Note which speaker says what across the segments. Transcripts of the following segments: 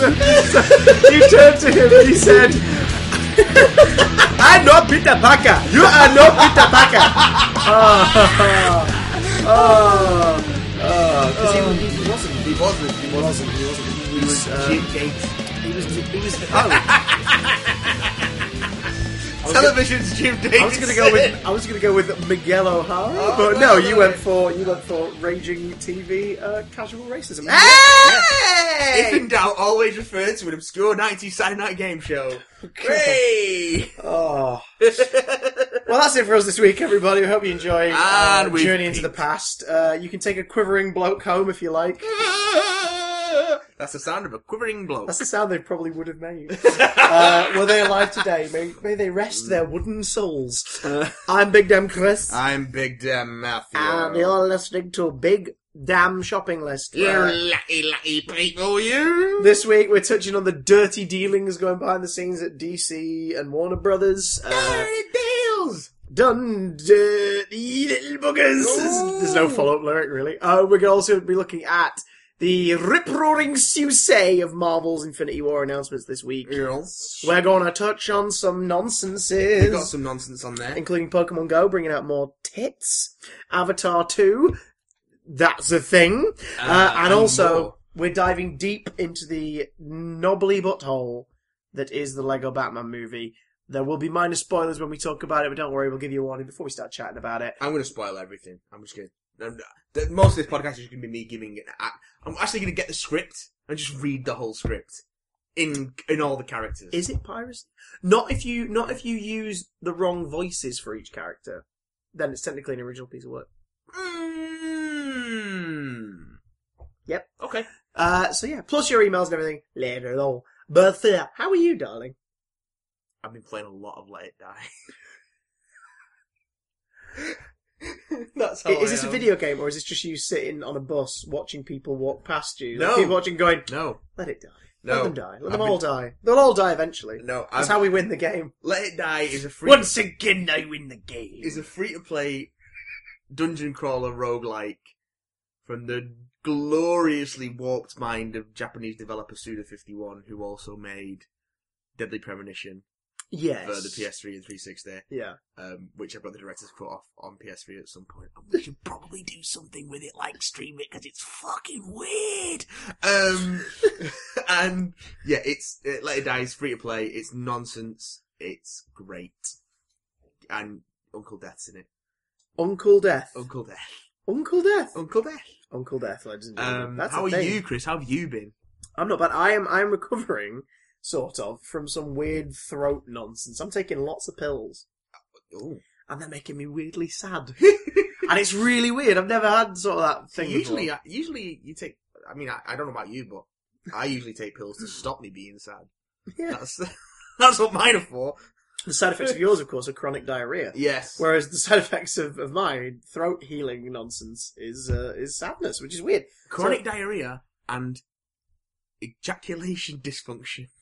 Speaker 1: you turned to him and you said, I'm not Peter Parker. You are not Peter Parker. Oh, oh, oh. 'Cause he-
Speaker 2: he, he wasn't. He wasn't. He wasn't. He wasn't. He was
Speaker 1: Uh,
Speaker 2: Jim Gates.
Speaker 1: he was, he was, oh,
Speaker 2: Television's Jim Gates.
Speaker 1: I was gonna go with I was gonna go with Miguel O'Hara,
Speaker 2: Oh,
Speaker 1: but no,
Speaker 2: no,
Speaker 1: you
Speaker 2: no,
Speaker 1: went
Speaker 2: no.
Speaker 1: for you went for raging TV uh, casual racism.
Speaker 2: If in doubt, always refer to an obscure 90s Saturday night game show. Hey!
Speaker 1: Oh. well, that's it for us this week, everybody. We hope you enjoy uh,
Speaker 2: And we've
Speaker 1: Journey into the Past. Uh, you can take a quivering bloke home if you like.
Speaker 2: That's the sound of a quivering blow.
Speaker 1: That's the sound they probably would have made. uh, were they alive today? May, may they rest their wooden souls. I'm Big Damn Chris,
Speaker 2: I'm Big Damn Matthew.
Speaker 1: and you're listening to Big Damn Shopping List.
Speaker 2: you
Speaker 1: where
Speaker 2: lucky, lucky people, you!
Speaker 1: This week we're touching on the dirty dealings going behind the scenes at DC and Warner Brothers. Uh,
Speaker 2: Dirty deals!
Speaker 1: Done dirty little buggers. There's, there's no follow-up lyric really. Uh, we're gonna also be looking at the rip-roaring Susay of Marvel's Infinity War announcements this week. We're gonna touch on some
Speaker 2: We've got
Speaker 1: nonsenses,
Speaker 2: some nonsense on there.
Speaker 1: including Pokemon Go bringing out more tits, Avatar 2, that's a thing, uh, and,
Speaker 2: and
Speaker 1: also
Speaker 2: more.
Speaker 1: we're diving deep into the knobbly butthole that is the Lego Batman movie. There will be minor spoilers when we talk about it, but don't worry, we'll give you a warning before we start chatting about it.
Speaker 2: I'm going to spoil everything. I'm just going to. Most of this podcast is going to be me giving it. a- I'm actually going to get the script and just read the whole script in in all the characters.
Speaker 1: Is it piracy? Not if you not if you use the wrong voices for each character. Then it's technically an original piece of work.
Speaker 2: Mm.
Speaker 1: Yep.
Speaker 2: Okay.
Speaker 1: Uh, so yeah, plus your emails and everything later on. But uh, how are you, darling?
Speaker 2: I've been playing a lot of Let It Die. That's how
Speaker 1: is
Speaker 2: I
Speaker 1: this a
Speaker 2: am.
Speaker 1: video game or is this just you sitting on a bus watching people walk past you? Like,
Speaker 2: No.
Speaker 1: keep watching, going,
Speaker 2: No,
Speaker 1: let it die, let
Speaker 2: no,
Speaker 1: them die, let them
Speaker 2: I've
Speaker 1: all die. They'll all die eventually.
Speaker 2: no.
Speaker 1: That's
Speaker 2: I've,
Speaker 1: how we win the game.
Speaker 2: Let It Die is a free
Speaker 1: Once again, I win the game.
Speaker 2: is a free to play dungeon crawler roguelike from the gloriously warped mind of Japanese developer Suda51, who also made Deadly Premonition
Speaker 1: yes.
Speaker 2: for the PS3 and 360.
Speaker 1: Yeah.
Speaker 2: um, which I've got the director's cut off on PS3 at some point. And we should probably do something with it, like stream it, because it's fucking weird. Um, and yeah, it's it, Let It Die is free to play. It's nonsense. It's great. And Uncle Death's in it.
Speaker 1: Uncle Death.
Speaker 2: Uncle Death.
Speaker 1: Uncle Death.
Speaker 2: Uncle Death.
Speaker 1: Uncle Death, ladies and gentlemen.
Speaker 2: Oh. Um,
Speaker 1: That's
Speaker 2: how
Speaker 1: a
Speaker 2: are
Speaker 1: thing.
Speaker 2: you, Chris? How have you been?
Speaker 1: I'm not bad. I am. I am recovering, sort of, from some weird throat nonsense. I'm taking lots of pills,
Speaker 2: Oh,
Speaker 1: and they're making me weirdly sad. and it's really weird. I've never had sort of that thing.
Speaker 2: usually,
Speaker 1: before.
Speaker 2: I, usually you take. I mean, I, I don't know about you, but I usually take pills to stop me being sad.
Speaker 1: yeah.
Speaker 2: That's that's what mine are for.
Speaker 1: The side effects of yours, of course, are chronic diarrhea.
Speaker 2: Yes.
Speaker 1: Whereas the side effects of, of my throat healing nonsense is uh, is sadness, which is weird.
Speaker 2: chronic diarrhea and ejaculation dysfunction.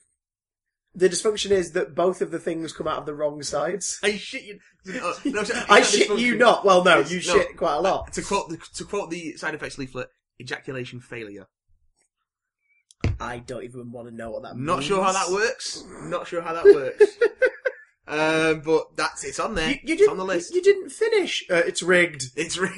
Speaker 1: The dysfunction is that both of the things come out of the wrong sides.
Speaker 2: I shit you. No, no, sorry,
Speaker 1: I
Speaker 2: not
Speaker 1: shit you
Speaker 2: dysfunction.
Speaker 1: not. Well, no,
Speaker 2: It's-
Speaker 1: you
Speaker 2: no.
Speaker 1: shit quite a lot.
Speaker 2: To quote the, to quote the side effects leaflet, ejaculation failure.
Speaker 1: I don't even want to know what that means.
Speaker 2: Not sure how that works. Not sure how that works. um, but that's it's on there.
Speaker 1: You, you
Speaker 2: it's
Speaker 1: didn't,
Speaker 2: on the list.
Speaker 1: You, you didn't finish. Uh, it's rigged.
Speaker 2: It's. Re-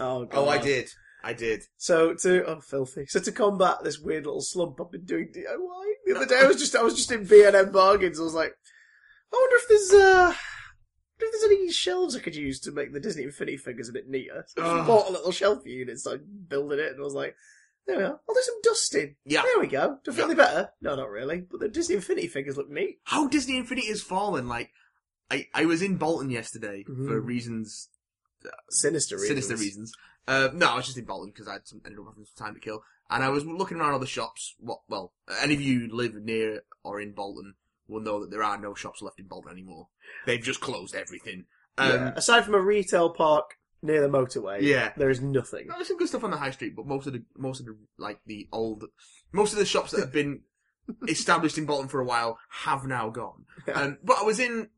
Speaker 1: Oh, God.
Speaker 2: oh, I did. I did.
Speaker 1: So to oh filthy. So to combat this weird little slump, I've been doing DIY. The other day, I was just I was just in B and M bargains. I was like, I wonder if there's uh, I wonder if there's any shelves I could use to make the Disney Infinity figures a bit neater. So I just
Speaker 2: Ugh.
Speaker 1: bought a little shelf unit, so I building it, and I was like, there we are. I'll do some dusting.
Speaker 2: Yeah.
Speaker 1: There we go. Do I feel any better? No, not really. But the Disney Infinity figures look neat.
Speaker 2: how Disney Infinity has fallen. Like, I I was in Bolton yesterday for
Speaker 1: Mhm.
Speaker 2: reasons
Speaker 1: Sinister reasons.
Speaker 2: sinister reasons. Uh, no, I was just in Bolton because I had some, ended up having some time to kill, and I was looking around all the shops. What? Well, any of you live near or in Bolton will know that there are no shops left in Bolton anymore. They've just closed everything. Um,
Speaker 1: Yeah. Aside from a retail park near the motorway,
Speaker 2: Yeah.
Speaker 1: there is nothing.
Speaker 2: no, there's some good stuff on the high street, but most of the most of the like the old, most of the shops that have been established in Bolton for a while have now gone.
Speaker 1: Yeah.
Speaker 2: Um, but I was in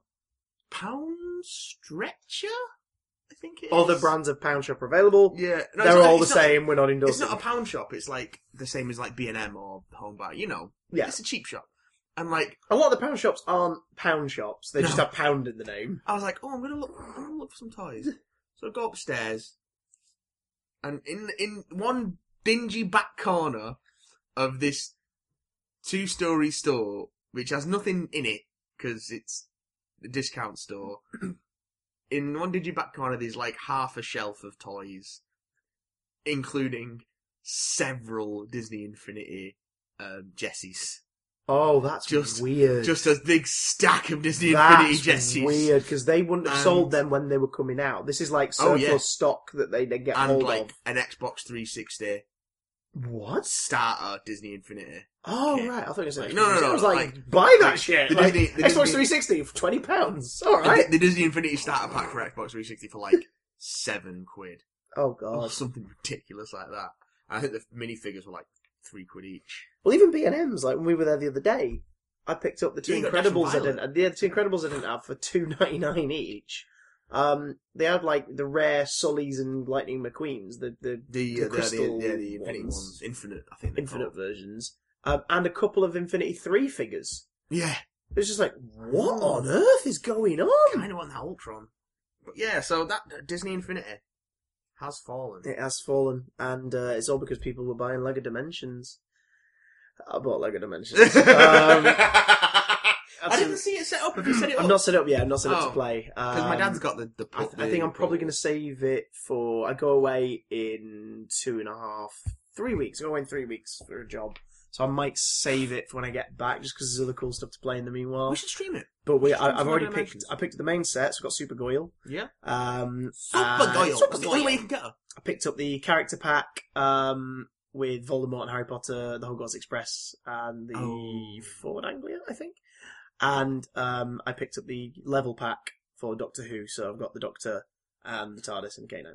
Speaker 2: Pound Stretcher. I think it is.
Speaker 1: Other brands of pound shop are available.
Speaker 2: Yeah, no, it's
Speaker 1: Oh, They're
Speaker 2: not-
Speaker 1: all the
Speaker 2: it's not-
Speaker 1: same. We're not
Speaker 2: It's
Speaker 1: endorsing.
Speaker 2: not a pound shop. It's like the same as like B and M or Home Buy. You know,
Speaker 1: Yeah.
Speaker 2: it's a cheap shop. And like,
Speaker 1: A lot of the pound shops aren't pound shops. They just
Speaker 2: No.
Speaker 1: have pound in the name.
Speaker 2: I was like, oh, I'm gonna look, I'm gonna look for some toys. So I go upstairs, and in in one dingy back corner of this two story store, which has nothing in it because it's a discount store. In one dingy back corner, there's like half a shelf of toys, including several Disney Infinity um, Jessies.
Speaker 1: Oh, that's
Speaker 2: Just-
Speaker 1: weird.
Speaker 2: Just a big stack of Disney Infinity
Speaker 1: that's
Speaker 2: Jessies.
Speaker 1: weird because they wouldn't have
Speaker 2: And-
Speaker 1: sold them when they were coming out. This is like
Speaker 2: Oh,
Speaker 1: surplus
Speaker 2: yeah.
Speaker 1: stock that they then get
Speaker 2: and
Speaker 1: hold
Speaker 2: like
Speaker 1: of.
Speaker 2: an Xbox 360
Speaker 1: What?
Speaker 2: starter Disney Infinity.
Speaker 1: Oh
Speaker 2: Yeah.
Speaker 1: right, I thought you said
Speaker 2: Like, no, no,
Speaker 1: I
Speaker 2: no,
Speaker 1: was like,
Speaker 2: like-
Speaker 1: buy that
Speaker 2: like,
Speaker 1: shit.
Speaker 2: the
Speaker 1: Like,
Speaker 2: Disney- the
Speaker 1: Xbox
Speaker 2: Disney-
Speaker 1: 360 for twenty pounds. All right.
Speaker 2: The, the Disney Infinity starter pack for Xbox 360 for like seven quid
Speaker 1: Oh
Speaker 2: or
Speaker 1: god.
Speaker 2: something ridiculous like that. I think the minifigures were like three quid each.
Speaker 1: Well, even B and M's. Like when we were there the other day, I picked up the two
Speaker 2: Yeah, you got Dash and
Speaker 1: Incredibles. I
Speaker 2: Violet.
Speaker 1: didn't. The other two Incredibles I didn't have for two ninety nine each. Um, they had like the rare Sullys and Lightning McQueens, the the
Speaker 2: The
Speaker 1: The
Speaker 2: uh, the, the,
Speaker 1: crystal
Speaker 2: yeah, the Infinity
Speaker 1: ones.
Speaker 2: ones. Infinite, I think. they're
Speaker 1: Infinite
Speaker 2: called.
Speaker 1: versions, um, and a couple of Infinity Three figures.
Speaker 2: Yeah,
Speaker 1: It was just like,
Speaker 2: Hmm.
Speaker 1: what on earth is going on?
Speaker 2: kind of on that Ultron. But yeah, so that that Disney Infinity has fallen.
Speaker 1: It has fallen, and uh, it's all because people were buying Lego Dimensions. I bought Lego Dimensions. um,
Speaker 2: I didn't see it set up. Have you set it up?
Speaker 1: I'm not set up yet. I'm not set up to
Speaker 2: Oh.
Speaker 1: play.
Speaker 2: Because
Speaker 1: Um,
Speaker 2: my dad's got the the.
Speaker 1: I, th- I think I'm probably going to save it for. I go away in two and a half, three weeks. I go away in three weeks for a job, so I might save it for when I get back, just because there's other cool stuff to play in the meanwhile.
Speaker 2: We should stream it.
Speaker 1: But we,
Speaker 2: we should
Speaker 1: I,
Speaker 2: do
Speaker 1: I've
Speaker 2: Lego
Speaker 1: already picked.
Speaker 2: Dimensions.
Speaker 1: I picked the main sets. I've got Super Goyle.
Speaker 2: Yeah. Uh,
Speaker 1: Um,
Speaker 2: Super
Speaker 1: and-
Speaker 2: Goyle.
Speaker 1: Super
Speaker 2: That's the
Speaker 1: Goyle.
Speaker 2: only way you can get her.
Speaker 1: I picked up the character pack um, with Voldemort and Harry Potter, the Hogwarts Express, and the
Speaker 2: Oh.
Speaker 1: Ford Anglia, I think. And um, I picked up the level pack for Doctor Who, so I've got the Doctor and the TARDIS and K9.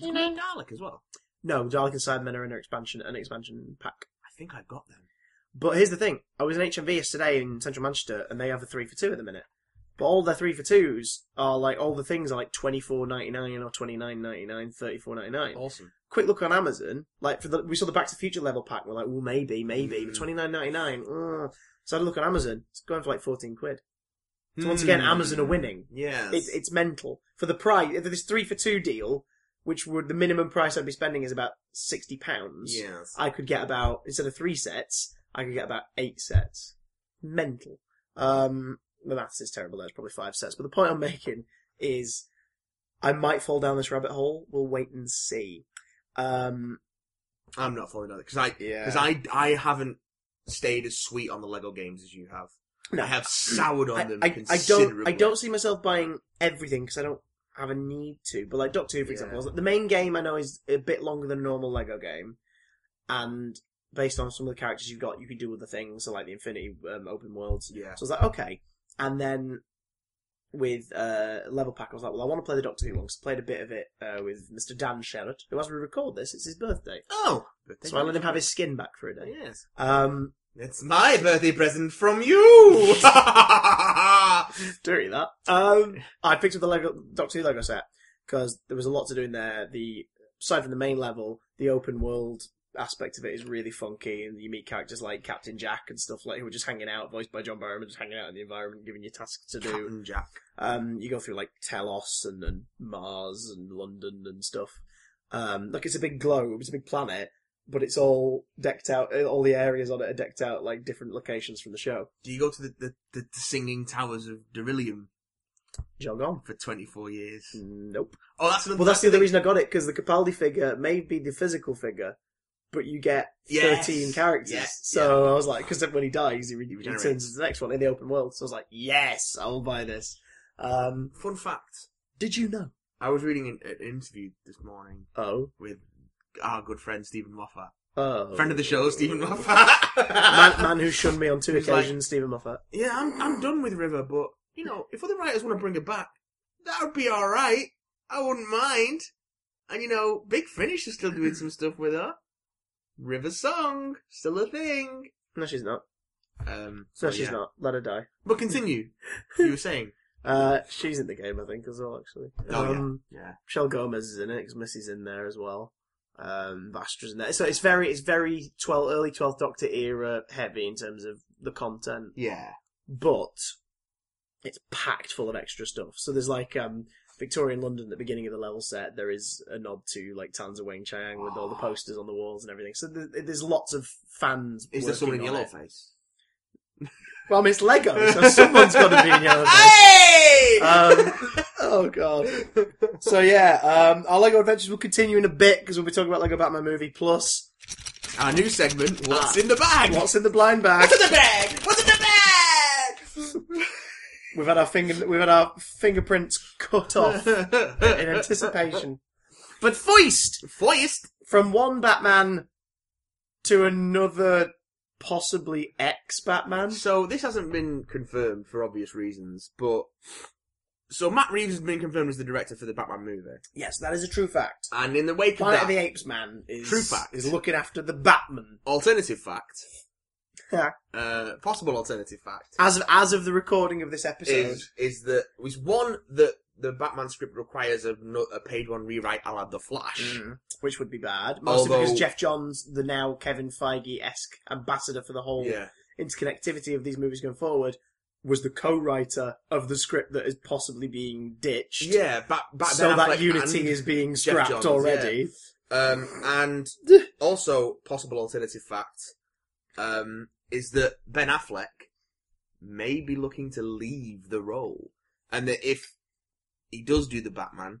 Speaker 2: You know, garlic as well.
Speaker 1: No, Dalek and Cybermen are in an expansion, an expansion pack.
Speaker 2: I think I got them.
Speaker 1: But here's the thing: I was in HMV yesterday in Central Manchester, and they have a three for two at the minute. But all their three for twos are like all the things are like twenty four ninety nine or twenty nine ninety nine, thirty four ninety nine.
Speaker 2: Awesome.
Speaker 1: quick look on Amazon, like for the we saw the Back to the Future level pack. We're like, well, maybe, maybe, but
Speaker 2: Mm.
Speaker 1: twenty nine ninety nine. Uh. So I had a look on Amazon. It's going for like fourteen quid. So once again, Amazon are winning.
Speaker 2: Mm. Hmm. Yes.
Speaker 1: It's it's mental for the price. if This three for two deal, which would the minimum price I'd be spending is about sixty pounds.
Speaker 2: yes.
Speaker 1: I could get about instead of three sets, I could get about eight sets. Mental. Um, the maths is terrible. There's probably five sets. But the point I'm making is, I might fall down this rabbit hole. We'll wait and see. Um,
Speaker 2: I'm not falling down because I
Speaker 1: Yeah.
Speaker 2: because I I haven't stayed as sweet on the Lego games as you have.
Speaker 1: No.
Speaker 2: I have soured on
Speaker 1: I,
Speaker 2: them
Speaker 1: I, I
Speaker 2: considerably.
Speaker 1: don't. I don't see myself buying everything because I don't have a need to. But like Doctor Who, for
Speaker 2: Yeah.
Speaker 1: example, the main game I know is a bit longer than a normal Lego game, and based on some of the characters you've got, you can do other things. So like the Infinity um, Open Worlds.
Speaker 2: Yeah.
Speaker 1: So I was like, okay. And then with uh, level pack, I was like, well, I want to play the Doctor Who one 'cause I played a bit of it uh, with Mr. Dan Sherrod, who, as we record this, it's his birthday.
Speaker 2: Oh.
Speaker 1: So I let him have his skin back for a day.
Speaker 2: Yes.
Speaker 1: Um,
Speaker 2: It's my birthday present from you.
Speaker 1: dirty that. Um, I picked up the Lego Doctor Who Lego set because there was a lot to do in there. The aside from the main level, the open world aspect of it is really funky, and you meet characters like Captain Jack and stuff like who are just hanging out, voiced by John Barrowman, just hanging out in the environment, giving you tasks to do.
Speaker 2: Captain Jack.
Speaker 1: Um, you go through like Telos and, and Mars and London and stuff. Um, like it's a big globe, it's a big planet, but it's all decked out. All the areas on it are decked out like different locations from the show.
Speaker 2: Do you go to the, the, the, the singing towers of Derillium
Speaker 1: Jog on.
Speaker 2: for 24 years?
Speaker 1: Hmm. Nope.
Speaker 2: Oh, that's another.
Speaker 1: Well, that's the other reason I got it because the Capaldi figure may be the physical figure, but you get
Speaker 2: Yes.
Speaker 1: thirteen characters.
Speaker 2: Yeah,
Speaker 1: so I was like, because when he dies, he, re- he
Speaker 2: Regenerates.
Speaker 1: turns into the next one in the open world. So I was like, yes, I will buy this. Um,
Speaker 2: Fun fact:
Speaker 1: did you know?
Speaker 2: I was reading an, an interview this morning
Speaker 1: Oh,
Speaker 2: with our good friend Stephen Moffat,
Speaker 1: oh,
Speaker 2: friend of the show, Stephen Moffat.
Speaker 1: man, man who shunned me on two
Speaker 2: He's like-
Speaker 1: occasions, Stephen Moffat.
Speaker 2: Yeah, I'm I'm done with River, but you know, if other writers want to bring it back, that would be all right. I wouldn't mind. And you know, Big Finish is still doing some stuff with her. River Song still a thing.
Speaker 1: No, she's not.
Speaker 2: Um, so
Speaker 1: No, she's
Speaker 2: yeah.
Speaker 1: not. Let her die.
Speaker 2: But continue. you were saying
Speaker 1: Uh, she's in the game, I think, as well. Actually,
Speaker 2: Oh, yeah.
Speaker 1: um,
Speaker 2: Yeah.
Speaker 1: Michelle Gomez is in it. 'cause Missy's in there as well. Um, Vastra's in there. So it's very, it's very twelve early Twelfth Doctor era heavy in terms of the content,
Speaker 2: Yeah.
Speaker 1: but it's packed full of extra stuff. So there's like um, Victorian London at the beginning of the level set. There is a nod to like Tanza Wang Chiang with all the posters on the walls and everything. So th- there's lots of fans.
Speaker 2: Is there
Speaker 1: working
Speaker 2: someone in
Speaker 1: on
Speaker 2: yellow
Speaker 1: it.
Speaker 2: face?
Speaker 1: Well, I mean, it's Lego, so someone's got to be in Yellowface.
Speaker 2: Hey!
Speaker 1: Um, oh god. So yeah, um, our Lego adventures will continue in a bit because we'll be talking about Lego Batman movie plus
Speaker 2: Our new segment, What's
Speaker 1: Ah.
Speaker 2: in the Bag?
Speaker 1: what's in the blind bag.
Speaker 2: in the bag? What's in the
Speaker 1: We've had our finger, we've had our fingerprints cut off in
Speaker 2: bag?
Speaker 1: anticipation. But foist
Speaker 2: Foist.
Speaker 1: from one Batman to another, possibly ex Batman.
Speaker 2: So this hasn't been confirmed for obvious reasons, but so Matt Reeves has been confirmed as the director for the Batman movie,
Speaker 1: Yes, that is a true fact.
Speaker 2: and in the wake of
Speaker 1: Planet of the
Speaker 2: that,
Speaker 1: Apes man is
Speaker 2: True fact.
Speaker 1: is looking after the Batman.
Speaker 2: alternative fact,
Speaker 1: Yeah.
Speaker 2: uh, possible alternative fact
Speaker 1: As of, as of the recording of this episode,
Speaker 2: is is that was one that the Batman script requires a, no- a page one rewrite a la The
Speaker 1: Mm.
Speaker 2: Flash.
Speaker 1: Mm-hmm. which would be bad. Mostly
Speaker 2: Although-
Speaker 1: because Jeff Johns, the now Kevin Feige esque ambassador for the whole
Speaker 2: Yeah,
Speaker 1: interconnectivity of these movies going forward, was the co writer of the script that is possibly being ditched.
Speaker 2: yeah. Ba- back
Speaker 1: so
Speaker 2: then
Speaker 1: that
Speaker 2: Affleck
Speaker 1: unity
Speaker 2: and-
Speaker 1: is being
Speaker 2: Jeff
Speaker 1: scrapped
Speaker 2: Johns,
Speaker 1: already.
Speaker 2: Um, and also possible alternative fact um, is that Ben Affleck may be looking to leave the role, and that if he does do the Batman,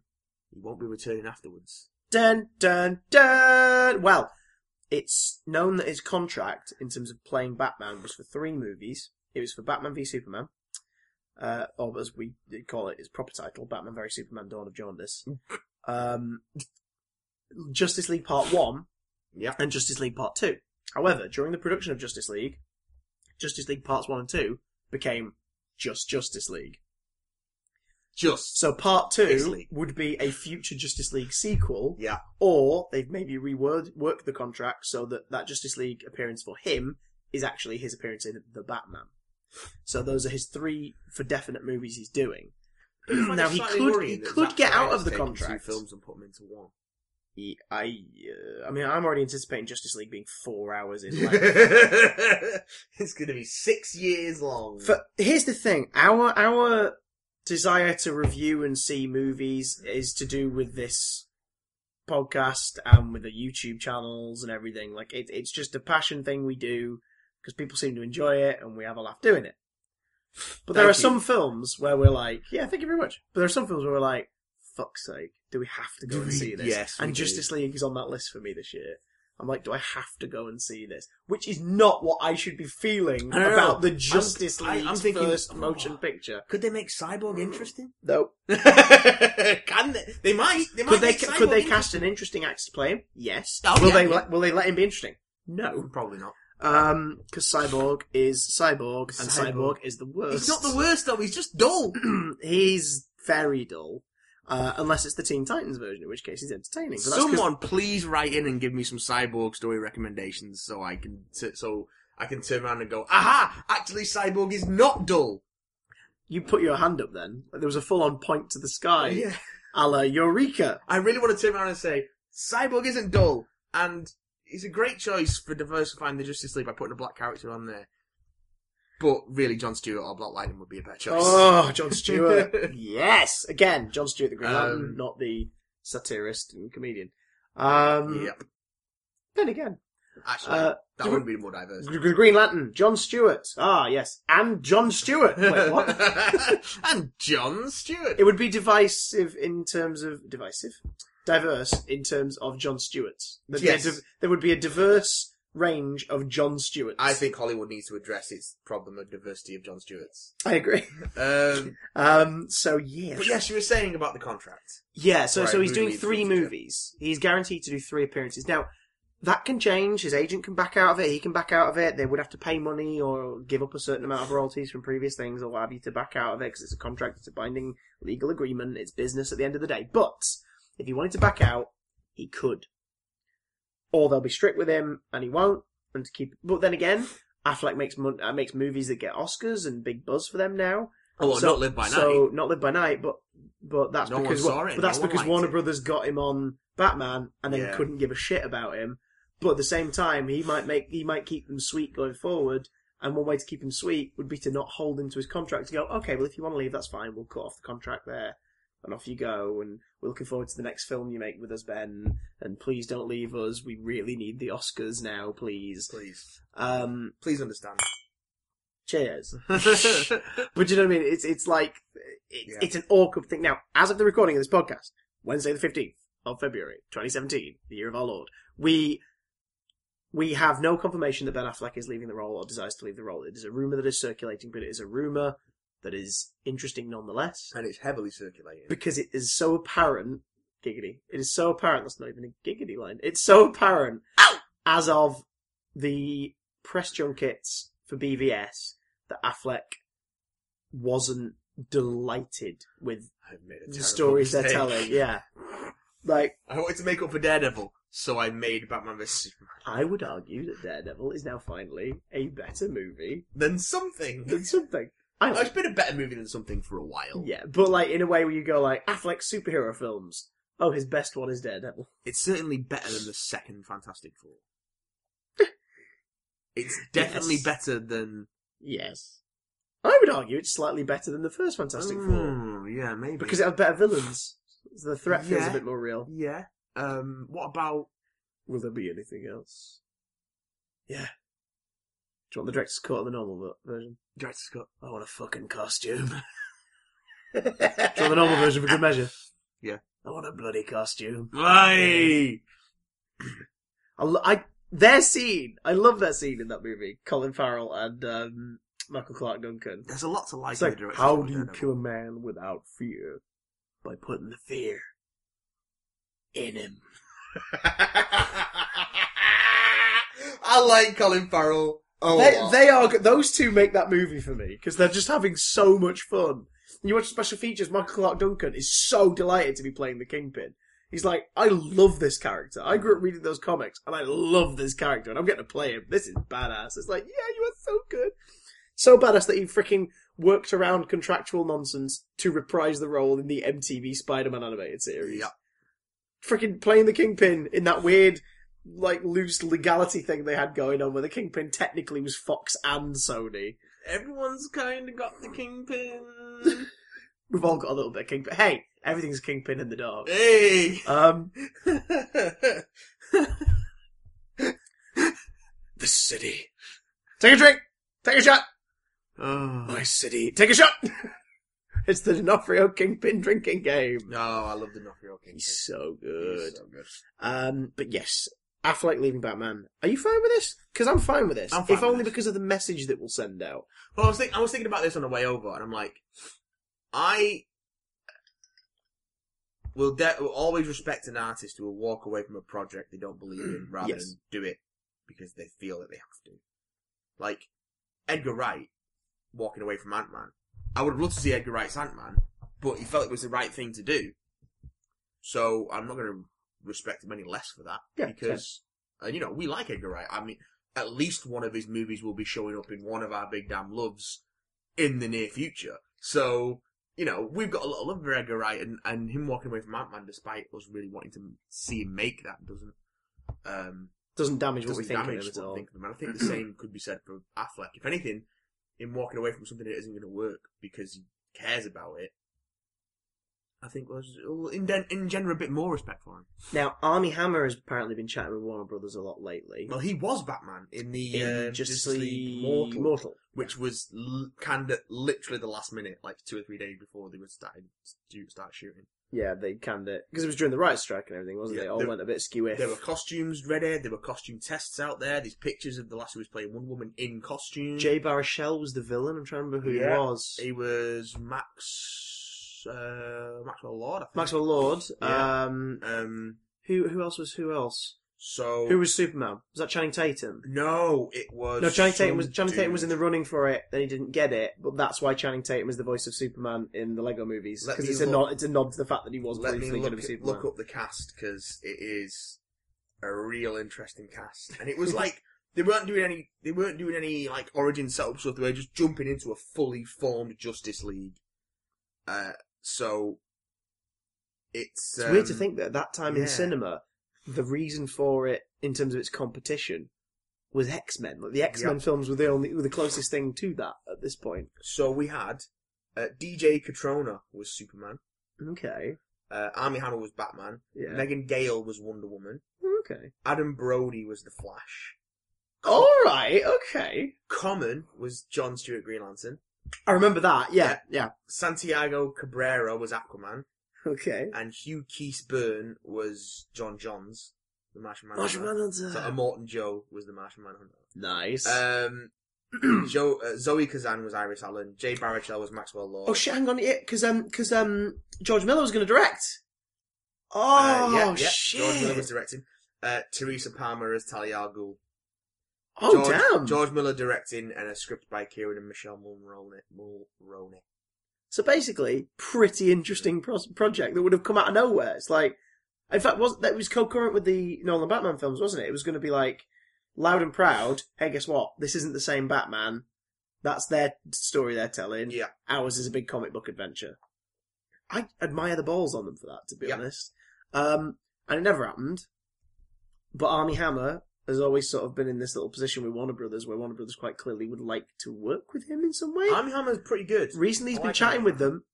Speaker 2: he won't be returning afterwards.
Speaker 1: Dun dun dun. Well, it's known that his contract in terms of playing Batman was for three movies. It was for Batman v Superman, uh, or as we call it, its proper title, Batman v Superman: Dawn of Jaundice, um, Justice League Part One,
Speaker 2: Yeah.
Speaker 1: and Justice League Part Two. However, during the production of Justice League, Justice League Parts One and Two became just Justice League.
Speaker 2: Just
Speaker 1: So Part
Speaker 2: Justice
Speaker 1: Two
Speaker 2: League.
Speaker 1: would be a future Justice League sequel
Speaker 2: yeah,
Speaker 1: or they've maybe reword worked the contract so that that Justice League appearance for him is actually his appearance in the Batman. So those are his three for definite movies he's doing. now he could he could get out of the contract.
Speaker 2: Two films and put them into one.
Speaker 1: He- I uh, I mean I'm already anticipating Justice League being four hours in. length.
Speaker 2: it's going to be six years long.
Speaker 1: For, here's the thing: our our desire to review and see movies is to do with this podcast and with the YouTube channels and everything. Like it, it's just a passion thing we do because people seem to enjoy it and we have a laugh doing it. But there are
Speaker 2: Thank you.
Speaker 1: some films where we're like, yeah, thank you very much. But there are some films where we're like, fuck's sake, do we have to go
Speaker 2: Do
Speaker 1: and
Speaker 2: we-
Speaker 1: see this?
Speaker 2: yes, we
Speaker 1: and
Speaker 2: do.
Speaker 1: Justice League is on that list for me this year. I'm like, do I have to go and see this? Which is not what I should be feeling
Speaker 2: I don't
Speaker 1: about
Speaker 2: know.
Speaker 1: the Justice
Speaker 2: I'm- I-
Speaker 1: League
Speaker 2: I'm thinking-
Speaker 1: first motion picture.
Speaker 2: could they make Cyborg interesting?
Speaker 1: Nope.
Speaker 2: Can they? They might. They might
Speaker 1: Could they
Speaker 2: make
Speaker 1: could they
Speaker 2: Cyborg
Speaker 1: cast an interesting actor to play him? Yes.
Speaker 2: Oh,
Speaker 1: will
Speaker 2: yeah,
Speaker 1: they
Speaker 2: yeah.
Speaker 1: let- will they let him be interesting? No.
Speaker 2: interesting? Probably not.
Speaker 1: Um, because Cyborg is Cyborg, and
Speaker 2: Cyborg.
Speaker 1: Cyborg is the worst.
Speaker 2: He's not the worst though. He's just dull.
Speaker 1: he's very dull. Uh, unless it's the Teen Titans version, in which case he's entertaining. But that's 'cause-
Speaker 2: Someone please write in and give me some cyborg story recommendations so I can t- so I can turn around and go, aha! Actually, cyborg is not dull.
Speaker 1: you put your hand up then. There was a full on point to the
Speaker 2: Oh,
Speaker 1: sky. A la Eureka.
Speaker 2: I really want to turn around and say, cyborg isn't dull, and it's a great choice for diversifying the Justice League by putting a black character on there. But really, John Stewart or Black Lightning would be a better choice.
Speaker 1: Oh, John Stewart. yes. Again, John Stewart, the Green
Speaker 2: Um,
Speaker 1: Lantern, not the satirist and comedian. Um,
Speaker 2: Yep.
Speaker 1: Then again,
Speaker 2: Actually,
Speaker 1: uh,
Speaker 2: that would be more diverse.
Speaker 1: Gr- Gr- Green Lantern, John Stewart. Ah, yes. And John Stewart. Wait, what?
Speaker 2: and John Stewart.
Speaker 1: it would be divisive in terms of divisive, diverse in terms of John Stewart's. There'd be a
Speaker 2: Yes.
Speaker 1: div- there would be a diverse range of John Stewart's.
Speaker 2: I think Hollywood needs to address its problem of diversity of John Stewart's.
Speaker 1: I agree.
Speaker 2: Um,
Speaker 1: Um, so yes,
Speaker 2: but yes, you were saying about the contract.
Speaker 1: yeah. So
Speaker 2: Right,
Speaker 1: so he's
Speaker 2: movie
Speaker 1: doing
Speaker 2: needs
Speaker 1: three
Speaker 2: to be-
Speaker 1: movies. He's guaranteed to do three appearances. Now that can change. His agent can back out of it. He can back out of it. They would have to pay money or give up a certain amount of royalties from previous things or what have you to back out of it because it's a contract. It's a binding legal agreement. It's business at the end of the day. But if he wanted to back out, he could. Or they'll be strict with him and he won't. And to keep, but then again, Affleck makes mon- uh, makes movies that get Oscars and big buzz for them now.
Speaker 2: Oh, well,
Speaker 1: so,
Speaker 2: not live by
Speaker 1: so,
Speaker 2: night.
Speaker 1: not live by night, but but that's
Speaker 2: No one
Speaker 1: because
Speaker 2: saw it,
Speaker 1: but that's
Speaker 2: no one
Speaker 1: because
Speaker 2: liked
Speaker 1: Warner
Speaker 2: it.
Speaker 1: Brothers got him on Batman and then
Speaker 2: Yeah.
Speaker 1: couldn't give a shit about him. But at the same time, he might make he might keep them sweet going forward. And one way to keep him sweet would be to not hold him to his contract. To go, okay, well, if you want to leave, that's fine. We'll cut off the contract there, and off you go. And we're looking forward to the next film you make with us, Ben. And please don't leave us. We really need the Oscars now, please.
Speaker 2: Please,
Speaker 1: Um,
Speaker 2: please understand.
Speaker 1: cheers. But do you know what I mean? It's it's like it,
Speaker 2: Yeah.
Speaker 1: it's an awkward thing. Now, as of the recording of this podcast, Wednesday the fifteenth of February, twenty seventeen, the year of our Lord, we we have no confirmation that Ben Affleck is leaving the role or desires to leave the role. It is a rumor that is circulating, but it is a rumor that is interesting nonetheless
Speaker 2: and it's heavily circulating.
Speaker 1: because it is so apparent. Giggity! It is so apparent. That's not even a giggity line. It's so apparent as of the press junkets for BVS that Affleck wasn't delighted with
Speaker 2: I've made a
Speaker 1: the
Speaker 2: terrible
Speaker 1: stories they're
Speaker 2: mistake.
Speaker 1: telling. Yeah, like
Speaker 2: I wanted to make up for Daredevil, so I made Batman vs Superman.
Speaker 1: I would argue that Daredevil is now finally a better movie
Speaker 2: Then something.
Speaker 1: than something. I
Speaker 2: Oh, it's
Speaker 1: like,
Speaker 2: been a better movie than something for a while.
Speaker 1: yeah, but like in a way where you go like Affleck superhero films. Oh, his best one is Daredevil.
Speaker 2: It's certainly better than the second Fantastic Four. It's definitely
Speaker 1: Yes.
Speaker 2: better than
Speaker 1: Yes. I would argue it's slightly better than the first Fantastic Four.
Speaker 2: Mm, Yeah, maybe
Speaker 1: Because it had better villains. So the threat feels
Speaker 2: Yeah.
Speaker 1: a bit more real.
Speaker 2: yeah. Um, what about
Speaker 1: Will there be anything else? Yeah. Do you want the director's cut or the normal ver- version?
Speaker 2: Director Scott?
Speaker 1: I want a fucking costume. Do you want the normal version for good measure?
Speaker 2: Yeah.
Speaker 1: I want a bloody costume.
Speaker 2: Aye.
Speaker 1: I, lo- I their scene. I love that scene in that movie. Colin Farrell and um, Michael Clark Duncan.
Speaker 2: There's a lot to like.
Speaker 1: It's
Speaker 2: in
Speaker 1: like,
Speaker 2: the Director's
Speaker 1: how
Speaker 2: Scott
Speaker 1: do you
Speaker 2: Daredevil.
Speaker 1: kill a man without fear? By putting the fear in him.
Speaker 2: I like Colin Farrell. Oh,
Speaker 1: They, they are g- those two make that movie for me because they're just having so much fun. You watch the special features. Michael Clark Duncan is so delighted to be playing the Kingpin. He's like, I love this character. I grew up reading those comics, and I love this character, and I'm getting to play him. This is badass. It's like, yeah, you are so good, so badass that he freaking worked around contractual nonsense to reprise the role in the MTV Spider-Man animated series.
Speaker 2: Yeah.
Speaker 1: Freaking playing the Kingpin in that weird like loose legality thing they had going on where the Kingpin technically was Fox and Sony.
Speaker 2: everyone's kind of got the kingpin.
Speaker 1: We've all got a little bit of Kingpin. Hey, everything's Kingpin in the dark.
Speaker 2: hey.
Speaker 1: Um The city. Take a drink! Take a shot!
Speaker 2: oh.
Speaker 1: My city. Take a shot! it's the D'Onofrio Kingpin drinking game.
Speaker 2: No, Oh, I love the Nofrio Kingpin.
Speaker 1: He's so
Speaker 2: He's
Speaker 1: good.
Speaker 2: so good.
Speaker 1: Um, but yes, Affleck leaving Batman. Are you fine with this? Because I'm fine with this.
Speaker 2: I'm fine
Speaker 1: if
Speaker 2: with
Speaker 1: only
Speaker 2: this.
Speaker 1: because of the message that we'll send out.
Speaker 2: Well, I was, think- I was thinking about this on the way over, and I'm like, I will, de- will always respect an artist who will walk away from a project they don't believe in rather
Speaker 1: Yes.
Speaker 2: than do it because they feel that they have to. Like, Edgar Wright walking away from Ant Man. I would love to see Edgar Wright's Ant Man, but he felt it was the right thing to do. So I'm not going to respect him any less for that
Speaker 1: Yeah,
Speaker 2: because, uh, you know, we like Edgar Wright. I mean, at least one of his movies will be showing up in one of our big damn loves in the near future. So, you know, we've got a lot of love for Edgar Wright and, and him walking away from Ant-Man despite us really wanting to see him make that doesn't, um,
Speaker 1: Doesn't damage what
Speaker 2: doesn't
Speaker 1: we think of
Speaker 2: damage
Speaker 1: it at
Speaker 2: what we
Speaker 1: all.
Speaker 2: think of him. And I think the same could be said for Affleck. If anything, him walking away from something that isn't going to work because he cares about it, I think was will indent, engender a bit more respect for him.
Speaker 1: Now, Army Hammer has apparently been chatting with Warner Brothers a lot lately.
Speaker 2: Well, he was Batman in the
Speaker 1: in
Speaker 2: uh, Justice League Mortal, which was l- kind of literally the last minute, like two or three days before they were starting to start shooting.
Speaker 1: Yeah, they canned it because it was during the riot strike and everything, wasn't it?
Speaker 2: Yeah,
Speaker 1: They all
Speaker 2: there-
Speaker 1: went a bit skew
Speaker 2: There were costumes ready. There were costume tests out there. There's pictures of the last who was playing Wonder Woman in costume.
Speaker 1: Jay Baruchel was the villain. I'm trying to remember who
Speaker 2: Yeah.
Speaker 1: he was.
Speaker 2: He was Max uh, Maxwell Lord. I think.
Speaker 1: Maxwell Lord.
Speaker 2: Yeah.
Speaker 1: Um,
Speaker 2: Um.
Speaker 1: who who else was who else?
Speaker 2: So
Speaker 1: Who was Superman? Was that Channing Tatum?
Speaker 2: No, it was
Speaker 1: No, Channing Tatum
Speaker 2: some
Speaker 1: was Channing Tatum was in
Speaker 2: dude.
Speaker 1: the running for it. Then he didn't get it, but that's why Channing Tatum is the voice of Superman in the Lego movies
Speaker 2: Let
Speaker 1: because
Speaker 2: me
Speaker 1: it's a
Speaker 2: look-
Speaker 1: nod. It's a nod to the fact that he was
Speaker 2: Let me
Speaker 1: briefly going to
Speaker 2: look,
Speaker 1: be Superman.
Speaker 2: look up the cast because it is a real interesting cast, and it was like They weren't doing any. They weren't doing any like origin setup stuff. They were just jumping into a fully formed Justice League. Uh, so it's,
Speaker 1: It's
Speaker 2: um,
Speaker 1: weird to think that at that time
Speaker 2: yeah.
Speaker 1: in cinema, the reason for it in terms of its competition was X Men. Like the X Men films were the only were the closest thing to that at this point.
Speaker 2: So we had uh, DJ Catrona was Superman.
Speaker 1: Okay.
Speaker 2: Uh, Army Hammer was Batman.
Speaker 1: Yeah.
Speaker 2: Megan Gale was Wonder Woman.
Speaker 1: okay.
Speaker 2: Adam Brody was the Flash.
Speaker 1: All right. Okay.
Speaker 2: Common was John Stewart Green Lantern.
Speaker 1: I remember that. Yeah. Yeah.
Speaker 2: Santiago Cabrera was Aquaman,
Speaker 1: Okay.
Speaker 2: and Hugh Keese Byrne was John Johns, the Martian Manhunter.
Speaker 1: Martian Manhunter.
Speaker 2: So, uh, Morton Joe was the Martian Manhunter.
Speaker 1: Nice.
Speaker 2: Um, Joe, uh, Zoe Kazan was Iris Allen. Jay Baruchel was Maxwell Uh, Lord.
Speaker 1: oh shit! Hang on. Yeah. Because um. Because um. George Miller was going to direct.
Speaker 2: Uh,
Speaker 1: Oh
Speaker 2: yeah, yeah,
Speaker 1: shit!
Speaker 2: George Miller was directing. Uh, Teresa Palmer as Talia al Ghul.
Speaker 1: oh
Speaker 2: George,
Speaker 1: damn!
Speaker 2: George Miller directing and a script by Kieran and Michelle Mulroney. Mulroney.
Speaker 1: So basically, pretty interesting pro- project that would have come out of nowhere. It's like, in fact, was that was concurrent with the Nolan Batman films, wasn't it? It was going to be like loud and proud. Hey, guess what? This isn't the same Batman. That's their story they're telling.
Speaker 2: Yeah.
Speaker 1: Ours is a big comic book adventure. I admire the balls on them for that, to be
Speaker 2: Yeah.
Speaker 1: honest. Um, and it never happened. But Army Hammer has always sort of been in this little position with Warner Brothers, where Warner Brothers quite clearly would like to work with him in some way
Speaker 2: Army Hammer's pretty good.
Speaker 1: recently he's
Speaker 2: I
Speaker 1: been
Speaker 2: like
Speaker 1: chatting
Speaker 2: that.
Speaker 1: with them.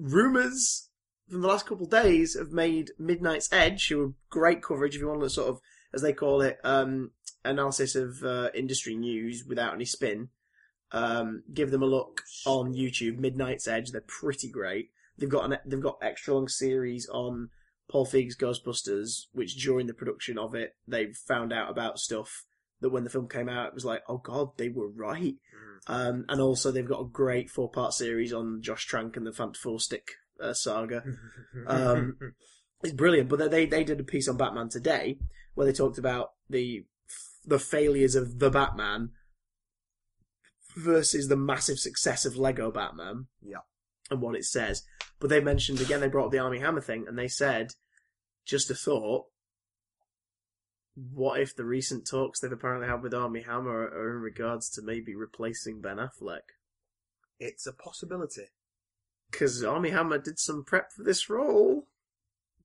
Speaker 1: Rumors from the last couple of days have made Midnight's Edge, who are great coverage if you want to sort of, as they call it, um, analysis of uh, industry news without any spin. Um, give them a look on YouTube. Midnight's Edge, they're pretty great. They've got an, they've got extra long series on Paul Feig's Ghostbusters, which during the production of it, they found out about stuff that when the film came out, it was like, oh god, they were right.
Speaker 2: Mm.
Speaker 1: Um, and also, they've got a great four part series on Josh Trank and the Fantastic uh, saga. Um, It's brilliant. But they they did a piece on Batman today where they talked about the the failures of the Batman versus the massive success of Lego Batman.
Speaker 2: Yeah.
Speaker 1: And what it says. But they mentioned again, they brought up the Army Hammer thing, and they said, just a thought. What if the recent talks they've apparently had with Army Hammer are, are in regards to maybe replacing Ben Affleck?
Speaker 2: it's a possibility.
Speaker 1: because Army Hammer did some prep for this role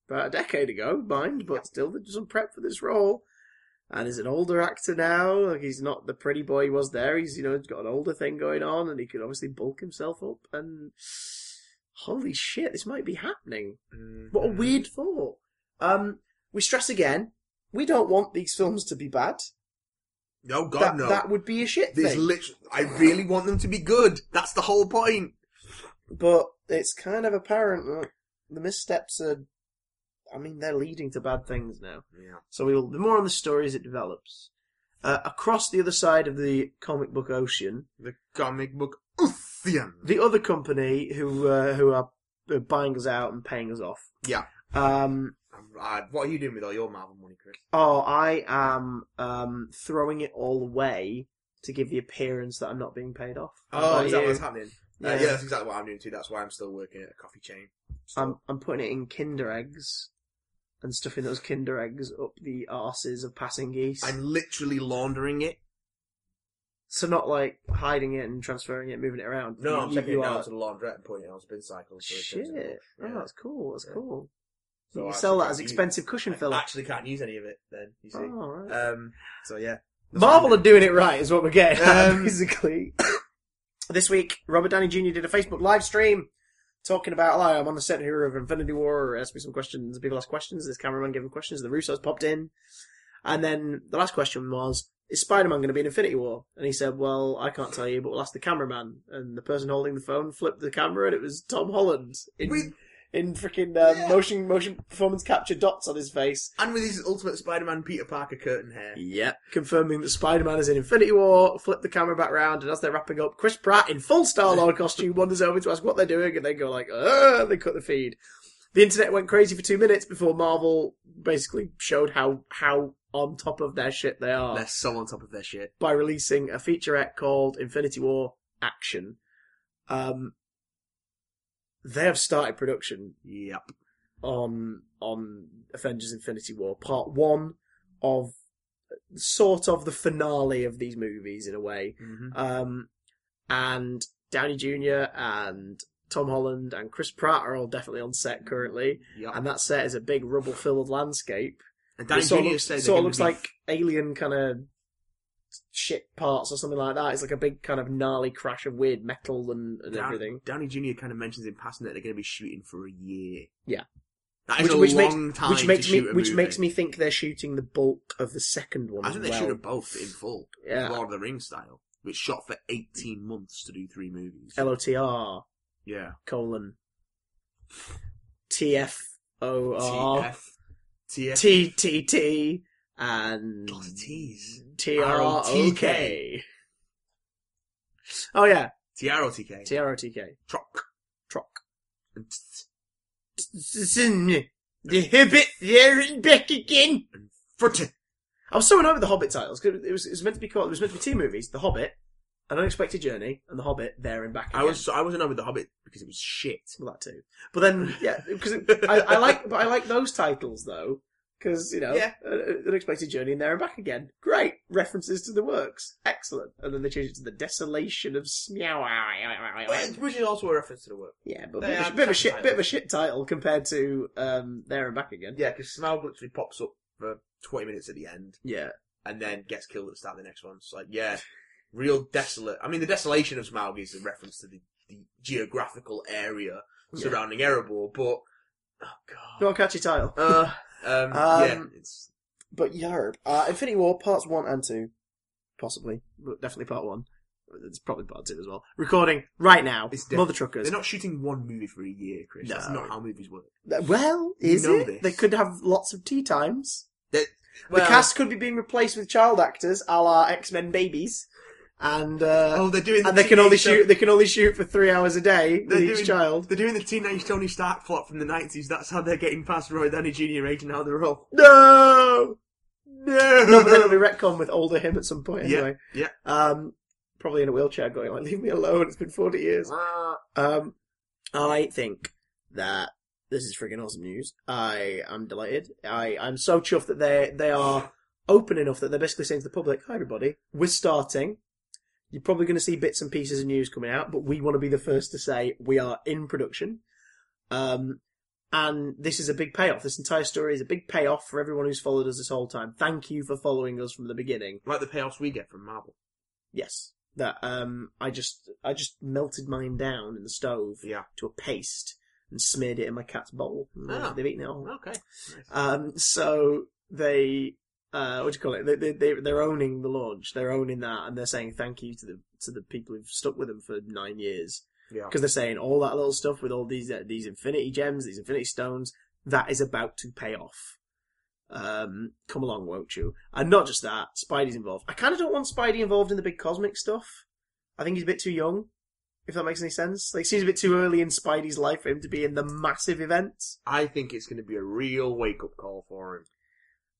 Speaker 1: about a decade ago, mind, but still did some prep for this role. And is an older actor now. Like he's not the pretty boy he was there. He's you know he's got an older thing going on, and he could obviously bulk himself up. And holy shit, this might be happening. What a
Speaker 2: Mhm.
Speaker 1: weird thought. Um, we stress again. We don't want these films to be bad.
Speaker 2: No, God,
Speaker 1: that,
Speaker 2: no.
Speaker 1: that would be a shit
Speaker 2: There's
Speaker 1: thing.
Speaker 2: lit- I really want them to be good. That's the whole point.
Speaker 1: but it's kind of apparent that the missteps are. I mean, they're leading to bad things now.
Speaker 2: Yeah.
Speaker 1: So we will be more on the story as it develops. Uh, across the other side of the comic book ocean,
Speaker 2: The comic book Ocean.
Speaker 1: the other company who uh, who are uh, buying us out and paying us off.
Speaker 2: Yeah.
Speaker 1: Um.
Speaker 2: I'm- I- what are you doing with all your Marvel money, Chris?
Speaker 1: Oh, I am um throwing it all away to give the appearance that I'm not being paid off. How
Speaker 2: Oh,
Speaker 1: about
Speaker 2: is that
Speaker 1: you?
Speaker 2: what's happening? Uh,
Speaker 1: Yeah.
Speaker 2: Yeah. that's exactly what I'm doing too. That's why I'm still working at a coffee chain. Still.
Speaker 1: I'm I'm putting it in Kinder eggs and stuffing those Kinder eggs up the arses of passing geese.
Speaker 2: I'm literally laundering it.
Speaker 1: So not like hiding it and transferring it, moving it around.
Speaker 2: No,
Speaker 1: You-
Speaker 2: I'm
Speaker 1: you-
Speaker 2: taking
Speaker 1: you
Speaker 2: it down
Speaker 1: are-
Speaker 2: to the laundrette and putting it on spin cycle. So it
Speaker 1: Shit.
Speaker 2: turns it off.
Speaker 1: Oh,
Speaker 2: Yeah.
Speaker 1: that's cool. That's
Speaker 2: Yeah.
Speaker 1: cool.
Speaker 2: So
Speaker 1: you
Speaker 2: Oh, I
Speaker 1: can sell that
Speaker 2: actually
Speaker 1: as
Speaker 2: can't use-
Speaker 1: expensive cushion filler.
Speaker 2: I actually can't use any of it then, you see.
Speaker 1: Oh, all right.
Speaker 2: Um, so yeah. That's
Speaker 1: Marvel
Speaker 2: what
Speaker 1: are
Speaker 2: I'm
Speaker 1: doing it right, is what we're getting at,
Speaker 2: Um,
Speaker 1: basically. this week, Robert Downey Jr. did a Facebook live stream talking about, like, I'm on the set here of Infinity War, asked me some questions, people asked questions, this cameraman gave him questions, the Russos popped in. And then the last question was, is Spider-Man going to be in Infinity War? And he said, well, I can't tell you, but we'll ask the cameraman. And the person holding the phone flipped the camera and it was Tom Holland in,
Speaker 2: With-
Speaker 1: in freaking uh,
Speaker 2: Yeah.
Speaker 1: motion, motion performance capture dots on his face.
Speaker 2: And with his Ultimate Spider-Man Peter Parker curtain hair.
Speaker 1: Yep. Confirming that Spider Man is in Infinity War, flip the camera back round, and as they're wrapping up, Chris Pratt in full Star Lord costume wanders over to ask what they're doing, and they go like, Ugh, and they cut the feed. The internet went crazy for two minutes before Marvel basically showed how how on top of their shit they are
Speaker 2: They're so on top of their shit.
Speaker 1: by releasing a featurette called Infinity War Action. Um, they have started production
Speaker 2: Yep.
Speaker 1: on on Avengers Infinity War, part one of sort of the finale of these movies in a way.
Speaker 2: Mm-hmm.
Speaker 1: Um, and Downey Jr. and Tom Holland and Chris Pratt are all definitely on set currently,
Speaker 2: Yep.
Speaker 1: and that set is a big rubble-filled landscape.
Speaker 2: And
Speaker 1: It
Speaker 2: Danny
Speaker 1: sort of
Speaker 2: Junior
Speaker 1: looks,
Speaker 2: said
Speaker 1: sort of looks like alien kind of shit parts or something like that. It's like a big kind of gnarly crash of weird metal and, and
Speaker 2: Down-
Speaker 1: everything.
Speaker 2: Downey Junior kind of mentions in passing that they're going to be shooting for a year.
Speaker 1: Yeah.
Speaker 2: that is
Speaker 1: Which-
Speaker 2: a
Speaker 1: which makes-
Speaker 2: long time.
Speaker 1: Which makes
Speaker 2: to
Speaker 1: me,
Speaker 2: shoot a
Speaker 1: which
Speaker 2: movie.
Speaker 1: makes me think they're shooting the bulk of the second one.
Speaker 2: I
Speaker 1: as
Speaker 2: think they
Speaker 1: well.
Speaker 2: should have both in full.
Speaker 1: Yeah.
Speaker 2: Lord of the Rings style, which shot for 18 months to do three movies.
Speaker 1: LOTR
Speaker 2: yeah.
Speaker 1: colon TFOR
Speaker 2: TF. TF.
Speaker 1: TTT and
Speaker 2: Lots of T's.
Speaker 1: TROTK. Oh yeah,
Speaker 2: TROTK.
Speaker 1: TROTK.
Speaker 2: Troc.
Speaker 1: Troc.
Speaker 2: And t-
Speaker 1: The Hobbit there and back again.
Speaker 2: Frotte.
Speaker 1: I was so annoyed with the Hobbit titles because it was, it was meant to be called, it was meant to be two movies: The Hobbit, An Unexpected Journey, and The Hobbit There and Back. Again.
Speaker 2: I was I was annoyed with The Hobbit because it was shit.
Speaker 1: well, that too. But then, yeah, because I, I like, but I like those titles though, because you know,
Speaker 2: Yeah.
Speaker 1: uh, uh, unexpected journey and there and back again. Great references to the works, excellent. And then they change it to the desolation of Smeow.
Speaker 2: But which is also a reference to the work.
Speaker 1: Yeah, but
Speaker 2: They
Speaker 1: bit of,
Speaker 2: are
Speaker 1: a- bit of a
Speaker 2: exact
Speaker 1: shit, bit of a
Speaker 2: titles.
Speaker 1: shit title compared to um, there and back again.
Speaker 2: Yeah, because Smaug literally pops up for 20 minutes at the end
Speaker 1: yeah,
Speaker 2: and then gets killed at the start of the next one. It's like, yeah, real desolate. I mean, the desolation of Smaug is a reference to the, the geographical area
Speaker 1: Yeah.
Speaker 2: surrounding Erebor, but. Oh, God.
Speaker 1: not a catchy title.
Speaker 2: Uh, um, yeah,
Speaker 1: Um,
Speaker 2: it's
Speaker 1: But yarb, uh, Infinity War parts one and two, possibly, but definitely part one. It's probably part two as well. Recording right now,
Speaker 2: It's def-
Speaker 1: mother truckers.
Speaker 2: they're not shooting one movie for a year, Chris. That's
Speaker 1: No.
Speaker 2: not how movies work.
Speaker 1: Uh, Well,
Speaker 2: You
Speaker 1: is
Speaker 2: know
Speaker 1: it?
Speaker 2: this.
Speaker 1: They could have lots of tea times.
Speaker 2: Well,
Speaker 1: the cast could be being replaced with child actors, a la X Men babies, and uh,
Speaker 2: oh, they're doing,
Speaker 1: and
Speaker 2: the
Speaker 1: they can only
Speaker 2: teenage-
Speaker 1: shoot they can only shoot for three hours a day with
Speaker 2: They're
Speaker 1: each
Speaker 2: doing-
Speaker 1: child.
Speaker 2: They're doing the teenage Tony Stark plot from the nineties. That's how they're getting past Roy Downey Jr. age and how they're all.
Speaker 1: No,
Speaker 2: No,
Speaker 1: no, but then it'll be retcon with older him at some point
Speaker 2: Yeah,
Speaker 1: anyway.
Speaker 2: yeah.
Speaker 1: Um, probably in a wheelchair, going like, "Leave me alone! It's been forty years." Um, I think that this is freaking awesome news. I am delighted. I I'm so chuffed that they they are open enough that they're basically saying to the public, "Hi, everybody, we're starting." You're probably going to see bits and pieces of news coming out, but we want to be the first to say we are in production. Um, and this is a big payoff. This entire story is a big payoff for everyone who's followed us this whole time. Thank you for following us from the beginning.
Speaker 2: like the payoffs we get from Marvel.
Speaker 1: Yes. That um I just I just melted mine down in the stove
Speaker 2: Yeah.
Speaker 1: to a paste and smeared it in my cat's bowl. And
Speaker 2: Ah.
Speaker 1: They've eaten it all.
Speaker 2: Okay.
Speaker 1: Um so they uh what do you call it? They they they- they're owning the launch. They're owning that and they're saying thank you to the to the people who've stuck with them for 9 years
Speaker 2: Yeah.
Speaker 1: because they're saying all that little stuff with all these uh, these infinity gems, these infinity stones, that is about to pay off. Um, come along, won't you? And not just that, Spidey's involved. I kind of don't want Spidey involved in the big cosmic stuff. I think he's a bit too young, if that makes any sense. Like, it seems a bit too early in Spidey's life for him to be in the massive events.
Speaker 2: I think it's going to be a real wake up call for him.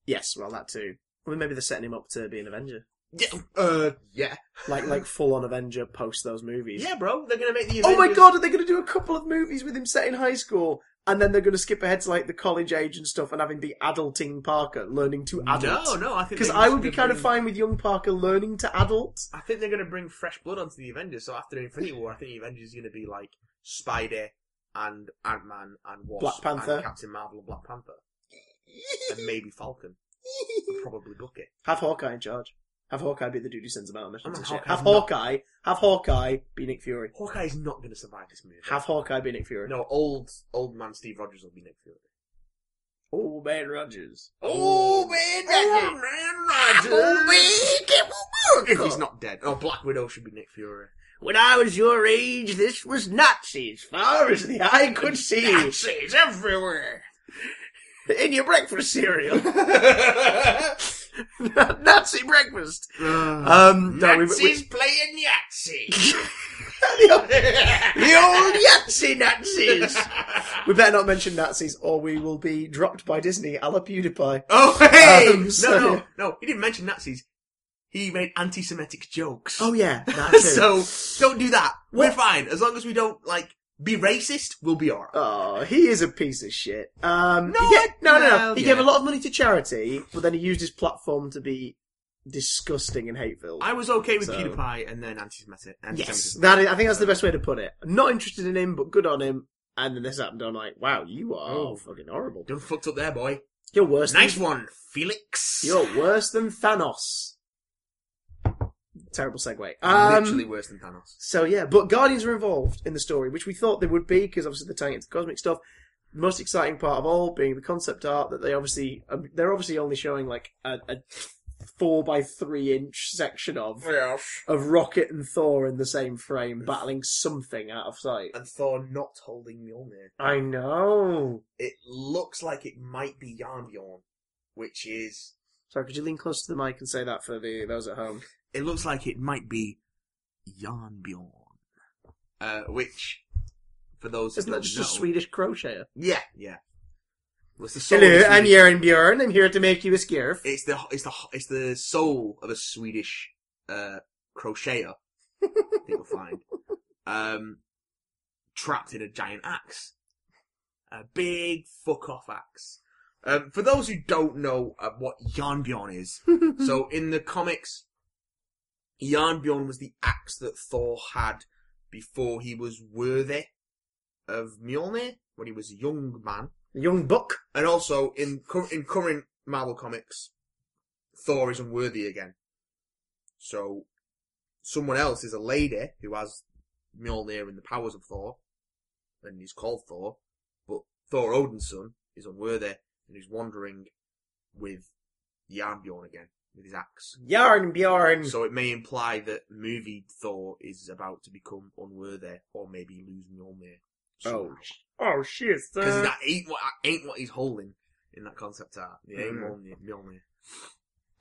Speaker 1: Yes, well, that too. I mean, maybe they're setting him up to be an Avenger,
Speaker 2: Yeah. Uh. Yeah.
Speaker 1: like like full on Avenger post those movies.
Speaker 2: Yeah, bro. They're going to make the.
Speaker 1: Oh my
Speaker 2: Avengers-
Speaker 1: god, are they going to do a couple of movies with him set in high school? And then they're going to skip ahead to like the college age and stuff and have him be adulting Parker, learning to
Speaker 2: No,
Speaker 1: adult.
Speaker 2: no. I think
Speaker 1: Because
Speaker 2: they're
Speaker 1: I
Speaker 2: just
Speaker 1: would be
Speaker 2: gonna
Speaker 1: kind of
Speaker 2: bring-
Speaker 1: fine with young Parker learning to adult.
Speaker 2: I think they're going to bring fresh blood onto the Avengers. So after Infinity War, I think the Avengers is going to be like Spider and Ant Man and Wasp
Speaker 1: Black Panther.
Speaker 2: and Captain Marvel and Black Panther and maybe Falcon and probably Bucket.
Speaker 1: have Hawkeye in charge. Have Hawkeye be the dude who sends him out on missions and
Speaker 2: I'm a
Speaker 1: shit.
Speaker 2: Hawkeye,
Speaker 1: Have
Speaker 2: I'm not-
Speaker 1: Hawkeye, have Hawkeye be Nick Fury.
Speaker 2: Hawkeye is not going to survive this movie.
Speaker 1: Have Hawkeye be Nick Fury.
Speaker 2: no old old man Steve Rogers will be Nick Fury.
Speaker 1: Oh, man, Rogers. Oh,
Speaker 2: man,
Speaker 1: Rogers.
Speaker 2: If he's not dead, oh Black Widow should be Nick Fury.
Speaker 1: When I was your age, this was Nazi as far as the eye could see.
Speaker 2: Nazis everywhere.
Speaker 1: In your breakfast cereal.
Speaker 2: um,
Speaker 1: Nazi breakfast.
Speaker 2: Uh,
Speaker 1: Um, no, we, we,
Speaker 2: playing Yahtzee.
Speaker 1: the old Yahtzee Nazis. we better not mention Nazis, or we will be dropped by Disney, a la PewDiePie.
Speaker 2: oh hey!
Speaker 1: Um,
Speaker 2: no,
Speaker 1: so-
Speaker 2: no, no! He didn't mention Nazis. He made anti-Semitic jokes.
Speaker 1: Oh yeah, that too.
Speaker 2: so don't do that. We're
Speaker 1: What?
Speaker 2: fine as long as we don't like be racist. We'll be alright.
Speaker 1: Oh, he is a piece of shit. Um,
Speaker 2: No,
Speaker 1: he ga-
Speaker 2: I-
Speaker 1: no, no, no.
Speaker 2: well,
Speaker 1: He
Speaker 2: yeah.
Speaker 1: gave a lot of money to charity, but then he used his platform to be disgusting and hateful.
Speaker 2: I was okay with
Speaker 1: So-
Speaker 2: PewDiePie and then anti-Semitic.
Speaker 1: yes,
Speaker 2: anti-Semitism.
Speaker 1: that is, I think that's the best way to put it. Not interested in him, but good on him. And then this happened. I'm like, wow, you are
Speaker 2: Oh.
Speaker 1: fucking horrible.
Speaker 2: Done fucked up there, boy.
Speaker 1: You're worse.
Speaker 2: nice
Speaker 1: than,
Speaker 2: one, Felix.
Speaker 1: You're worse than Thanos. Terrible segue. Um,
Speaker 2: literally worse than Thanos.
Speaker 1: So yeah, but Guardians are involved in the story, which we thought they would be because obviously they're tying it to cosmic stuff. The most exciting part of all being the concept art that they obviously um, they're obviously only showing like a, a four by three inch section of of Rocket and Thor in the same frame battling something out of sight.
Speaker 2: And Thor not holding Mjolnir.
Speaker 1: I know.
Speaker 2: It looks like it might be Yarnbjorn, which is.
Speaker 1: Sorry, could you lean close to the mic and say that for the those at home?
Speaker 2: It looks like it might be Yarnbjorn, uh, which for those who
Speaker 1: Isn't that
Speaker 2: don't
Speaker 1: just
Speaker 2: know,
Speaker 1: a Swedish crocheter?
Speaker 2: yeah, yeah. Well, it's the soul
Speaker 1: Hello,
Speaker 2: of a
Speaker 1: I'm
Speaker 2: Swedish-
Speaker 1: Jaren Bjorn. I'm here to make you a scarf.
Speaker 2: It's the it's the it's the soul of a Swedish uh, crocheter. I think you'll find um, trapped in a giant axe, a big fuck off axe. Um, for those who don't know uh, what Yarnbjorn is,
Speaker 1: Hmm.
Speaker 2: so in the comics, Yarnbjorn was the axe that Thor had before he was worthy of Mjolnir when he was a young man.
Speaker 1: Young buck.
Speaker 2: And also in cur- in current Marvel comics, Thor is unworthy again. So someone else is a lady who has Mjolnir and the powers of Thor, and he's called Thor, but Thor Odinson is unworthy and he's wandering with Yarnbjorn again with his axe.
Speaker 1: Yarn Bjorn.
Speaker 2: So it may imply that movie Thor is about to become unworthy or maybe lose Mjolnir.
Speaker 1: Oh,
Speaker 2: somehow.
Speaker 1: sh- oh shit! sir.
Speaker 2: Because that ain't what that ain't what he's holding in that concept art. It
Speaker 1: Hmm.
Speaker 2: ain't Mjolnir. Mjolnir.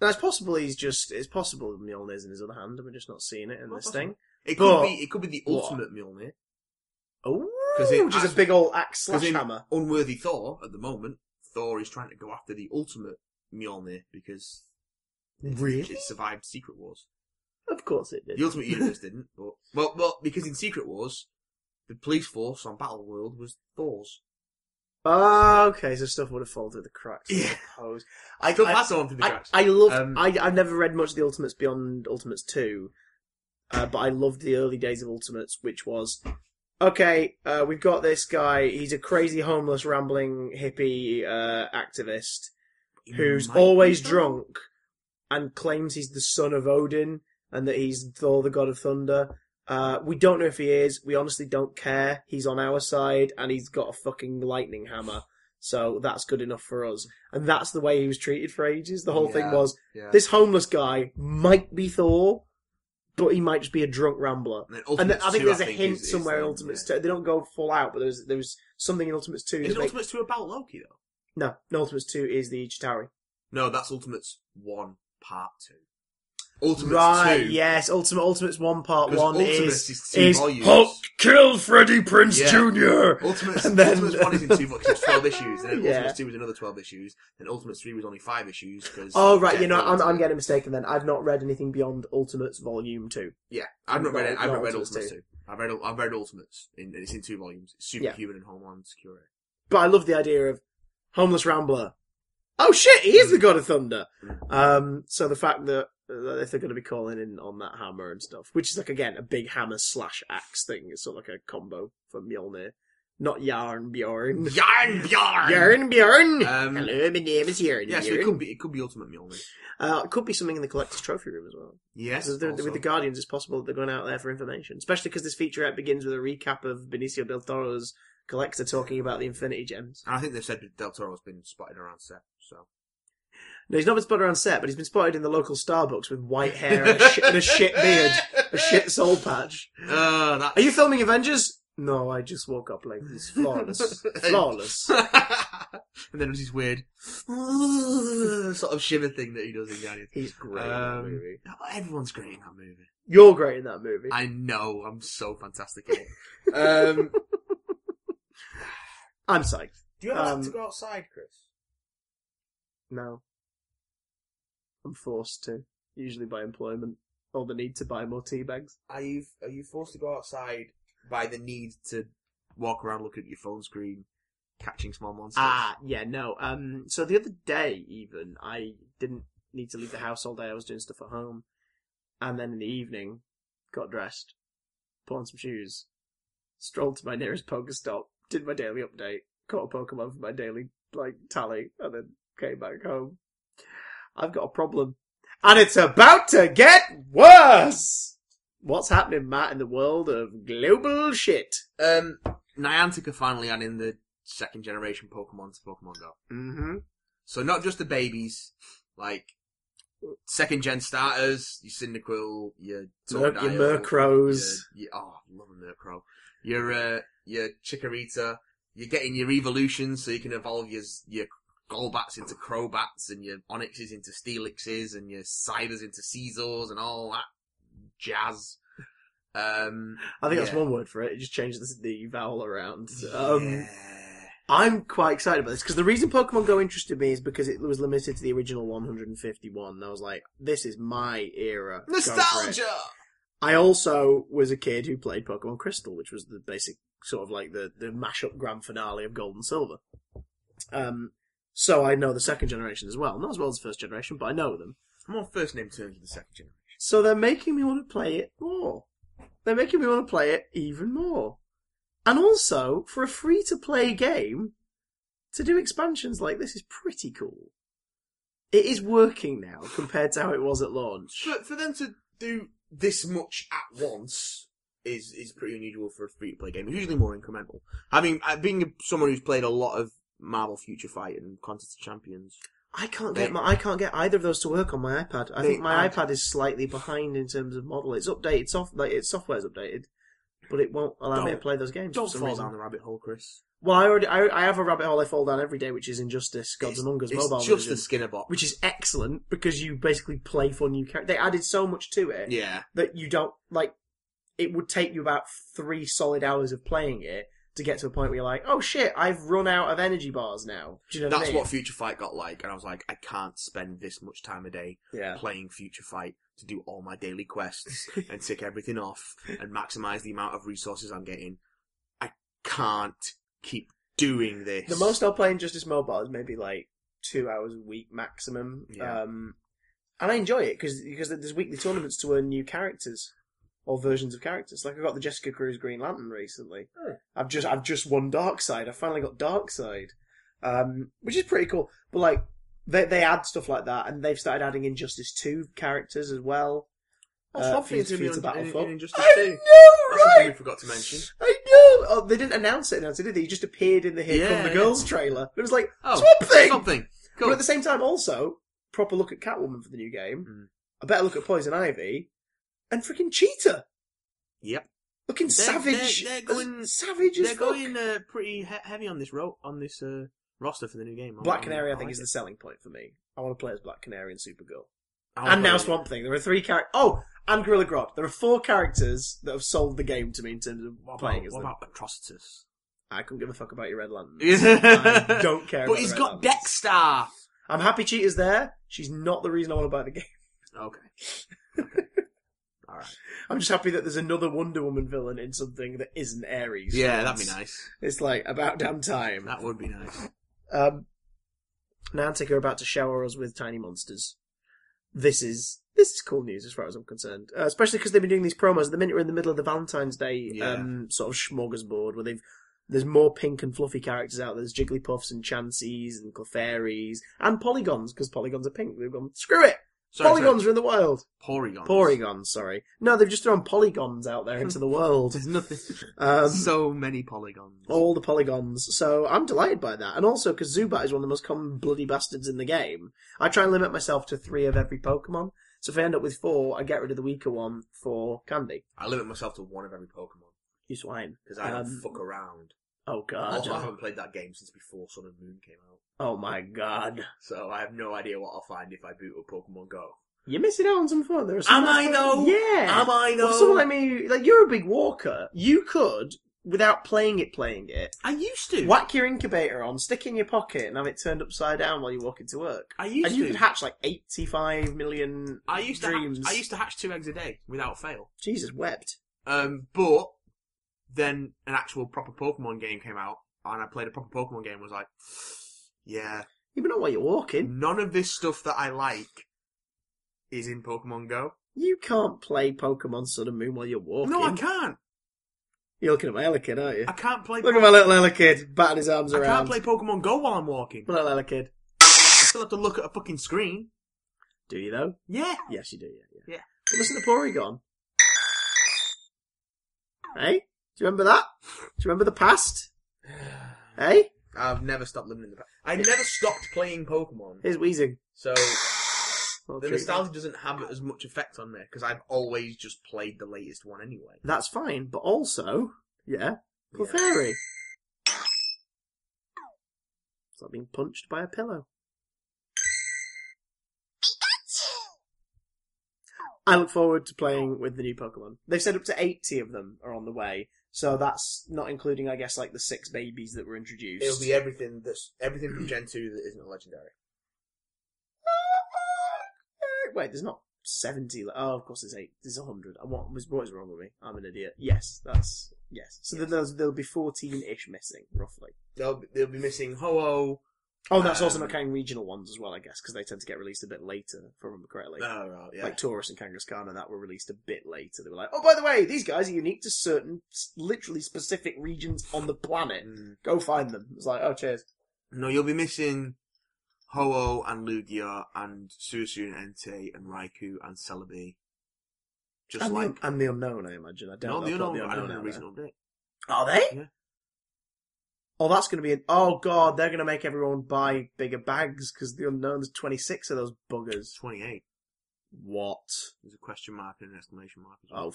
Speaker 1: Now, it's possible he's just. It's possible that Mjolnir's in his other hand and we're just not seeing it in
Speaker 2: Well,
Speaker 1: this
Speaker 2: possible.
Speaker 1: thing.
Speaker 2: It
Speaker 1: But-
Speaker 2: could be it could be the
Speaker 1: What?
Speaker 2: ultimate Mjolnir.
Speaker 1: Oh,
Speaker 2: 'Cause it
Speaker 1: which is a
Speaker 2: actually-
Speaker 1: big old axe slash
Speaker 2: Because in
Speaker 1: hammer.
Speaker 2: unworthy Thor at the moment, Thor is trying to go after the ultimate Mjolnir because
Speaker 1: Really?
Speaker 2: it survived Secret Wars.
Speaker 1: Of course it did.
Speaker 2: The Ultimate Universe didn't, but well, well, because in Secret Wars, the police force on Battleworld was Thor's.
Speaker 1: Ah, okay, so stuff would have fallen through the cracks. I
Speaker 2: Yeah.
Speaker 1: suppose.
Speaker 2: I
Speaker 1: I-
Speaker 2: could pass on through the
Speaker 1: I,
Speaker 2: cracks.
Speaker 1: I loved.
Speaker 2: Um,
Speaker 1: I I never read much of the Ultimates beyond Ultimates two, uh, but I loved the early days of Ultimates, which was okay. Uh, we've got this guy. He's a crazy homeless rambling hippie uh, activist.
Speaker 2: It
Speaker 1: who's
Speaker 2: might be
Speaker 1: always
Speaker 2: Thor.
Speaker 1: drunk and claims he's the son of Odin and that he's Thor, the god of thunder. Uh, we don't know if he is. We honestly don't care. He's on our side and he's got a fucking lightning hammer. So that's good enough for us. And that's the way he was treated for ages. The whole thing
Speaker 2: Yeah.
Speaker 1: was
Speaker 2: Yeah.
Speaker 1: this homeless guy might be Thor, but he might just be a drunk rambler.
Speaker 2: And, then
Speaker 1: And
Speaker 2: Ultimates
Speaker 1: I think
Speaker 2: 2,
Speaker 1: there's a hint
Speaker 2: is- is
Speaker 1: somewhere in
Speaker 2: them,
Speaker 1: Ultimates
Speaker 2: yeah.
Speaker 1: 2. They don't go full out, but there's, there's something in Ultimates 2.
Speaker 2: Is
Speaker 1: that make-
Speaker 2: Ultimates 2 about Loki, though?
Speaker 1: No, no, Ultimates 2 is the Chitauri.
Speaker 2: No, that's Ultimates 1, Part 2. Ultimates
Speaker 1: right,
Speaker 2: 2.
Speaker 1: yes, Ultimate Ultimate's one part
Speaker 2: 'Cause
Speaker 1: one
Speaker 2: Ultimates
Speaker 1: is,
Speaker 2: is two volumes.
Speaker 1: Hulk kill Freddie Prince
Speaker 2: Yeah.
Speaker 1: Jr.
Speaker 2: Ultimates,
Speaker 1: And then-
Speaker 2: Ultimates 1 is in 2 books, it's 12 issues, and then
Speaker 1: Yeah.
Speaker 2: Ultimates 2 was another 12 issues, and Ultimates 3 was only 5 issues. Cause
Speaker 1: Oh right, you
Speaker 2: Yeah,
Speaker 1: know I'm, I'm
Speaker 2: Ultimates-
Speaker 1: getting mistaken then. I've not read anything beyond Ultimates Volume Two.
Speaker 2: Yeah, I've not
Speaker 1: Not-
Speaker 2: read it. I've
Speaker 1: not
Speaker 2: not read
Speaker 1: Ultimates
Speaker 2: Ultimates 2. I've read, I've read Ultimates, in, it's in two volumes. It's
Speaker 1: Yeah.
Speaker 2: Superhuman and Homeland Security.
Speaker 1: But I love the idea of homeless rambler. Oh shit, he is the god of thunder.
Speaker 2: Mm.
Speaker 1: Um, so the fact that that if they're going to be calling in on that hammer and stuff, which is like again a big hammer slash axe thing, it's sort of like a combo for Mjolnir, not Yarn Bjorn.
Speaker 2: Yarn, Bjorn!
Speaker 1: Yarn Bjorn.
Speaker 2: Um,
Speaker 1: Hello, my name is Yarn.
Speaker 2: Yeah, so
Speaker 1: Bjorn.
Speaker 2: it could be, it could be Ultimate Mjolnir.
Speaker 1: Uh, it could be something in the collector's trophy room as well.
Speaker 2: Yes,
Speaker 1: So they're-
Speaker 2: also.
Speaker 1: with the Guardians, it's possible that they're going out there for information, especially because this featurette begins with a recap of Benicio del Toro's collector talking about the Infinity Gems.
Speaker 2: And I think they've said that Del Toro's been spotted around set, so.
Speaker 1: No, he's not been spotted on set, but he's been spotted in the local Starbucks with white hair and a, sh- and a shit beard, a shit soul patch.
Speaker 2: Uh, that
Speaker 1: Are you filming Avengers? No, I just woke up like this. Flawless. Flawless.
Speaker 2: and then it was this weird sort of shiver thing that he does in Guardians.
Speaker 1: He's great in that
Speaker 2: Um,
Speaker 1: movie.
Speaker 2: Oh, Everyone's great in that movie.
Speaker 1: You're great in that movie.
Speaker 2: I know, I'm so fantastic in it. Um,
Speaker 1: I'm psyched.
Speaker 2: do you
Speaker 1: ever like to
Speaker 2: go outside, Chris?
Speaker 1: No. I'm forced to, usually by employment, or the need to buy more tea bags.
Speaker 2: Are you are you forced to go outside by the need to walk around looking at your phone screen, catching small monsters?
Speaker 1: Ah, yeah, no. Um, so the other day, even I didn't need to leave the house all day. I was doing stuff at home, and then in the evening, got dressed, put on some shoes, strolled to my nearest poker stop, did my daily update, caught a Pokemon for my daily like tally, and then came back home. I've got a problem, and it's about to get worse. What's happening, Matt, in the world of global shit?
Speaker 2: Um, Niantic are finally adding the second generation Pokemon to Pokemon Go.
Speaker 1: Mm-hmm.
Speaker 2: So not just the babies, like second gen starters, your Cyndaquil, your
Speaker 1: Mer-
Speaker 2: Totodile,
Speaker 1: your Murkrows.
Speaker 2: your- your- oh, I love a Murkrow. Your uh, your Chikorita. You're getting your evolutions, so you can evolve your your Golbats into Crobats, and your Onyxes into Steelixes, and your Siders into Caesars, and all that jazz. Um,
Speaker 1: I think that's
Speaker 2: Yeah.
Speaker 1: one word for it. It just changes the, the vowel around. Um,
Speaker 2: yeah.
Speaker 1: I'm quite excited about this because the reason Pokemon Go interested me is because it was limited to the original 151. And I was like, this is my era. Go for it.
Speaker 2: Nostalgia!
Speaker 1: I also was a kid who played Pokemon Crystal, which was the basic sort of like the, the mashup grand finale of Gold and Silver. Um, so I know the second generation as well. Not as well as the first generation, but I know them.
Speaker 2: I'm on first name terms with the second generation.
Speaker 1: So they're making me want to play it more. They're making me want to play it even more. And also, for a free to play game, to do expansions like this is pretty cool. It is working now compared to how it was at launch.
Speaker 2: For, for them to do this much at once is is pretty unusual for a free to play game. It's usually more incremental. I mean, I- being someone who's played a lot of Marvel Future Fight and Contest of Champions,
Speaker 1: I can't get my, I can't get either of those to work on my iPad. I
Speaker 2: They
Speaker 1: think my
Speaker 2: add-
Speaker 1: iPad is slightly behind in terms of model. It's updated soft like its software's updated, but it won't allow me to
Speaker 2: Don't-
Speaker 1: play those games.
Speaker 2: don't
Speaker 1: for some
Speaker 2: fall
Speaker 1: reason.
Speaker 2: down the rabbit hole, Chris.
Speaker 1: Well, I already I, I have a rabbit hole I fall down every day, which is Injustice, Gods
Speaker 2: It's-
Speaker 1: Among Us
Speaker 2: it's
Speaker 1: mobile.
Speaker 2: just
Speaker 1: version.
Speaker 2: the Skinner box.
Speaker 1: which is excellent because you basically play for new characters. They added so much to it
Speaker 2: yeah,
Speaker 1: that you don't like. It would take you about three solid hours of playing it to get to a point where you're like, "Oh shit, I've run out of energy bars now." Do you know
Speaker 2: that's
Speaker 1: what I mean?
Speaker 2: what Future Fight got like, and I was like, I can't spend this much time a day
Speaker 1: Yeah.
Speaker 2: playing Future Fight to do all my daily quests and tick everything off and maximize the amount of resources I'm getting. I can't keep doing this.
Speaker 1: The most I'll play in Justice Mobile is maybe like two hours a week maximum.
Speaker 2: Yeah.
Speaker 1: Um, and I enjoy it because because there's weekly tournaments to earn new characters or versions of characters. Like I got the Jessica Cruz Green Lantern recently.
Speaker 2: Oh.
Speaker 1: I've just I've just won Dark Side. I finally got Dark Side, um, which is pretty cool. But like they they add stuff like that, and they've started adding Injustice Two characters as well.
Speaker 2: Oh,
Speaker 1: uh,
Speaker 2: Swamp Fiend's
Speaker 1: Future-
Speaker 2: gonna be
Speaker 1: Future
Speaker 2: on-
Speaker 1: Battle
Speaker 2: in-
Speaker 1: Club.
Speaker 2: in Injustice
Speaker 1: I
Speaker 2: 2.
Speaker 1: know,
Speaker 2: That's something
Speaker 1: right?
Speaker 2: we forgot to mention.
Speaker 1: I know. Oh, they didn't announce it, announced it, did they? You just appeared in the Here
Speaker 2: Yeah,
Speaker 1: Come the
Speaker 2: yeah.
Speaker 1: Girls trailer. It was like
Speaker 2: Oh,
Speaker 1: Swamp Thing.
Speaker 2: Swamp Thing.
Speaker 1: But
Speaker 2: Cool.
Speaker 1: at the same time, also proper look at Catwoman for the new game.
Speaker 2: Mm.
Speaker 1: A better look at Poison Ivy and freaking Cheetah
Speaker 2: Yep.
Speaker 1: looking
Speaker 2: They're-
Speaker 1: savage.
Speaker 2: they're- they're going-
Speaker 1: as- savage as
Speaker 2: They're
Speaker 1: fuck.
Speaker 2: going uh, pretty he- heavy on this ro- on this uh, roster for the new game.
Speaker 1: Black Canary, I think, is the selling point for me. I want to play as Black Canary and Supergirl,
Speaker 2: Oh,
Speaker 1: and now Swamp Thing. There are three characters. Oh, and Gorilla Grodd. There are four characters that have sold the game to me in terms of
Speaker 2: What
Speaker 1: playing
Speaker 2: about,
Speaker 1: as
Speaker 2: what
Speaker 1: them.
Speaker 2: about Atrocitus?
Speaker 1: I couldn't give a fuck about your Red Lantern. I
Speaker 2: but
Speaker 1: don't care. about
Speaker 2: he's
Speaker 1: the Red
Speaker 2: got
Speaker 1: Lanterns.
Speaker 2: Dexstar.
Speaker 1: I'm happy Cheetah's there. She's not the reason I want to buy the game.
Speaker 2: Okay. All right.
Speaker 1: I'm just happy that there's another Wonder Woman villain in something that isn't Ares.
Speaker 2: Yeah, that'd be nice.
Speaker 1: It's like about damn time.
Speaker 2: That would be nice.
Speaker 1: Um, Niantic are about to shower us with tiny monsters. This is this is cool news as far as I'm concerned, uh, especially because they've been doing these promos. At the minute we're in the middle of the Valentine's Day
Speaker 2: Yeah.
Speaker 1: um, sort of smorgasbord where they've there's more pink and fluffy characters out. there. There's Jigglypuffs and Chanseys and Clefairies and Polygons because Polygons are pink. They've gone screw it.
Speaker 2: Sorry,
Speaker 1: Polygons are in the wild.
Speaker 2: Sorry. Porygons.
Speaker 1: Porygons, sorry. No, they've just thrown Polygons out there into the world.
Speaker 2: There's nothing.
Speaker 1: Um, oh.
Speaker 2: so many polygons.
Speaker 1: all the polygons. So I'm delighted by that. And also because Zubat is one of the most common bloody bastards in the game, I try and limit myself to three of every Pokemon. So if I end up with four, I get rid of the weaker one for Candy.
Speaker 2: I limit myself to one of every Pokemon
Speaker 1: You swine.
Speaker 2: because I
Speaker 1: Um,
Speaker 2: don't fuck around.
Speaker 1: Oh god.
Speaker 2: Also, I haven't played that game since before Sun and Moon came out,
Speaker 1: Oh my god.
Speaker 2: so I have no idea what I'll find if I boot up Pokemon Go.
Speaker 1: You're missing out on some fun. There are some
Speaker 2: Am I though?
Speaker 1: Yeah.
Speaker 2: Am I
Speaker 1: Well,
Speaker 2: though?
Speaker 1: for someone like me, like you're a big walker. You could, without playing it, playing it,
Speaker 2: I used to.
Speaker 1: whack your incubator on, stick it in your pocket, and have it turned upside down while you're walking to work.
Speaker 2: I used
Speaker 1: And you
Speaker 2: to.
Speaker 1: could hatch like 85 million
Speaker 2: I used to.
Speaker 1: dreams.
Speaker 2: Hatch, I used to hatch two eggs a day without fail.
Speaker 1: Jesus wept.
Speaker 2: Um, but then an actual proper Pokemon game came out, and I played a proper Pokemon game. and Was like, yeah,
Speaker 1: Even not while you're walking.
Speaker 2: none of this stuff that I like is in Pokemon Go.
Speaker 1: You can't play Pokemon Sun and Moon while you're walking.
Speaker 2: No, I can't.
Speaker 1: You're looking at my Elekid, aren't you?
Speaker 2: I can't play.
Speaker 1: Look at my little Elekid batting his arms
Speaker 2: I
Speaker 1: around.
Speaker 2: can't play Pokemon Go while I'm walking.
Speaker 1: My little Elekid.
Speaker 2: I still have to look at a fucking screen.
Speaker 1: Do you though?
Speaker 2: Yeah.
Speaker 1: Yes, you do. Yeah.
Speaker 2: Yeah.
Speaker 1: But listen to Porygon. Hey, do you remember that? Do you remember the past? Hey,
Speaker 2: I've never stopped living in the past. I never stopped playing Pokemon,
Speaker 1: here's wheezing.
Speaker 2: so
Speaker 1: Little
Speaker 2: the
Speaker 1: treat.
Speaker 2: nostalgia doesn't have as much effect on me because I've always just played the latest one anyway.
Speaker 1: That's fine, but also, yeah,
Speaker 2: Yeah.
Speaker 1: Clefairy. It's like being punched by a pillow. I look forward to playing with the new Pokemon. They've said up to 80 of them are on the way, so that's not including, I guess, like the six babies that were introduced.
Speaker 2: It'll be everything that's everything from Gen two that isn't a legendary.
Speaker 1: Wait, there's not 70. le- Oh, of course, there's eight. There's 100. And what, was- what is wrong with me? I'm an idiot. Yes, that's. Yes. So then there's, there'll be 14 ish missing, roughly.
Speaker 2: They'll be, they'll be missing Ho-Oh.
Speaker 1: Oh, that's also
Speaker 2: Um,
Speaker 1: not counting regional ones as well, I guess, because they tend to get released a bit later, if I remember correctly.
Speaker 2: Oh, right, yeah.
Speaker 1: Like Taurus and Kangaskhan and that were released a bit later. They were like, oh, by the way, these guys are unique to certain, s- literally specific regions on the planet.
Speaker 2: Mm.
Speaker 1: Go find them. It's like, oh, cheers.
Speaker 2: No, you'll be missing Ho-Oh and Lugia and Suisune Entei and Raikou and Celebi. Just
Speaker 1: And,
Speaker 2: like
Speaker 1: the, and the unknown, I imagine. I don't
Speaker 2: no,
Speaker 1: know.
Speaker 2: the
Speaker 1: I'll put
Speaker 2: unknown,
Speaker 1: the
Speaker 2: I don't
Speaker 1: unknown
Speaker 2: know
Speaker 1: out
Speaker 2: the recent update.
Speaker 1: there. Are they?
Speaker 2: Yeah.
Speaker 1: Oh, that's going to be an. Oh, God, they're going to make everyone buy bigger bags because the unknown's 26 of those buggers.
Speaker 2: It's twenty-eight.
Speaker 1: What?
Speaker 2: There's a question mark and an exclamation mark. As well.
Speaker 1: Oh,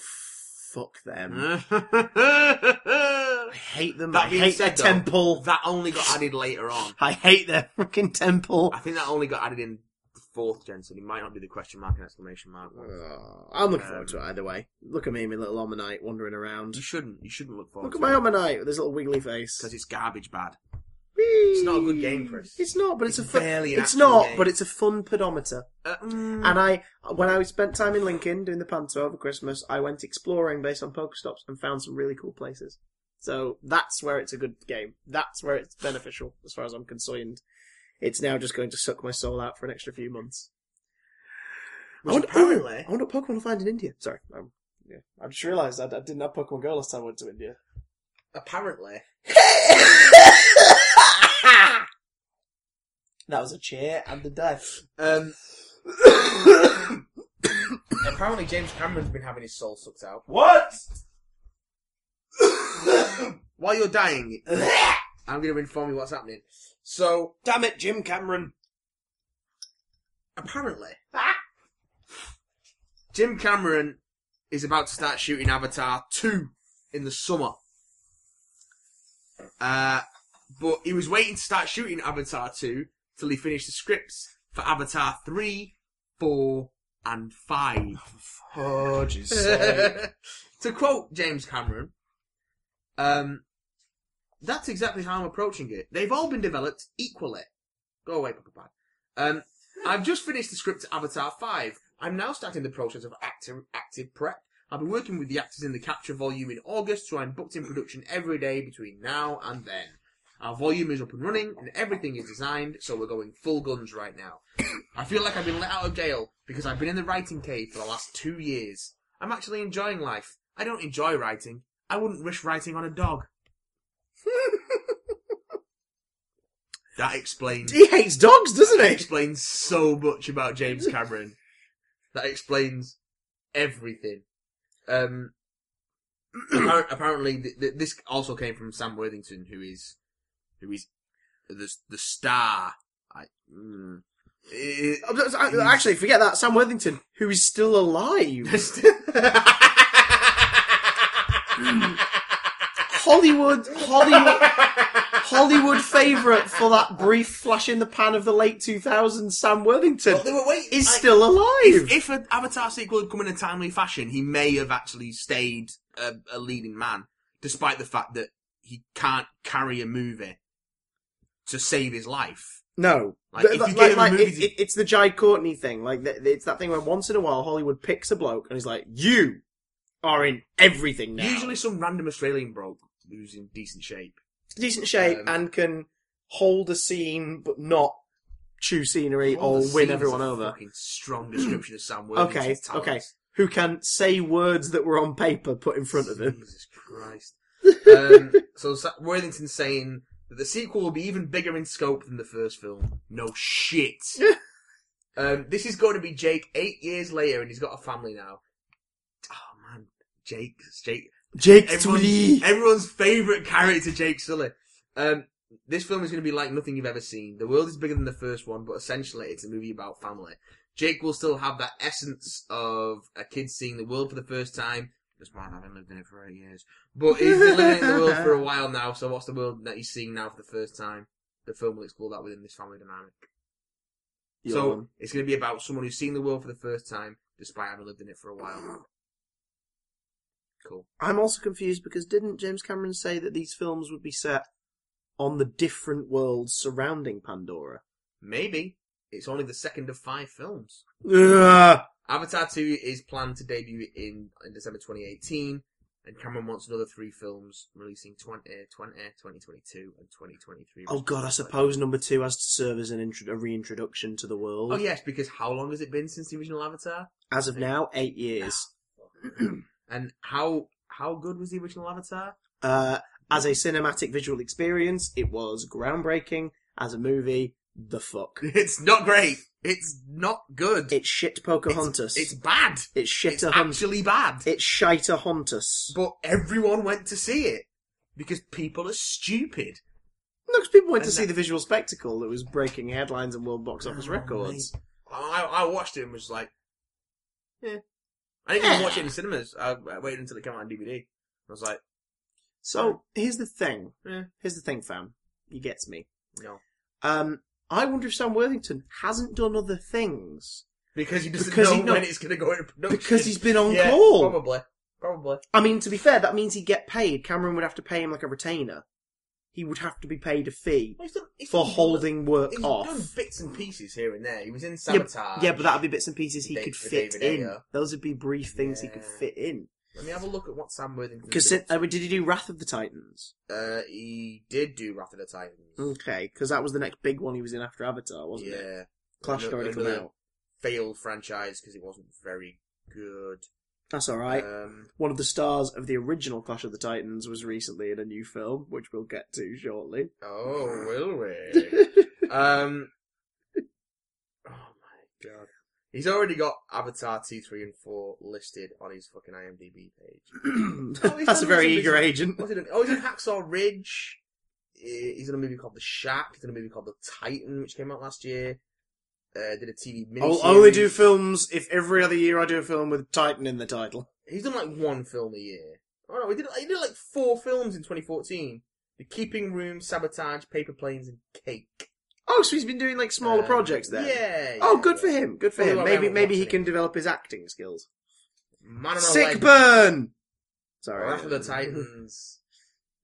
Speaker 1: fuck them. I hate them.
Speaker 2: Uh, That
Speaker 1: I
Speaker 2: being
Speaker 1: hate
Speaker 2: said,
Speaker 1: their
Speaker 2: though-
Speaker 1: temple.
Speaker 2: that only got added later on.
Speaker 1: I hate their fucking temple.
Speaker 2: I think that only got added in the fourth gen, so it might not be the question mark and exclamation mark one.
Speaker 1: Oh, I'm looking forward to it either way. Look at me, my little Omanite wandering around.
Speaker 2: You shouldn't. You shouldn't look forward
Speaker 1: Look at
Speaker 2: to
Speaker 1: my
Speaker 2: it
Speaker 1: Omanite with his little wiggly face.
Speaker 2: because it's garbage bad.
Speaker 1: It's
Speaker 2: not a good game, Chris.
Speaker 1: It's not, but it's,
Speaker 2: It's
Speaker 1: a fun.
Speaker 2: barely an
Speaker 1: It's
Speaker 2: actual
Speaker 1: not,
Speaker 2: game.
Speaker 1: but it's a fun pedometer.
Speaker 2: Uh, mm,
Speaker 1: And I, when I spent time in Lincoln doing the panto over Christmas, I went exploring based on Pokestops and found some really cool places. So that's where it's a good game. That's where it's beneficial, as far as I'm concerned. It's now just going to suck my soul out for an extra few months. I
Speaker 2: which
Speaker 1: wonder,
Speaker 2: apparently,
Speaker 1: I wonder what Pokemon I'll find in India. Sorry, um, yeah, I just realised I, I didn't have Pokemon Go last time I went to India.
Speaker 2: apparently,
Speaker 1: That was a cheer and a death.
Speaker 2: um, apparently James Cameron's been having his soul sucked out.
Speaker 1: What?
Speaker 2: While you're dying, I'm going to inform you what's happening. So
Speaker 1: Damn it, Jim Cameron. Ah!
Speaker 2: apparently, Jim Cameron is about to start shooting Avatar 2 in the summer. Uh, but he was waiting to start shooting Avatar 2 till he finished the scripts for Avatar 3, 4, and 5.
Speaker 1: Oh, Jesus.
Speaker 2: to quote James Cameron, um, that's exactly how I'm approaching it. They've all been developed equally. Go away, Papa Pad. Um, I've just finished the script to Avatar 5. I'm now starting the process of active, active prep. I'll be working with the actors in the capture volume in August, so I'm booked in production every day between now and then. Our volume is up and running, and everything is designed, so we're going full guns right now. I feel like I've been let out of jail because I've been in the writing cave for the last two years. I'm actually enjoying life. I don't enjoy writing. I wouldn't wish writing on a dog. that explains
Speaker 1: he hates dogs, doesn't
Speaker 2: that
Speaker 1: he?
Speaker 2: explains so much about James Cameron. that explains everything. Um, appar- apparently, th- th- this also came from Sam Worthington, who is who is the the star. I, mm, Eh,
Speaker 1: I'm just- I- Actually, forget that. Sam Worthington, who is still alive. Hollywood, Hollywood, Hollywood favourite for that brief flash in the pan of the late 2000s, Sam Worthington,
Speaker 2: Well, they were waiting.
Speaker 1: is
Speaker 2: I-
Speaker 1: still alive.
Speaker 2: if, if an Avatar sequel had come in a timely fashion, he may have actually stayed a, a leading man, despite the fact that he can't carry a movie to save his life.
Speaker 1: No,
Speaker 2: Like,
Speaker 1: Th-
Speaker 2: if you
Speaker 1: th-
Speaker 2: get him a movie
Speaker 1: it,
Speaker 2: to-
Speaker 1: it, it's the Jai Courtney thing. Like th- th- it's that thing where once in a while Hollywood picks a bloke and he's like, "You are in everything now."
Speaker 2: Usually, some random Australian bloke who's in decent shape.
Speaker 1: decent shape
Speaker 2: Um,
Speaker 1: and can hold a scene, but not chew scenery
Speaker 2: All
Speaker 1: or
Speaker 2: the
Speaker 1: win
Speaker 2: scenes
Speaker 1: everyone
Speaker 2: are
Speaker 1: over.
Speaker 2: Fucking strong description of Sam Worthington's
Speaker 1: Okay,
Speaker 2: talents.
Speaker 1: okay. Who can say words that were on paper put in front of them?
Speaker 2: Jesus Christ. um, so Sa- Worthington's saying that the sequel will be even bigger in scope than the first film. No shit. um, this is going to be Jake eight years later, and he's got a family now. Oh man, Jake, Jake,
Speaker 1: Jake
Speaker 2: everyone's,
Speaker 1: Sully.
Speaker 2: everyone's favorite character, Jake Sully. Um, this film is going to be like nothing you've ever seen. The world is bigger than the first one, but essentially it's a movie about family. Jake will still have that essence of a kid seeing the world for the first time. This man having lived in it for eight years, but he's been living in the world for a while now. So what's the world that he's seeing now for the first time? The film will explore that within this family dynamic.
Speaker 1: You're
Speaker 2: so
Speaker 1: one.
Speaker 2: it's going to be about someone who's seen the world for the first time, despite having lived in it for a while. Cool.
Speaker 1: I'm also confused because didn't James Cameron say that these films would be set on the different worlds surrounding Pandora?
Speaker 2: Maybe. It's only the second of five films.
Speaker 1: Ugh.
Speaker 2: Avatar 2 is planned to debut in, in December 2018, and Cameron wants another three films releasing uh, 20, 20 2022, and 2023.
Speaker 1: Oh god, I suppose number two has to serve as an intro- a reintroduction to the world.
Speaker 2: Oh, yes, because how long has it been since the original Avatar?
Speaker 1: As of now, eight years.
Speaker 2: and how how good was the original Avatar?
Speaker 1: Uh, as a cinematic visual experience, it was groundbreaking. As a movie, the fuck.
Speaker 2: It's not great. It's not good.
Speaker 1: It shit Pocahontas.
Speaker 2: It's bad.
Speaker 1: It's shit
Speaker 2: It's
Speaker 1: a hunt.
Speaker 2: actually bad.
Speaker 1: It's shite a huntus.
Speaker 2: But everyone went to see it because people are stupid.
Speaker 1: No, 'cause people went to
Speaker 2: And
Speaker 1: see
Speaker 2: that-
Speaker 1: the visual spectacle that was breaking headlines and world box office
Speaker 2: Oh,
Speaker 1: records.
Speaker 2: I, I watched it and was like, yeah. I didn't even watch it in cinemas. I, I waited until it came out on DVD. I was like,
Speaker 1: So here's the thing.
Speaker 2: Yeah.
Speaker 1: Here's the thing, fam. You gets me.
Speaker 2: no.
Speaker 1: Um, I wonder if Sam Worthington hasn't done other things
Speaker 2: Because he doesn't
Speaker 1: Because
Speaker 2: know
Speaker 1: he know-
Speaker 2: when it's going to go into production.
Speaker 1: because he's been on
Speaker 2: Yeah,
Speaker 1: call.
Speaker 2: Probably. Probably.
Speaker 1: I mean, to be fair, that means he'd get paid. Cameron would have to pay him like a retainer. He would have to be paid a fee
Speaker 2: He's done- he's
Speaker 1: for
Speaker 2: done-
Speaker 1: holding work
Speaker 2: He's done
Speaker 1: off.
Speaker 2: bits and pieces here and there. He was in
Speaker 1: Yeah, but-
Speaker 2: Sabotage.
Speaker 1: yeah, but that'd be bits and pieces he
Speaker 2: Date
Speaker 1: could
Speaker 2: for
Speaker 1: fit
Speaker 2: David
Speaker 1: in.
Speaker 2: Ayer.
Speaker 1: Those would be brief things he could
Speaker 2: Yeah.
Speaker 1: fit in.
Speaker 2: Let me have a look at what Sam Worthington
Speaker 1: Because
Speaker 2: did.
Speaker 1: uh, did he do Wrath of the Titans?
Speaker 2: Uh, he did do Wrath of the Titans.
Speaker 1: Okay, because that was the next big one he was in after Avatar, wasn't
Speaker 2: yeah.
Speaker 1: it? Clash had
Speaker 2: Another-
Speaker 1: already come
Speaker 2: another
Speaker 1: out.
Speaker 2: Failed franchise because it wasn't very good.
Speaker 1: That's all right.
Speaker 2: Um,
Speaker 1: one of the stars of the original Clash of the Titans was recently in a new film, which we'll get to shortly.
Speaker 2: oh, will we? um, oh my god. He's already got Avatar 2, 3, and 4 listed on his fucking IMDb page. Oh,
Speaker 1: That's a very eager eh? agent.
Speaker 2: What's he done? Oh, he's in Hacksaw Ridge. Eh, He's in a movie called The Shack. He's in a movie called The Titan, which came out last year. Uh, did a TV mini.
Speaker 1: I'll only Oh, do films if every other year I do a film with Titan in the title.
Speaker 2: He's done like one film a year. Oh no, he did. He did like four films in 2014: The Keeping Room, Sabotage, Paper Planes, and Cake.
Speaker 1: Oh, so he's been doing like smaller
Speaker 2: Um,
Speaker 1: projects then.
Speaker 2: Yeah.
Speaker 1: Oh,
Speaker 2: yeah,
Speaker 1: good for
Speaker 2: yeah.
Speaker 1: him. Good for him.
Speaker 2: Probably why we
Speaker 1: Maybe
Speaker 2: haven't
Speaker 1: maybe
Speaker 2: watched
Speaker 1: he
Speaker 2: it.
Speaker 1: can develop his acting skills.
Speaker 2: Man on a
Speaker 1: Sick
Speaker 2: leg.
Speaker 1: burn. Sorry.
Speaker 2: Wrath of the Titans.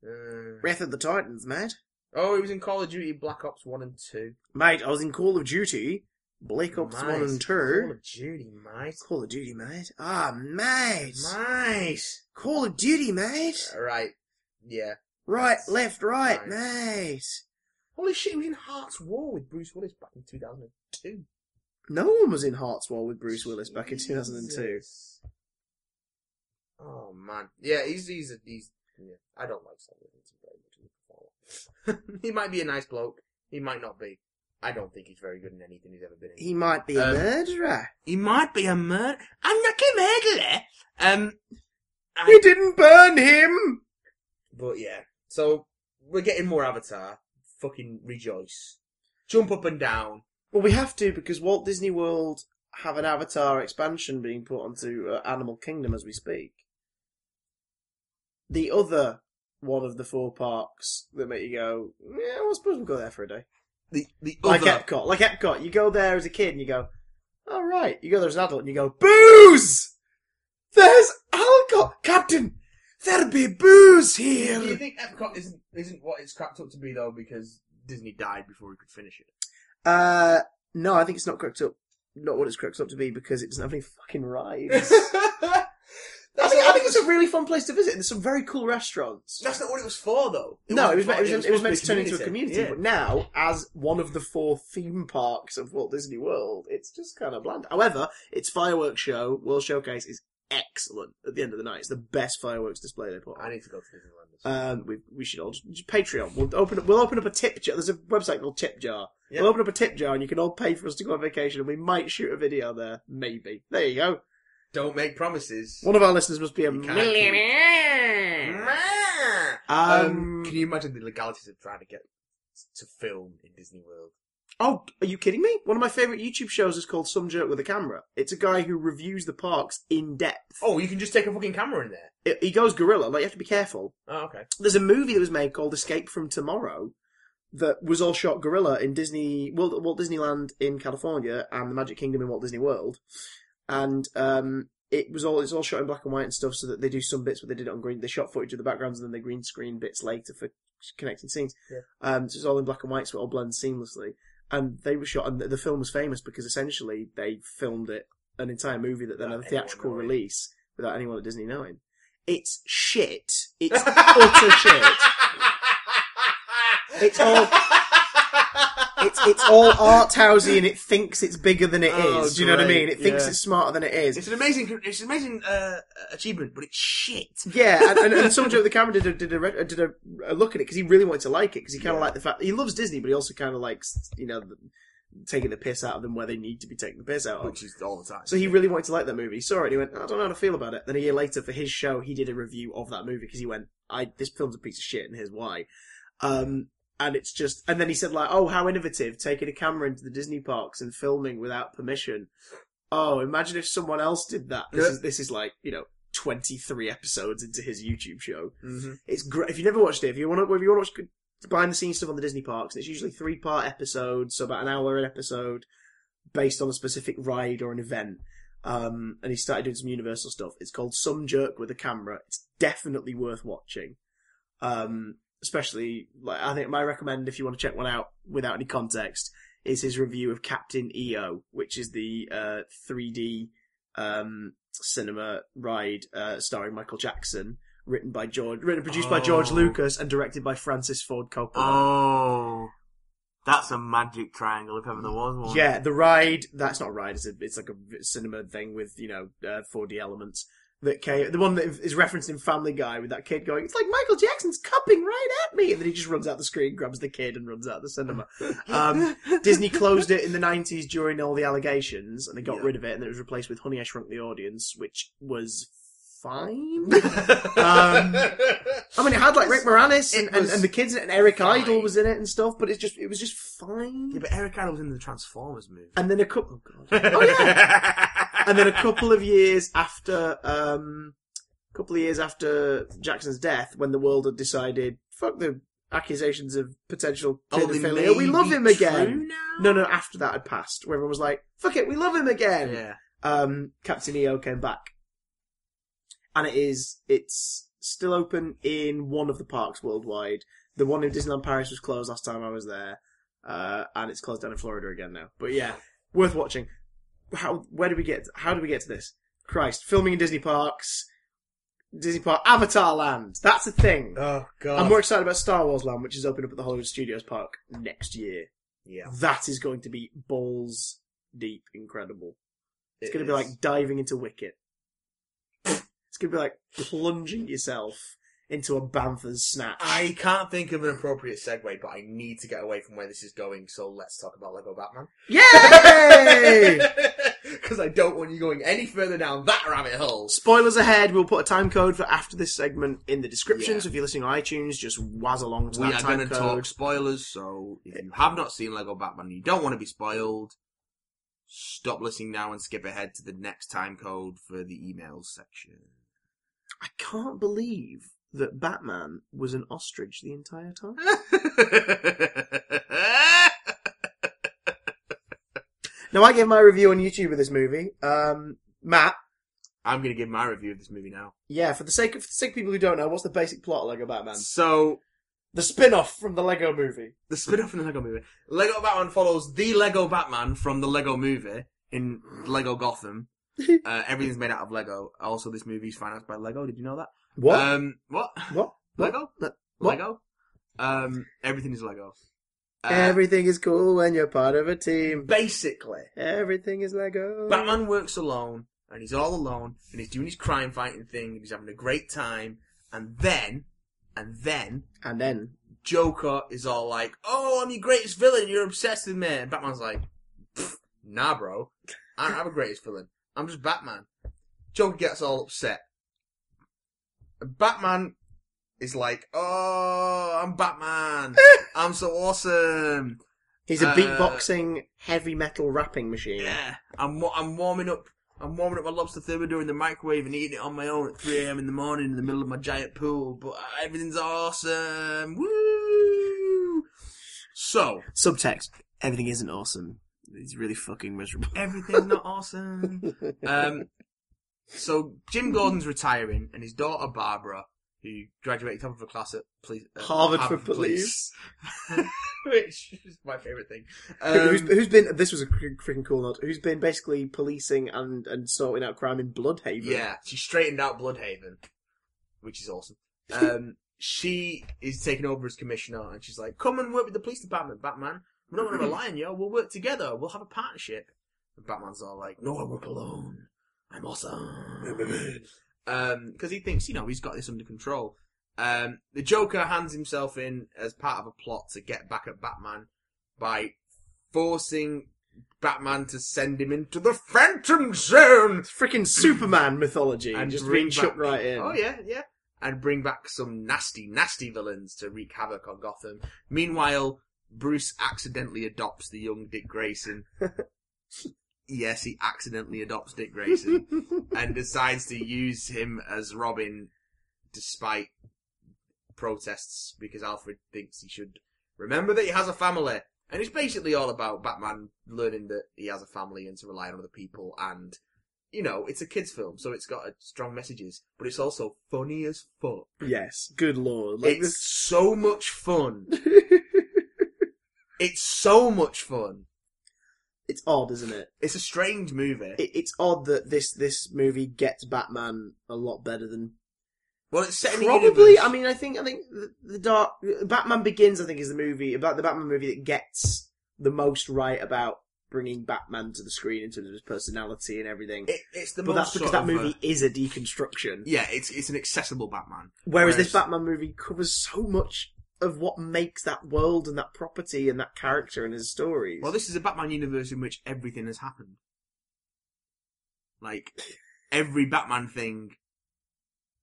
Speaker 2: Uh,
Speaker 1: Wrath of the Titans, mate.
Speaker 2: oh, he was in Call of Duty Black Ops One and Two.
Speaker 1: Mate, I was in Call of Duty, Black Ops
Speaker 2: Mice.
Speaker 1: One and
Speaker 2: Call
Speaker 1: Two.
Speaker 2: of Duty, mate.
Speaker 1: Call of Duty, mate. Ah, mate.
Speaker 2: Mice.
Speaker 1: Call of Duty, mate.
Speaker 2: Right. Yeah.
Speaker 1: Right, left, right,
Speaker 2: Right.
Speaker 1: mate.
Speaker 2: Holy shit, he was in Hearts War with Bruce Willis back in 2002.
Speaker 1: No one was in Hearts War with Bruce Willis back in 2002.
Speaker 2: Jesus. Oh man, yeah, he's he's a, he's. Yeah, I don't like Sam Worthington very much. as a performer. he might be a nice bloke. He might not be. I don't think he's very good in anything he's ever been in.
Speaker 1: He might be a
Speaker 2: Um,
Speaker 1: murderer.
Speaker 2: He might be a murder. I'm not a murderer. Um, I-
Speaker 1: We didn't burn him!
Speaker 2: but yeah. So we're getting more Avatar. Fucking rejoice. Jump up and down.
Speaker 1: Well, we have to because Walt Disney World have an Avatar expansion being put onto uh, Animal Kingdom as we speak. The other one of the four parks that make you go, yeah, well, I suppose we'll go there for a day.
Speaker 2: The the uh,
Speaker 1: Like
Speaker 2: other.
Speaker 1: Epcot. Like Epcot. You go there as a kid and you go, all right. You go there as an adult and you go, booze! There's alcohol! Captain, there be booze
Speaker 2: Do you
Speaker 1: here!
Speaker 2: think Epcot isn't isn't what it's cracked up to be though? Because Disney died before he could finish it.
Speaker 1: Uh, no, I think it's not cracked up. Not what it's cracked up to be because it doesn't have any fucking rides. I
Speaker 2: That's
Speaker 1: think,
Speaker 2: not
Speaker 1: I think
Speaker 2: what
Speaker 1: it's a really fun place to visit, and there's some very cool restaurants.
Speaker 2: That's not what it was for, though.
Speaker 1: no, it was,
Speaker 2: wasn't
Speaker 1: meant,
Speaker 2: for-
Speaker 1: it was, it was meant to
Speaker 2: supposed
Speaker 1: turn into a community, but
Speaker 2: Yeah.
Speaker 1: now, as one of the four theme parks of Walt Disney World, it's just kind of bland. However, its fireworks show, World Showcase, is excellent at the end of the night. It's the best fireworks display they put on.
Speaker 2: I need to go to Disneyland. this year.
Speaker 1: Um, we we should all just, just Patreon. We'll open up. We'll open up a tip jar. There's a website called Tip Jar.
Speaker 2: Yeah.
Speaker 1: We'll open up a tip jar, and you can all pay for us to go on vacation, and we might shoot a video there. Maybe. There you go.
Speaker 2: Don't make promises.
Speaker 1: One of our listeners must be a
Speaker 2: You can't
Speaker 1: millionaire.
Speaker 2: Um,
Speaker 1: Um,
Speaker 2: can you imagine the legalities of trying to get to film in Disney World?
Speaker 1: Oh, are you kidding me? One of my favorite YouTube shows is called Some Jerk with a Camera. It's a guy who reviews the parks in depth.
Speaker 2: Oh, you can just take a fucking camera in there.
Speaker 1: It- he goes gorilla. Like you have to be careful.
Speaker 2: Oh, okay.
Speaker 1: There's a movie that was made called Escape from Tomorrow that was all shot gorilla in Disney Walt, Walt Disneyland in California and the Magic Kingdom in Walt Disney World, and um, it was all it's all shot in black and white and stuff. So that they do some bits where they did it on green. They shot footage of the backgrounds and then they green screen bits later for connecting scenes.
Speaker 2: Yeah.
Speaker 1: Um, so it's all in black and white, so it all blends seamlessly. And they were shot, and the- the film was famous because essentially they filmed it an entire movie that then
Speaker 2: Without
Speaker 1: had a theatrical
Speaker 2: anyone knowing.
Speaker 1: release without anyone at Disney knowing. It's shit. It's utter shit. It's all- It's it's all art housey and it thinks it's bigger than it is.
Speaker 2: Oh,
Speaker 1: Do you know what I
Speaker 2: great,
Speaker 1: mean? It thinks
Speaker 2: yeah.
Speaker 1: it's smarter than it
Speaker 2: It's
Speaker 1: is.
Speaker 2: an amazing, it's an amazing uh, achievement, but it's shit.
Speaker 1: Yeah, and, and, and someone with the camera did a, did a, re- did a, a look at it because he really wanted to like it because he kind of
Speaker 2: Yeah.
Speaker 1: liked the fact he loves Disney, but he also kind of likes you know the, taking the piss out of them where they need to be taking the piss out of.
Speaker 2: Which is all the time.
Speaker 1: So he really wanted to like that movie. He saw it and he went, I don't know how to feel about it. Then a year later for his show, he did a review of that movie because he went, I, this film's a piece of shit and here's why. Um, and it's just, and then he said like, oh, how innovative taking a camera into the Disney parks and filming without permission. Oh, imagine if someone else did that. This
Speaker 2: Yeah.
Speaker 1: is, this is like, you know, 23 episodes into his YouTube show.
Speaker 2: Mhm.
Speaker 1: It's great. If you've never watched it, if you want to, if you want to watch good behind the scenes stuff on the Disney parks, and it's usually three part episodes, so about an hour an episode, based on a specific ride or an event. Um, and he started doing some Universal stuff. It's called Some Jerk with a Camera. It's definitely worth watching. Um, especially, like, I think my recommend if you want to check one out without any context is his review of Captain EO, which is the, uh, 3D, um, cinema ride, uh, starring Michael Jackson, written by George, written, produced by George
Speaker 2: Oh.
Speaker 1: Lucas and directed by Francis Ford Coppola.
Speaker 2: Oh, that's a magic triangle if ever there was one.
Speaker 1: Yeah, the ride. That's not a ride. It's a, it's like a cinema thing with you know uh, 4D elements. That came, the one that is referenced in Family Guy with that kid going, "It's like Michael Jackson's cupping right at me," and then he just runs out the screen, grabs the kid, and runs out of the cinema. Um, Disney closed it in the 90s during all the allegations, and they got
Speaker 2: Yeah.
Speaker 1: rid of it, and it was replaced with Honey I Shrunk the Audience, which was fine.
Speaker 2: um,
Speaker 1: I mean, it had like Rick Moranis
Speaker 2: It
Speaker 1: and, and,
Speaker 2: was
Speaker 1: and the kids, in it, and Eric
Speaker 2: fine.
Speaker 1: Idle was in it and stuff, but it's just it was just fine.
Speaker 2: yeah, but Eric Idle was in the Transformers movie.
Speaker 1: And then a couple.
Speaker 2: oh yeah.
Speaker 1: and then a couple of years after um couple of years after Jackson's death, when the world had decided, fuck the accusations of potential
Speaker 2: Oh,
Speaker 1: pedophilia, we love him again. No, no, after that had passed, where everyone was like, fuck it, we love him again.
Speaker 2: Yeah.
Speaker 1: Um, Captain EO came back. And it is, it's still open in one of the parks worldwide. The one in Disneyland Paris was closed last time I was there. Uh, and it's closed down in Florida again now. But yeah, worth watching. How, where did we get, how did we get to this? Christ, filming in Disney parks. Disney Park, Avatar Land. That's a thing.
Speaker 2: Oh god.
Speaker 1: I'm more excited about Star Wars Land, which is opening up at the Hollywood Studios Park next year.
Speaker 2: yeah.
Speaker 1: That is going to be balls deep incredible. It's
Speaker 2: it
Speaker 1: going to be
Speaker 2: is.
Speaker 1: like diving into Wicket. It's going to be like plunging yourself into a Banther's snatch.
Speaker 2: I can't think of an appropriate segue, but I need to get away from where this is going, so let's talk about Lego Batman.
Speaker 1: Yay!
Speaker 2: Because I don't want you going any further down that rabbit hole.
Speaker 1: Spoilers ahead. We'll put a time code for after this segment in the description.
Speaker 2: Yeah.
Speaker 1: So if you're listening on iTunes, just waz along to
Speaker 2: We
Speaker 1: that
Speaker 2: are
Speaker 1: time
Speaker 2: going to
Speaker 1: code.
Speaker 2: talk spoilers, so if you have not seen Lego Batman and you don't want to be spoiled, stop listening now and skip ahead to the next time code for the emails section.
Speaker 1: I can't believe that Batman was an ostrich the entire time. Now I gave my review on YouTube of this movie. Um, Matt,
Speaker 2: I'm going to give my review of this movie now.
Speaker 1: yeah, for the sake of for the sake of people who don't know, what's the basic plot of Lego Batman?
Speaker 2: So,
Speaker 1: The spin-off from the Lego movie.
Speaker 2: the spin-off from the Lego movie. Lego Batman follows the Lego Batman from the Lego movie in Lego Gotham. Uh, everything's made out of Lego. Also, this movie's financed by Lego. Did you know that?
Speaker 1: What?
Speaker 2: Um, what?
Speaker 1: what?
Speaker 2: Lego?
Speaker 1: What?
Speaker 2: Lego? Um, everything is Lego. Uh,
Speaker 1: Everything is cool when you're part of a team.
Speaker 2: basically,
Speaker 1: Everything is Lego.
Speaker 2: Batman works alone, and he's all alone, and he's doing his crime fighting thing, and he's having a great time, and then, and then,
Speaker 1: And then,
Speaker 2: Joker is all like, "Oh, I'm your greatest villain. You're obsessed with me." And Batman's like, "Pfft, "Nah, bro. I don't have a greatest villain. I'm just Batman." Joker gets all upset. And Batman is like, "Oh, I'm Batman. I'm so awesome.
Speaker 1: he's a
Speaker 2: Uh,
Speaker 1: beatboxing heavy metal rapping machine.
Speaker 2: Yeah, I'm wa- I'm warming up." I'm warming up my lobster thermidor in the microwave and eating it on my own at 3 a.m. in the morning in the middle of my giant pool. But everything's awesome. Woo! So,
Speaker 3: Subtext: Everything isn't awesome. He's really fucking miserable.
Speaker 2: Everything's not awesome. Um, so Jim Gordon's retiring, and his daughter Barbara, who graduated top of her class at police, uh,
Speaker 1: Harvard E. for
Speaker 2: which is my favorite thing.
Speaker 1: Who-
Speaker 2: Um,
Speaker 1: who's, who's been? This was a cr- freaking cool note. Who's been basically policing and, and sorting out crime in Bloodhaven?
Speaker 2: yeah, she straightened out Bloodhaven, which is awesome. Um, she is taking over as commissioner, and she's like, "Come and work with the police department, Batman. We don't want to rely on you. We'll work together. We'll have a partnership." And Batman's all like, "No, I work alone. I'm awesome." um, because he thinks you know he's got this under control. Um, the Joker hands himself in as part of a plot to get back at Batman by forcing Batman to send him into the Phantom Zone.
Speaker 1: It's freaking Superman mythology
Speaker 2: And
Speaker 1: just
Speaker 2: bring
Speaker 1: being chucked
Speaker 2: back-
Speaker 1: right in.
Speaker 2: Oh yeah, yeah. And bring back some nasty, nasty villains to wreak havoc on Gotham. Meanwhile, Bruce accidentally adopts the young Dick Grayson. yes, he accidentally adopts Dick Grayson and decides to use him as Robin despite protests because Alfred thinks he should remember that he has a family. And it's basically all about Batman learning that he has a family and to rely on other people and you know, it's a kids' film, so it's got uh, strong messages, but it's also funny as fuck.
Speaker 1: yes, good lord. Like
Speaker 2: it's so much fun.
Speaker 1: this,
Speaker 2: It's so much fun.
Speaker 1: it's odd, isn't it?
Speaker 2: It's a strange movie.
Speaker 1: it? It's odd that this this movie gets Batman a lot better than
Speaker 2: well, it's set in the
Speaker 1: probably.
Speaker 2: universe.
Speaker 1: I mean, I think I think the, the dark Batman Begins. I think is the movie about the Batman movie that gets the most right about bringing Batman to the screen in terms of his personality and everything.
Speaker 2: it, it's the
Speaker 1: but that's
Speaker 2: most
Speaker 1: because
Speaker 2: sort
Speaker 1: that
Speaker 2: of,
Speaker 1: movie
Speaker 2: uh,
Speaker 1: is a deconstruction.
Speaker 2: yeah, it's it's an accessible Batman.
Speaker 1: Whereas,
Speaker 2: Whereas-
Speaker 1: this Batman movie covers so much of what makes that world and that property and that character and his stories.
Speaker 2: Well, this is a Batman universe in which everything has happened. Like every Batman thing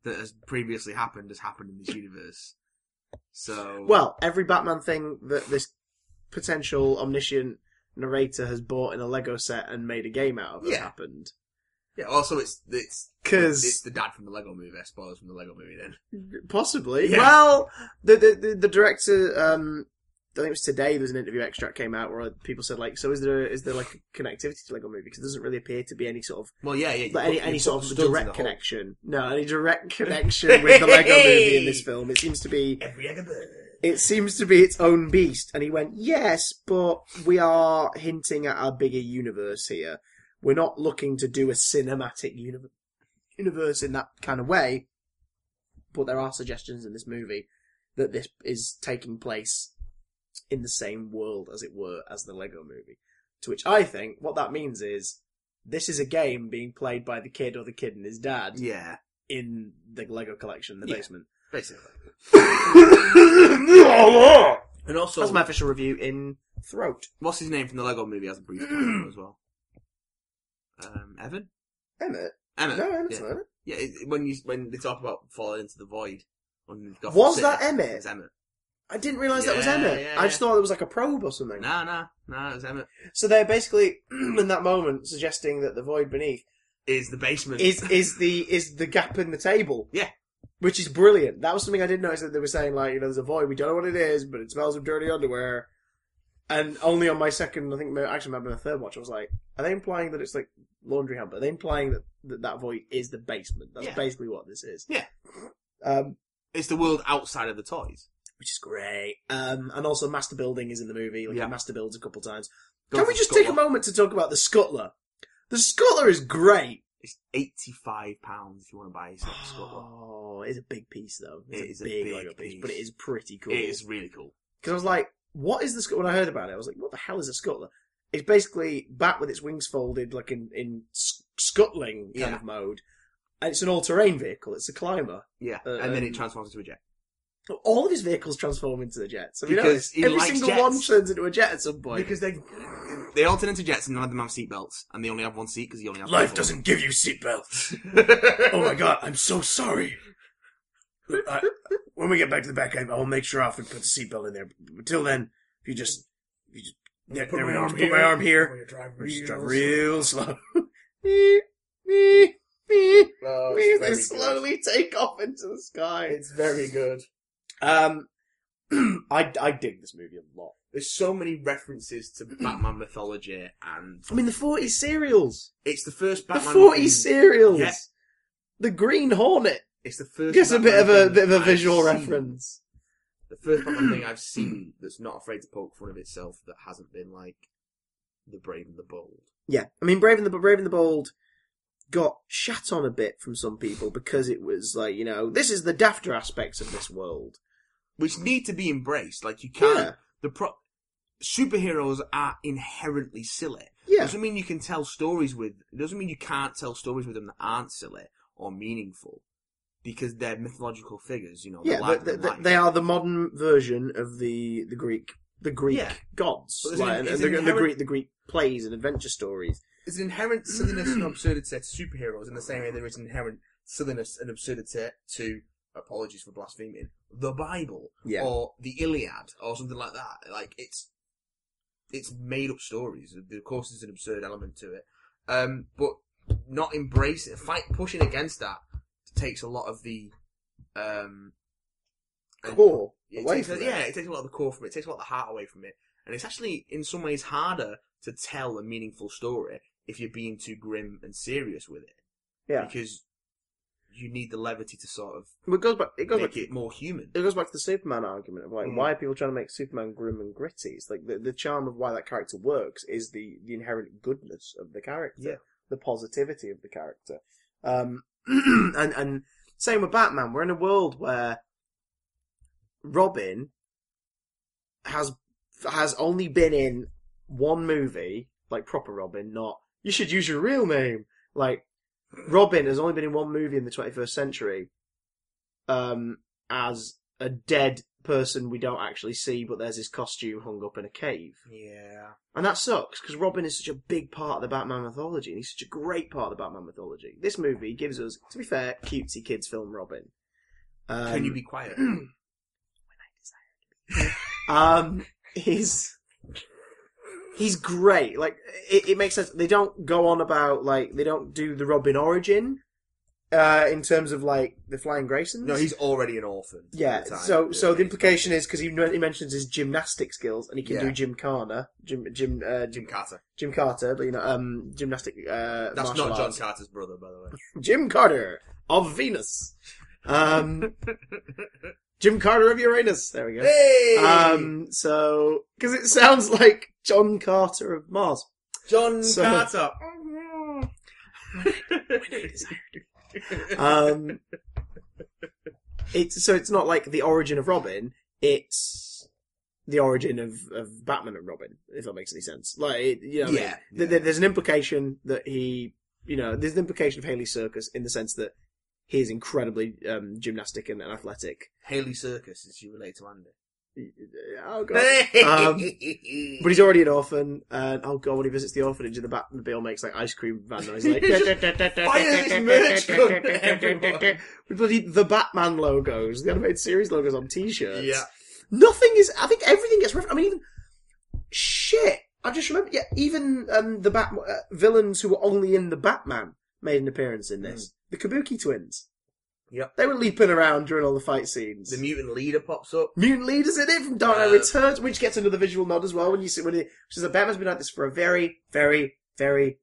Speaker 2: that has previously happened has happened in this universe. So
Speaker 1: Well, every Batman thing that this potential omniscient narrator has bought in a Lego set and made a game out of has
Speaker 2: Yeah.
Speaker 1: happened.
Speaker 2: yeah. Also, it's it's It's
Speaker 1: Because
Speaker 2: the dad from the Lego movie. Spoilers from the Lego movie then.
Speaker 1: possibly,
Speaker 2: Yeah.
Speaker 1: well, the the, the the director, um, I think it was today. There was an interview extract came out where people said like, "So is there is there like a connectivity to Lego movie? Because there doesn't really appear to be any sort of
Speaker 2: Well, yeah, yeah.
Speaker 1: like,
Speaker 2: you put-
Speaker 1: any
Speaker 2: you
Speaker 1: any
Speaker 2: put
Speaker 1: sort of
Speaker 2: studs in
Speaker 1: direct
Speaker 2: the hole.
Speaker 1: connection. No, any direct connection with the Lego movie in this film. It seems to be
Speaker 2: Every other bird.
Speaker 1: it seems to be its own beast. And he went, yes, but we are hinting at our bigger universe here. We're not looking to do a cinematic univ- universe in that kind of way. But there are suggestions in this movie that this is taking place in the same world, as it were, as the Lego movie. To which I think what that means is this is a game being played by the kid or the kid and his dad
Speaker 2: Yeah,
Speaker 1: in the Lego collection, the
Speaker 2: Yeah.
Speaker 1: basement.
Speaker 2: basically.
Speaker 1: That's
Speaker 2: And also,
Speaker 1: my official review in Throat.
Speaker 2: what's his name from the Lego movie has a brief cameo as well. Um, Evan.
Speaker 1: Emmett?
Speaker 2: Emmett.
Speaker 1: No, Emmett's
Speaker 2: yeah.
Speaker 1: not. Emmett.
Speaker 2: Yeah, it- when you when they talk about falling into the void. On Gotham
Speaker 1: Was
Speaker 2: City,
Speaker 1: that Emmett?
Speaker 2: It's Emmett.
Speaker 1: I didn't realise that was
Speaker 2: Yeah,
Speaker 1: Emmett.
Speaker 2: yeah,
Speaker 1: I just thought it was like a probe or something.
Speaker 2: Nah, nah, nah. It was Emmett.
Speaker 1: So they're basically in that moment suggesting that the void beneath
Speaker 2: Is the basement?
Speaker 1: is is the is the gap in the table.
Speaker 2: Yeah.
Speaker 1: Which is brilliant. That was something I did notice that they were saying like, you know, there's a void, we don't know what it is, but it smells of dirty underwear. And only on my second, I think, ma- actually, maybe my third watch, I was like, are they implying that it's like laundry hamper? Are they implying that that, that void is the basement? That's
Speaker 2: Yeah.
Speaker 1: basically what this is.
Speaker 2: Yeah.
Speaker 1: Um,
Speaker 2: It's the world outside of the toys.
Speaker 1: which is great. Um, and also master building is in the movie. Like
Speaker 2: Yeah.
Speaker 1: he master builds a couple times.
Speaker 2: Go
Speaker 1: Can
Speaker 2: for
Speaker 1: we just
Speaker 2: Scotland.
Speaker 1: take a moment to talk about the scuttler? The scuttler is great.
Speaker 2: It's eighty five pounds if you want to buy a Scott Scott one.
Speaker 1: Oh, it's a big piece though. It's
Speaker 2: It
Speaker 1: a
Speaker 2: is a
Speaker 1: big,
Speaker 2: big
Speaker 1: Lego piece,
Speaker 2: piece.
Speaker 1: but it is pretty cool.
Speaker 2: It is really cool.
Speaker 1: because I was like, "What is the Scot?" When I heard about it, I was like, "What the hell is a Scuttler?" It's basically bat with its wings folded, like in in sc- scuttling kind
Speaker 2: Yeah.
Speaker 1: of mode, and it's an all-terrain vehicle. It's a climber.
Speaker 2: Yeah,
Speaker 1: Uh,
Speaker 2: and then
Speaker 1: um,
Speaker 2: it transforms into a jet.
Speaker 1: All of his vehicles transform into the jets. Have you
Speaker 2: Because
Speaker 1: noticed?
Speaker 2: he
Speaker 1: every
Speaker 2: likes
Speaker 1: single
Speaker 2: jets.
Speaker 1: one turns into a jet at some point.
Speaker 2: Because they they all turn into jets and none of them have seatbelts, and they only have one seat because you only have
Speaker 1: Life
Speaker 2: people.
Speaker 1: doesn't give you seatbelts. oh my god, I'm so sorry. I, when we get back to the back, I, I'll make sure Alfred puts a seatbelt in there. But Until then, if you just, if you just, there,
Speaker 4: Put
Speaker 1: there
Speaker 4: my
Speaker 1: we go.
Speaker 4: arm
Speaker 1: Just
Speaker 4: here.
Speaker 1: Put my arm
Speaker 4: Or
Speaker 1: here.
Speaker 4: you drive
Speaker 1: We just drive
Speaker 4: real
Speaker 1: real slow. Beep, beep, beep.
Speaker 4: slow.
Speaker 1: We they slowly take off into the sky.
Speaker 4: It's very good.
Speaker 1: Um, I I dig this movie a lot.
Speaker 2: There's so many references to Batman mythology, and
Speaker 1: I mean, the forty serials,
Speaker 2: it's the first
Speaker 1: the
Speaker 2: Batman.
Speaker 1: forty
Speaker 2: thing-
Speaker 1: serials,
Speaker 2: Yeah.
Speaker 1: the Green Hornet.
Speaker 2: It's the first.
Speaker 1: Gives a bit of
Speaker 2: Batman
Speaker 1: a
Speaker 2: thing
Speaker 1: bit of a
Speaker 2: I've
Speaker 1: visual
Speaker 2: seen-
Speaker 1: reference.
Speaker 2: The first Batman thing I've seen that's not afraid to poke fun of itself that hasn't been like the Brave and the Bold.
Speaker 1: Yeah, I mean, Brave and the Brave and the Bold got shat on a bit from some people because it was like you know this is the dafter aspects of this world.
Speaker 2: which need to be embraced. Like you can't.
Speaker 1: Yeah.
Speaker 2: The pro- superheroes are inherently silly.
Speaker 1: Yeah,
Speaker 2: Doesn't mean you can tell stories with. Doesn't mean you can't tell stories with them that aren't silly or meaningful, because they're mythological figures. You know. they're
Speaker 1: yeah,
Speaker 2: larger
Speaker 1: they,
Speaker 2: than
Speaker 1: they,
Speaker 2: life.
Speaker 1: they are the modern version of the the Greek the Greek
Speaker 2: Yeah.
Speaker 1: gods,
Speaker 2: But there's
Speaker 1: like,
Speaker 2: an-
Speaker 1: and, and
Speaker 2: it's
Speaker 1: the, and the
Speaker 2: inherent-
Speaker 1: Greek the Greek plays and adventure stories.
Speaker 2: There's an inherent silliness and absurdity to superheroes in the same way there is an inherent silliness and absurdity to. Apologies for blaspheming. The Bible
Speaker 1: Yeah.
Speaker 2: or the Iliad or something like that. Like it's it's made up stories. Of course, there's an absurd element to it, um, but not embracing, fight pushing against that takes a lot of the um, and-
Speaker 1: Core
Speaker 2: it
Speaker 1: away
Speaker 2: takes-
Speaker 1: from
Speaker 2: yeah,
Speaker 1: it.
Speaker 2: it takes a lot of the core from it. It takes a lot of the heart away from it, and it's actually in some ways harder to tell a meaningful story if you're being too grim and serious with it.
Speaker 1: Yeah.
Speaker 2: because you need the levity to sort of
Speaker 1: But it goes back. It goes
Speaker 2: make
Speaker 1: back.
Speaker 2: it more human.
Speaker 1: It goes back to the Superman argument of like,
Speaker 2: Mm.
Speaker 1: why are people trying to make Superman grim and gritty? It's like the, the charm of why that character works is the, the inherent goodness of the character,
Speaker 2: Yeah.
Speaker 1: the positivity of the character. Um, and, and same with Batman. We're in a world where Robin has, has only been in one movie, like proper Robin, not, you should use your real name. Like, Robin has only been in one movie in the 21st century. Um, as a dead person we don't actually see, but there's his costume hung up in a cave.
Speaker 2: Yeah,
Speaker 1: And that sucks because Robin is such a big part of the Batman mythology, and he's such a great part of the Batman mythology. This movie gives us, to be fair, cutesy kids film Robin. Um,
Speaker 2: can you be quiet?
Speaker 1: Um, he's he's great. Like it, it makes sense. They don't go on about like they don't do the Robin origin uh, in terms of like the Flying Graysons.
Speaker 2: No, he's already an orphan. at
Speaker 1: Yeah.
Speaker 2: the time.
Speaker 1: So, so the
Speaker 2: Yeah.
Speaker 1: implication is because he, men- he mentions his gymnastic skills and he can
Speaker 2: Yeah.
Speaker 1: do gymkhana, gym, gym, uh,
Speaker 2: Jim
Speaker 1: gym,
Speaker 2: Carter.
Speaker 1: Jim Carter, but you know, um, gymnastic. Uh,
Speaker 2: That's
Speaker 1: martial
Speaker 2: not John
Speaker 1: arts.
Speaker 2: Carter's brother, by the way.
Speaker 1: Jim Carter of Venus. Um, Jim Carter of Uranus. There we go.
Speaker 2: hey,
Speaker 1: Um, so because it sounds like John Carter of Mars.
Speaker 2: John
Speaker 1: so-
Speaker 2: Carter.
Speaker 1: Um, it's so it's not like the origin of Robin. It's the origin of, of Batman and Robin, if that makes any sense. Like, it, you know, what I
Speaker 2: Yeah,
Speaker 1: mean? Th-
Speaker 2: yeah.
Speaker 1: there's an implication that he, you know, there's an implication of Haley's circus in the sense that he is incredibly um, gymnastic and, and athletic.
Speaker 2: Haley Circus. Is she related to Andy?
Speaker 1: Oh god. Um, But he's already an orphan, and oh god, when he visits the orphanage in the back, the bill makes like ice cream van noise. Like, with bloody the Batman logos, the animated series logos on T-shirts.
Speaker 2: Yeah.
Speaker 1: nothing is. I think everything gets. Refer- I mean, even shit. I just remember. Yeah, even um, the Bat uh, villains who were only in the Batman made an appearance in this. The Kabuki twins.
Speaker 2: Hmm. Yep.
Speaker 1: they were leaping around during all the fight scenes.
Speaker 2: the mutant leader pops up.
Speaker 1: Mutant Leaders in it from Dark Knight
Speaker 2: Uh,
Speaker 1: Returns, which gets another visual nod as well when you see when it which is that Batman's been like this for a very, very, very,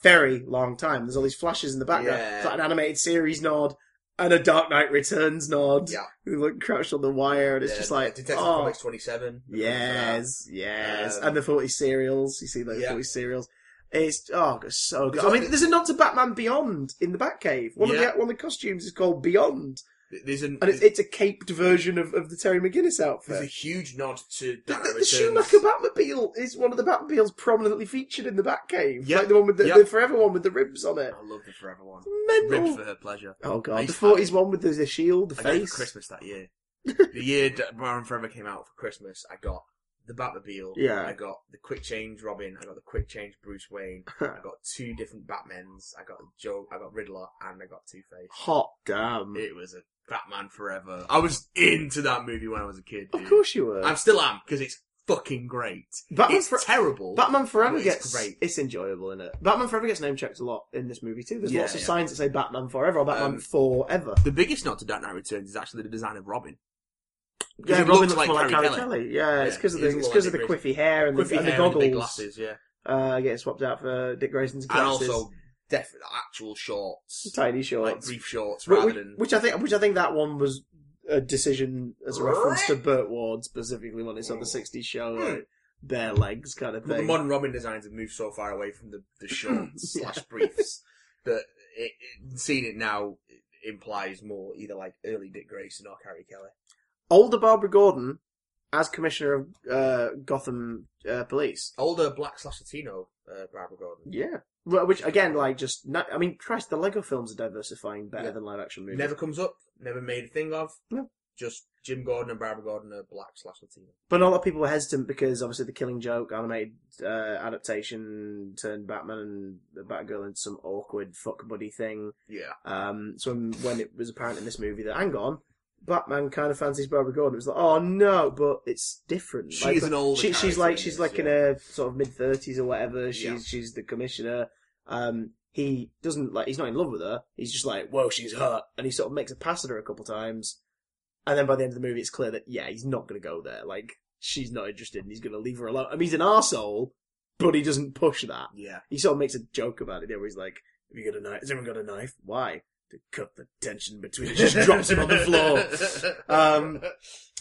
Speaker 1: very long time. There's all these flashes in the background.
Speaker 2: Yeah.
Speaker 1: It's like an animated series nod and a Dark Knight Returns nod.
Speaker 2: Yeah.
Speaker 1: Who look crouched on the wire and it's just
Speaker 2: Yeah,
Speaker 1: like
Speaker 2: Detective
Speaker 1: oh,
Speaker 2: Comics 27.
Speaker 1: Yes, yes.
Speaker 2: Um,
Speaker 1: and the forty serials. You see those
Speaker 2: Yeah.
Speaker 1: forty serials. It's oh, it's so good.
Speaker 2: There's
Speaker 1: I mean,
Speaker 2: a-
Speaker 1: there's a nod to Batman Beyond in the Batcave. One of
Speaker 2: Yeah.
Speaker 1: the one of the costumes is called Beyond,
Speaker 2: There's an,
Speaker 1: and it's, it's a caped version of, of the Terry McGinnis
Speaker 2: There's a
Speaker 1: outfit.
Speaker 2: huge nod to
Speaker 1: The,
Speaker 2: Dark
Speaker 1: the- the
Speaker 2: Returns.
Speaker 1: Schumacher Batmobile is one of the Batmobiles prominently featured in the Batcave,
Speaker 2: Yeah.
Speaker 1: like the one with the,
Speaker 2: Yeah.
Speaker 1: the forever one with the ribs on it.
Speaker 2: I love the Forever one. Ribbed
Speaker 1: Mental.
Speaker 2: for her pleasure.
Speaker 1: Oh
Speaker 2: I
Speaker 1: god,
Speaker 2: used
Speaker 1: the
Speaker 2: to-
Speaker 1: forties one with the, the shield, the
Speaker 2: I got it for
Speaker 1: face.
Speaker 2: Christmas that year. the year that Baron Forever came out for Christmas, I got the Batmobile.
Speaker 1: Yeah.
Speaker 2: I got the Quick Change Robin. I got the Quick Change Bruce Wayne. I got two different Batmans. I got Joe. I got Riddler, and I got Two Face.
Speaker 1: Hot damn!
Speaker 2: It was a Batman Forever. I was into that movie when I was a kid. Dude.
Speaker 1: of course you were.
Speaker 2: I still am because it's fucking great.
Speaker 1: Batman,
Speaker 2: it's
Speaker 1: Fore-
Speaker 2: terrible.
Speaker 1: Batman Forever
Speaker 2: Well, it's
Speaker 1: gets
Speaker 2: great.
Speaker 1: it's enjoyable in it. Batman Forever gets name checked a lot in this movie too. There's
Speaker 2: Yeah,
Speaker 1: lots of
Speaker 2: yeah.
Speaker 1: signs that say Batman Forever or Batman
Speaker 2: Um,
Speaker 1: Forever.
Speaker 2: the biggest nod to Dark Knight Returns is actually the design of Robin.
Speaker 1: Yeah,
Speaker 2: it
Speaker 1: Robin
Speaker 2: looks
Speaker 1: looks
Speaker 2: like
Speaker 1: more like
Speaker 2: Carrie
Speaker 1: Carrie Kelly. Yeah, it's
Speaker 2: Yeah,
Speaker 1: because of
Speaker 2: it
Speaker 1: the
Speaker 2: is
Speaker 1: it's
Speaker 2: more
Speaker 1: 'cause
Speaker 2: like
Speaker 1: of the
Speaker 2: Dick
Speaker 1: quiffy hair and the,
Speaker 2: Quiffy
Speaker 1: and the
Speaker 2: hair
Speaker 1: goggles
Speaker 2: big glasses, yeah.
Speaker 1: uh, getting swapped out for Dick Grayson's
Speaker 2: and
Speaker 1: glasses.
Speaker 2: also def- actual shorts,
Speaker 1: tiny
Speaker 2: like
Speaker 1: shorts,
Speaker 2: brief shorts,
Speaker 1: Wh- wh-
Speaker 2: rather than
Speaker 1: which I think which I think that one was a decision as a reference to Burt Ward specifically when it's on the '60s show,
Speaker 2: Hmm.
Speaker 1: like, bare legs kind of
Speaker 2: But the
Speaker 1: thing.
Speaker 2: modern Robin designs have moved so far away from the, the shorts slash briefs that it, it, seeing it now implies more either like early Dick Grayson or Carrie Kelly.
Speaker 1: Older Barbara Gordon as Commissioner of uh, Gotham uh, Police.
Speaker 2: Older black slash Latino uh, Barbara Gordon.
Speaker 1: Yeah. Well, Which again, like, just not, I mean, Christ, the Lego films are diversifying better
Speaker 2: Yeah.
Speaker 1: than live action movies.
Speaker 2: Never comes up, never made a thing of.
Speaker 1: No.
Speaker 2: Just Jim Gordon and Barbara Gordon are black slash Latino.
Speaker 1: But a lot of people were hesitant because obviously the Killing Joke animated uh, adaptation turned Batman and the Batgirl into some awkward fuck buddy thing.
Speaker 2: Yeah.
Speaker 1: Um, so when, when it was apparent in this movie that hang on, Batman kind of fancies Barbara Gordon, it was like, oh no, but it's different.
Speaker 2: She
Speaker 1: Like,
Speaker 2: is an older
Speaker 1: she, she's
Speaker 2: character
Speaker 1: like
Speaker 2: in
Speaker 1: she's
Speaker 2: this,
Speaker 1: like in
Speaker 2: yeah.
Speaker 1: her sort of mid thirties or whatever. She's
Speaker 2: Yeah.
Speaker 1: she's the commissioner. Um, he doesn't like he's not in love with her. He's just like, whoa, she's hot, and he sort of makes a pass at her a couple times. And then by the end of the movie, it's clear that yeah, he's not going to go there. Like she's not interested, and he's going to leave her alone. I mean, he's an arsehole, but he doesn't push that.
Speaker 2: Yeah.
Speaker 1: He sort of makes a joke about it there, where he's like, "Have you got a knife? Has everyone got a knife? Why?" To cut the tension between. She just drops him on the floor. Um,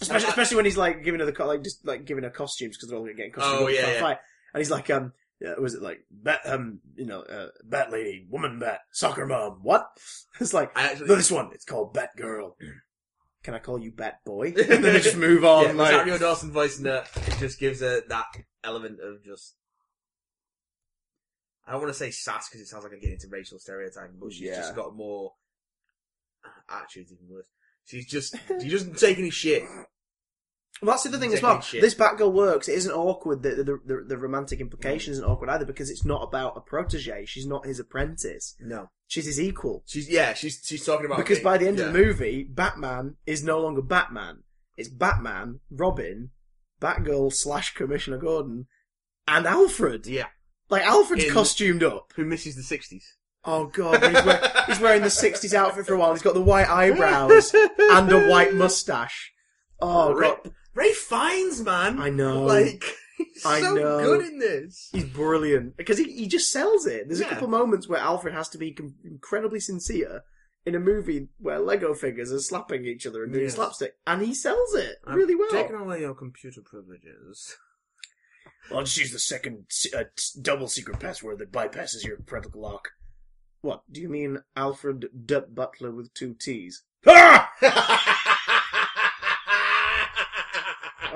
Speaker 1: Especially, especially when he's like giving her the co- like just like giving her costumes because they're all getting costumes.
Speaker 2: Oh,
Speaker 1: for the
Speaker 2: yeah, yeah.
Speaker 1: fight. And he's like, um, yeah, was it like bat, um, you know, uh, bat lady, woman bat, soccer mom, what? It's like
Speaker 2: I actually.
Speaker 1: this one. It's called Bat Girl. Can I call you Bat Boy? And then they just move on.
Speaker 2: yeah,
Speaker 1: like,
Speaker 2: Rosario Dawson voicing that it just gives her that element of just. I don't want to say sass because it sounds like I'm getting into racial stereotyping, but she's
Speaker 1: Yeah.
Speaker 2: just got more. Actually, it's even worse. She's just she doesn't take any shit.
Speaker 1: Well, that's the other thing as
Speaker 2: Taking
Speaker 1: well.
Speaker 2: shit.
Speaker 1: This Batgirl works. It isn't awkward. The, the, the, the romantic implication isn't awkward either because it's not about a protege. She's not his apprentice.
Speaker 2: No,
Speaker 1: She's his equal.
Speaker 2: she's yeah, she's she's talking about
Speaker 1: Because
Speaker 2: me.
Speaker 1: by the end
Speaker 2: Yeah.
Speaker 1: of the movie, Batman is no longer Batman. It's Batman, Robin, Batgirl slash Commissioner Gordon, and Alfred.
Speaker 2: yeah,
Speaker 1: Like Alfred's
Speaker 2: In-
Speaker 1: costumed up.
Speaker 2: who misses the sixties?
Speaker 1: Oh god, he's, wear- he's wearing the '60s outfit for a while. He's got the white eyebrows and a white mustache. Oh god,
Speaker 2: Rip. Ray Fiennes, man.
Speaker 1: I know.
Speaker 2: Like he's
Speaker 1: I
Speaker 2: so
Speaker 1: know.
Speaker 2: good in this.
Speaker 1: He's brilliant because he, he just sells it. There's a
Speaker 2: Yeah.
Speaker 1: couple moments where Alfred has to be com- incredibly sincere in a movie where Lego figures are slapping each other and doing
Speaker 2: Yes.
Speaker 1: slapstick, and he sells it
Speaker 2: I'm
Speaker 1: really well.
Speaker 2: Taking away your computer privileges.
Speaker 1: I'll just use the second uh, double secret password that bypasses your parental lock. What do you mean, Alfred D. Butler with two T's? Ah!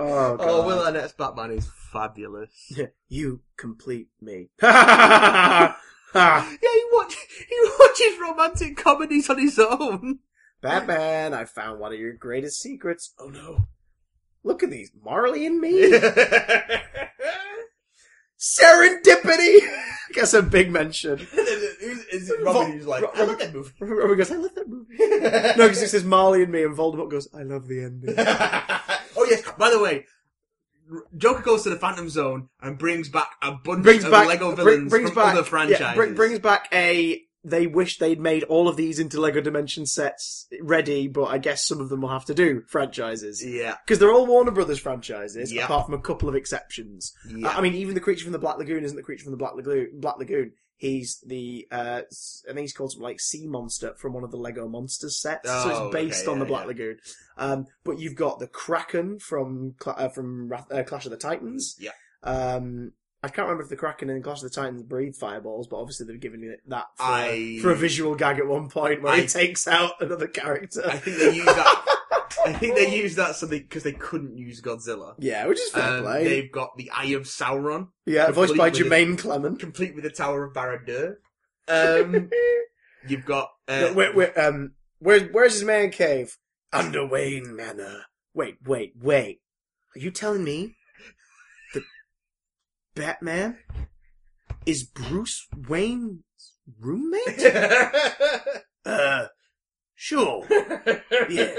Speaker 1: Oh, God.
Speaker 2: Oh, Will Arnett's Batman is fabulous.
Speaker 1: you complete me. Batman,
Speaker 2: Yeah, he, watch, he watches romantic comedies on his own.
Speaker 1: I found one of your greatest secrets. Oh no. Look at these. Marley and me?
Speaker 2: Is
Speaker 1: Serendipity! Gets a big mention.
Speaker 2: it Robin who's like, I love that movie.
Speaker 1: Robin goes, I love that movie. No,
Speaker 2: no,
Speaker 1: because it says Marley and me, and Voldemort goes, I love the ending.
Speaker 2: oh yes. By the way, Joker goes to the Phantom Zone and brings back a bunch
Speaker 1: brings
Speaker 2: of
Speaker 1: back
Speaker 2: Lego
Speaker 1: br-
Speaker 2: villains
Speaker 1: brings
Speaker 2: from
Speaker 1: back,
Speaker 2: other franchises.
Speaker 1: Yeah, br- brings back a. They wish they'd made all of these into Lego Dimension sets ready, but I guess some of them will have to do franchises
Speaker 2: yeah,
Speaker 1: because they're all Warner Brothers franchises,
Speaker 2: Yeah.
Speaker 1: apart from a couple of exceptions.
Speaker 2: yeah.
Speaker 1: I I mean, even the creature from the Black Lagoon isn't the creature from the Black Lagoon. Black Lagoon. He's the uh, s- I think he's called something like Sea Monster from one of the Lego Monsters sets, so
Speaker 2: Oh,
Speaker 1: it's based
Speaker 2: okay,
Speaker 1: on the
Speaker 2: yeah,
Speaker 1: Black
Speaker 2: yeah.
Speaker 1: Lagoon. Um, but you've got the Kraken from Cla- uh, from Wrath- uh, Clash of the Titans.
Speaker 2: Yeah.
Speaker 1: Um, I can't remember if the Kraken and Clash of the Titans breathe fireballs, but obviously they've given you that for,
Speaker 2: I-
Speaker 1: for a visual gag at one point where
Speaker 2: I-
Speaker 1: he takes out another character.
Speaker 2: I think they used that. I think they used that so they because they couldn't use Godzilla.
Speaker 1: yeah, which is fair
Speaker 2: Um,
Speaker 1: play.
Speaker 2: they've got the Eye of Sauron,
Speaker 1: yeah, voiced by
Speaker 2: completely-
Speaker 1: Jermaine Clement.
Speaker 2: complete with the Tower of Barad-dûr. Um, you've got uh,
Speaker 1: No, wait, wait, um, where, where's his man cave? Under Wayne Manor. Wait, wait, wait. Are you telling me that Batman is Bruce Wayne's roommate? uh, sure.
Speaker 2: yeah.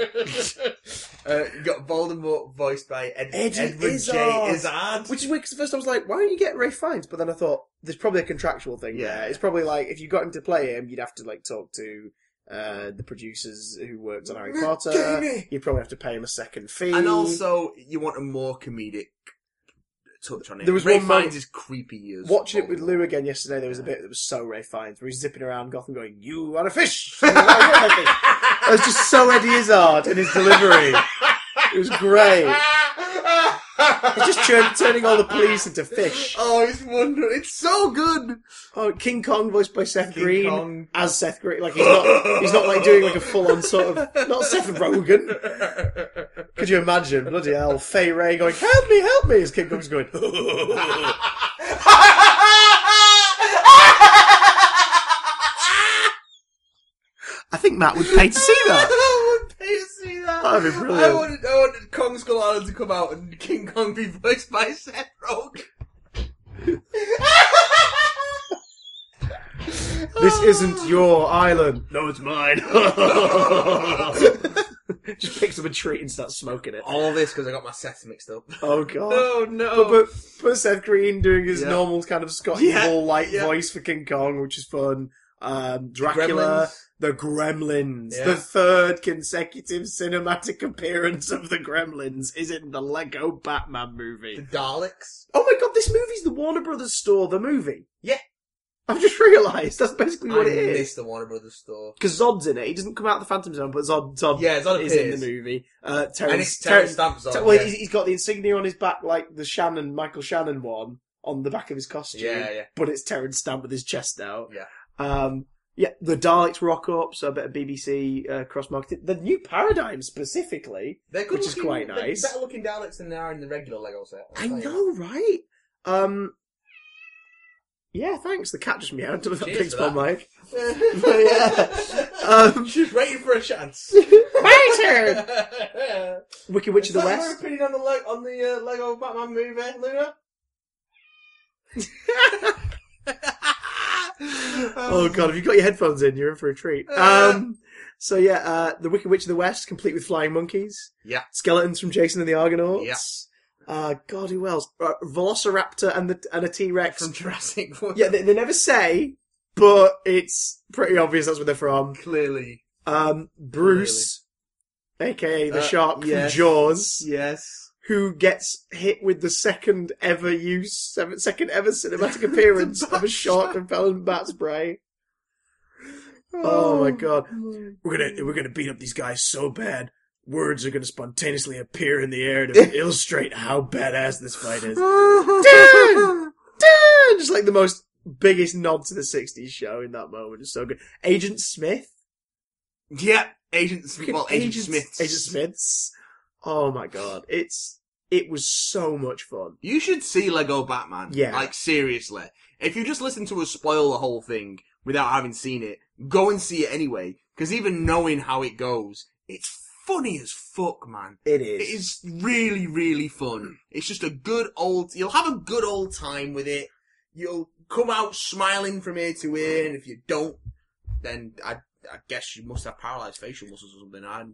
Speaker 2: uh, you got Voldemort voiced by Ed-
Speaker 1: Eddie
Speaker 2: Edward J.
Speaker 1: Izzard.
Speaker 2: Izzard.
Speaker 1: Which is weird because at first I was like, why don't you get Ray Fiennes? But then I thought there's probably a contractual thing.
Speaker 2: Yeah.
Speaker 1: there. it's probably like if you got him to play him, you'd have to like talk to uh, the producers who worked on Harry Potter. You'd probably have to pay him a second fee.
Speaker 2: And also, you want a more comedic touch on it.
Speaker 1: There was
Speaker 2: Ray
Speaker 1: one moment-
Speaker 2: Fiennes is creepy as
Speaker 1: watching it with
Speaker 2: Voldemort.
Speaker 1: Lou again yesterday, there was a bit that was so Ray Fiennes where he's zipping around Gotham going, "You are a fish." "You are a fish." It was just so Eddie Izzard in his delivery. It was great. He's just turn- turning all the police into fish.
Speaker 2: Oh, it's wonderful. It's so good.
Speaker 1: Oh, King Kong voiced by Seth
Speaker 2: King
Speaker 1: Green.
Speaker 2: Kong.
Speaker 1: as Seth Green. Like he's not he's not like doing like a full on sort of not Seth Rogen. Could you imagine? Bloody hell, Fay Ray going, Help me, help me as King Kong's going
Speaker 3: I think Matt would pay to see that.
Speaker 2: I would pay to see that.
Speaker 1: That'd be brilliant.
Speaker 2: I wanted, I wanted Kong Skull Island to come out and King Kong be voiced by Seth Rogen.
Speaker 1: This isn't your island. No, it's mine. Just picks up a tree and starts smoking it.
Speaker 2: All this because I got my Seth mixed up.
Speaker 1: Oh god.
Speaker 2: Oh no!
Speaker 1: But, but, but Seth Green doing his
Speaker 2: Yeah.
Speaker 1: normal kind of Scott
Speaker 2: Yeah,
Speaker 1: Evil like
Speaker 2: yeah.
Speaker 1: voice for King Kong, which is fun. Um, Dracula,
Speaker 2: Gremlins.
Speaker 1: the Gremlins,
Speaker 2: Yeah.
Speaker 1: the third consecutive cinematic appearance of the Gremlins is in the Lego Batman
Speaker 2: The
Speaker 1: movie.
Speaker 2: Daleks.
Speaker 1: Oh my god, this movie's the Warner Brothers store, the movie.
Speaker 2: Yeah.
Speaker 1: I've just realised that's basically what
Speaker 2: I
Speaker 1: it is.
Speaker 2: missed the Warner Brothers store.
Speaker 1: Because Zod's in it. He doesn't come out of the Phantom Zone, but Zod, Zod
Speaker 2: Yeah, it's on a
Speaker 1: is in the movie. Uh, Terrence,
Speaker 2: and it's
Speaker 1: Terrence-
Speaker 2: Terrence Stamps on.
Speaker 1: Ter- well,
Speaker 2: yeah.
Speaker 1: he's, he's got the insignia on his back, like the Shannon, Michael Shannon one, on the back of his costume.
Speaker 2: yeah, yeah.
Speaker 1: But it's Terrence Stamp with his chest out.
Speaker 2: Yeah.
Speaker 1: Um, yeah, the Daleks rock up, so a bit of BBC uh, cross marketing. The new paradigm specifically.
Speaker 2: They're good
Speaker 1: Which is
Speaker 2: looking-
Speaker 1: quite
Speaker 2: they're
Speaker 1: nice.
Speaker 2: Better looking Daleks than they are in the regular Lego set. I'll
Speaker 1: I
Speaker 2: tell you
Speaker 1: know, right? Um, yeah, thanks. The cat just meowed. That
Speaker 2: Cheers
Speaker 1: pig's
Speaker 2: for
Speaker 1: my mic.
Speaker 2: that.
Speaker 1: Um,
Speaker 2: She's waiting for a chance.
Speaker 1: My turn. Wicked Witch
Speaker 2: Is
Speaker 1: of the
Speaker 2: that
Speaker 1: West.
Speaker 2: Your opinion on the, Le- on the uh, Lego Batman movie, Luna?
Speaker 1: Oh
Speaker 2: Um,
Speaker 1: god, if you got your headphones in, you're in for a treat. Um, so yeah, uh, the Wicked Witch of the West, complete with flying monkeys.
Speaker 2: Yeah.
Speaker 1: Skeletons from Jason and the Argonauts. Yeah. Uh, god, who else? Uh, Velociraptor and the and a T Rex.
Speaker 2: From Jurassic World.
Speaker 1: Yeah, they, they never say, but it's pretty obvious that's where they're from.
Speaker 2: clearly.
Speaker 1: Um, Bruce, aka the
Speaker 2: Uh,
Speaker 1: shark
Speaker 2: yes.
Speaker 1: from Jaws,
Speaker 2: Yes.
Speaker 1: who gets hit with the second ever use, seven- second ever cinematic appearance of a shark repellent bat spray. Oh my god. We're gonna we're gonna beat up these guys so bad. Words are gonna spontaneously appear in the air to illustrate how badass this fight is. Dun! Dun! Just like the most biggest nod to the '60s show in that moment. It's so good. Agent Smith.
Speaker 2: Yeah, Agent Smith. Well, Agent Smith.
Speaker 1: Agent Smiths. Oh my god! It's it was so much fun.
Speaker 2: You should see Lego Batman.
Speaker 1: Yeah.
Speaker 2: Like, seriously. If you just listen to us spoil the whole thing without having seen it, go and see it anyway. Because even knowing how it goes, it's funny as fuck, man.
Speaker 1: It
Speaker 2: It
Speaker 1: is.
Speaker 2: is really, really fun. It's just a good old, you'll have a good old time with it. You'll come out smiling from ear to ear, and if you don't, then I, I guess you must have paralyzed facial muscles or something. I,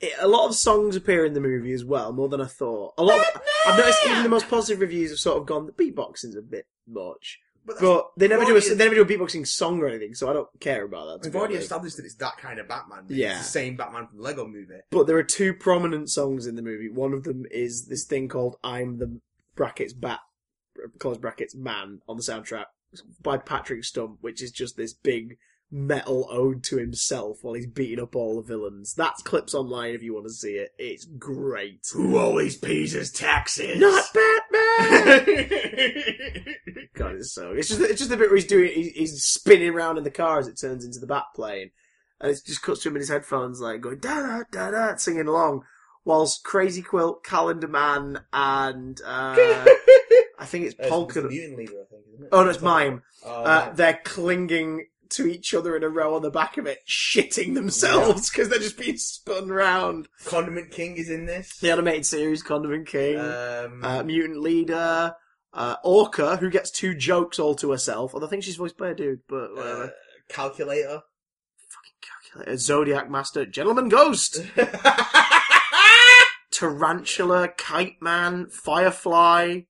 Speaker 1: It, a lot of songs appear in the movie as well, more than I thought. A lot. Of, I've noticed even the most positive reviews have sort of gone. The beatboxing's a bit much.
Speaker 2: but that's-
Speaker 1: But they never do a
Speaker 2: Guardian-
Speaker 1: they never do a beatboxing song or anything, so I don't care about that. to
Speaker 2: we've
Speaker 1: be
Speaker 2: already
Speaker 1: honest.
Speaker 2: established that it's that kind of Batman.
Speaker 1: Yeah.
Speaker 2: It's the same Batman from the Lego movie.
Speaker 1: But there are two prominent songs in the movie. One of them is this thing called "I'm the brackets bat" close brackets man on the soundtrack by Patrick Stump, which is just this big metal ode to himself while he's beating up all the villains. That clip's online if you want to see it. It's great.
Speaker 2: Who always pays his taxes?
Speaker 1: Not Batman! God, it's so. It's just it's just the bit where he's doing he's, he's spinning around in the car as it turns into the bat plane, and it just cuts to him in his headphones, like going da da da da, singing along, whilst Crazy Quilt, Calendar Man, and uh, I think it's Polka.
Speaker 2: Mutant leader, I think, isn't it?
Speaker 1: Oh, no, it's Mime.
Speaker 2: Oh,
Speaker 1: Uh, they're clinging to each other in a row on the back of it, shitting themselves because they're just being spun round.
Speaker 2: Condiment King is in this.
Speaker 1: The animated series, Condiment King
Speaker 2: Um,
Speaker 1: uh, mutant leader, uh, Orca, who gets two jokes all to herself. Although I think she's voiced by a dude, but
Speaker 2: uh,
Speaker 1: whatever.
Speaker 2: calculator.
Speaker 1: Uh, Zodiac Master, Gentleman Ghost, Tarantula, Kite Man, Firefly.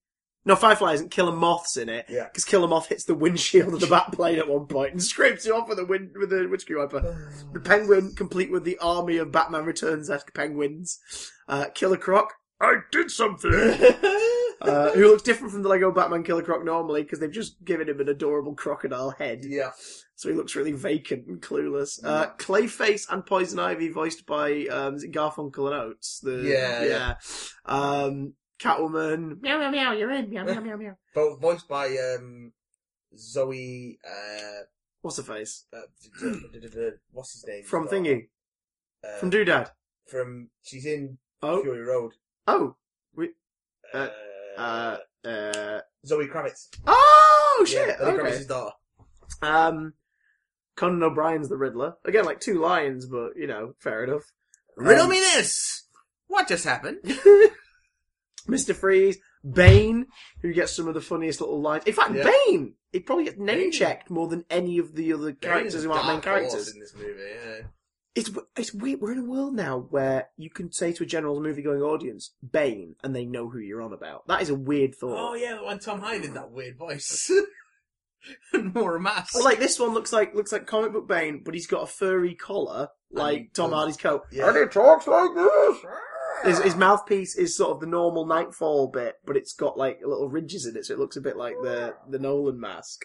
Speaker 1: No, Firefly isn't. Killer Moth's in it
Speaker 2: yeah.
Speaker 1: because Killer Moth hits the windshield of the bat plane at one point and scrapes it off with a wind with a windscreen wiper. The Penguin, complete with the army of Batman Returns esque penguins. Uh, Killer Croc, I did something. uh, who looks different from the Lego Batman Killer Croc normally because they've just given him an adorable crocodile head,
Speaker 2: yeah.
Speaker 1: so he looks really vacant and clueless. Uh, Clayface and Poison Ivy, voiced by um, is it Garfunkel and Oates. The,
Speaker 2: Yeah, yeah.
Speaker 1: Um, Catwoman. Meow meow meow. You're in. Meow meow meow meow.
Speaker 2: Bo- voiced by um, Zoe. Uh,
Speaker 1: What's the face
Speaker 2: uh, d- d- d- d- what's his name?
Speaker 1: from
Speaker 2: Uh,
Speaker 1: Thingy
Speaker 2: Uh,
Speaker 1: from Doodad?
Speaker 2: from she's in
Speaker 1: Oh
Speaker 2: Fury Road.
Speaker 1: oh
Speaker 2: Uh,
Speaker 1: uh uh
Speaker 2: Zoe Kravitz.
Speaker 1: oh shit.
Speaker 2: Yeah, Zoe
Speaker 1: okay.
Speaker 2: Kravitz's daughter.
Speaker 1: Um, Conan O'Brien's the Riddler again, like two lions, but you know, fair enough.
Speaker 2: Riddle
Speaker 1: Um,
Speaker 2: me this. What just happened?
Speaker 1: Mr. Freeze, Bane, who gets some of the funniest little lines. In fact,
Speaker 2: Yeah.
Speaker 1: Bane, he probably gets name
Speaker 2: Bane.
Speaker 1: checked more than any of the other characters who aren't main
Speaker 2: Dark horse
Speaker 1: characters.
Speaker 2: in this movie. Yeah.
Speaker 1: It's it's weird. We're in a world now where you can say to a general movie going audience, Bane, and they know who you're on about. That is a weird thought.
Speaker 2: Oh yeah, when Tom Hyde did that weird voice. And More mass.
Speaker 1: Well, like this one looks like looks like comic book Bane, but he's got a furry collar, like
Speaker 2: And-
Speaker 1: Tom
Speaker 2: and-
Speaker 1: Hardy's coat.
Speaker 2: Yeah.
Speaker 1: And he talks like this. His, his mouthpiece is sort of the normal Nightfall bit, but it's got like little ridges in it, so it looks a bit like the the Nolan mask.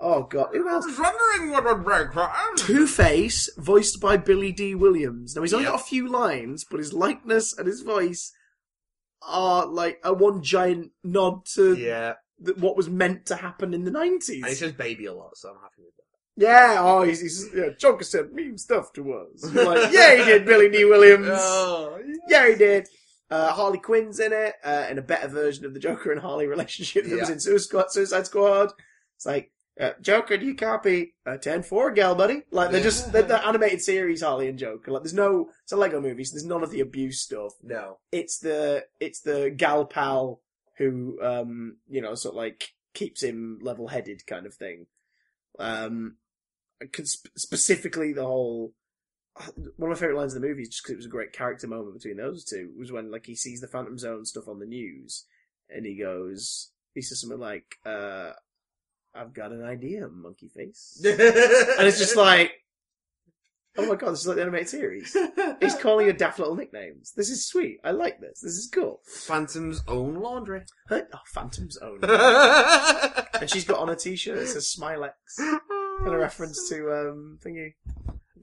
Speaker 1: Oh god, who else?
Speaker 2: wondering what would break for
Speaker 1: Two Face, voiced by Billy D. Williams. Now he's only
Speaker 2: Yep.
Speaker 1: got a few lines, but his likeness and his voice are like a one giant nod to
Speaker 2: Yeah,
Speaker 1: th- what was meant to happen in the
Speaker 2: and he
Speaker 1: nineties.
Speaker 2: says baby a lot, so I'm happy with that.
Speaker 1: Yeah, oh, he's, he's yeah, Joker said mean stuff to us. You're like, yeah, he did, Billy D. Williams.
Speaker 2: Oh,
Speaker 1: Yeah, he did. Uh, Harley Quinn's in it, uh, in a better version of the Joker and Harley relationship that was
Speaker 2: Yeah.
Speaker 1: in Suicide, Suicide Squad. It's like, uh, Joker, do you copy uh, 10-4, gal buddy? Like, they're just, they're, they're animated series, Harley and Joker. Like, there's no, it's a Lego movie, so there's none of the abuse stuff.
Speaker 2: No.
Speaker 1: It's the, it's the gal pal who, um, you know, sort of like keeps him level-headed kind of thing. Um, cons- specifically the whole one of my favorite lines in the movie is just because it was a great character moment between those two was when like he sees the Phantom Zone stuff on the news and he goes he says something like uh I've got an idea monkey face
Speaker 2: and
Speaker 1: and it's just like oh my god this is like the animated series he's calling her daft little nicknames this is sweet I like this this is cool
Speaker 2: Phantom's own laundry.
Speaker 1: Her- oh Phantom's own
Speaker 2: and
Speaker 1: and she's got on a t-shirt that says Smilex and a reference to um thingy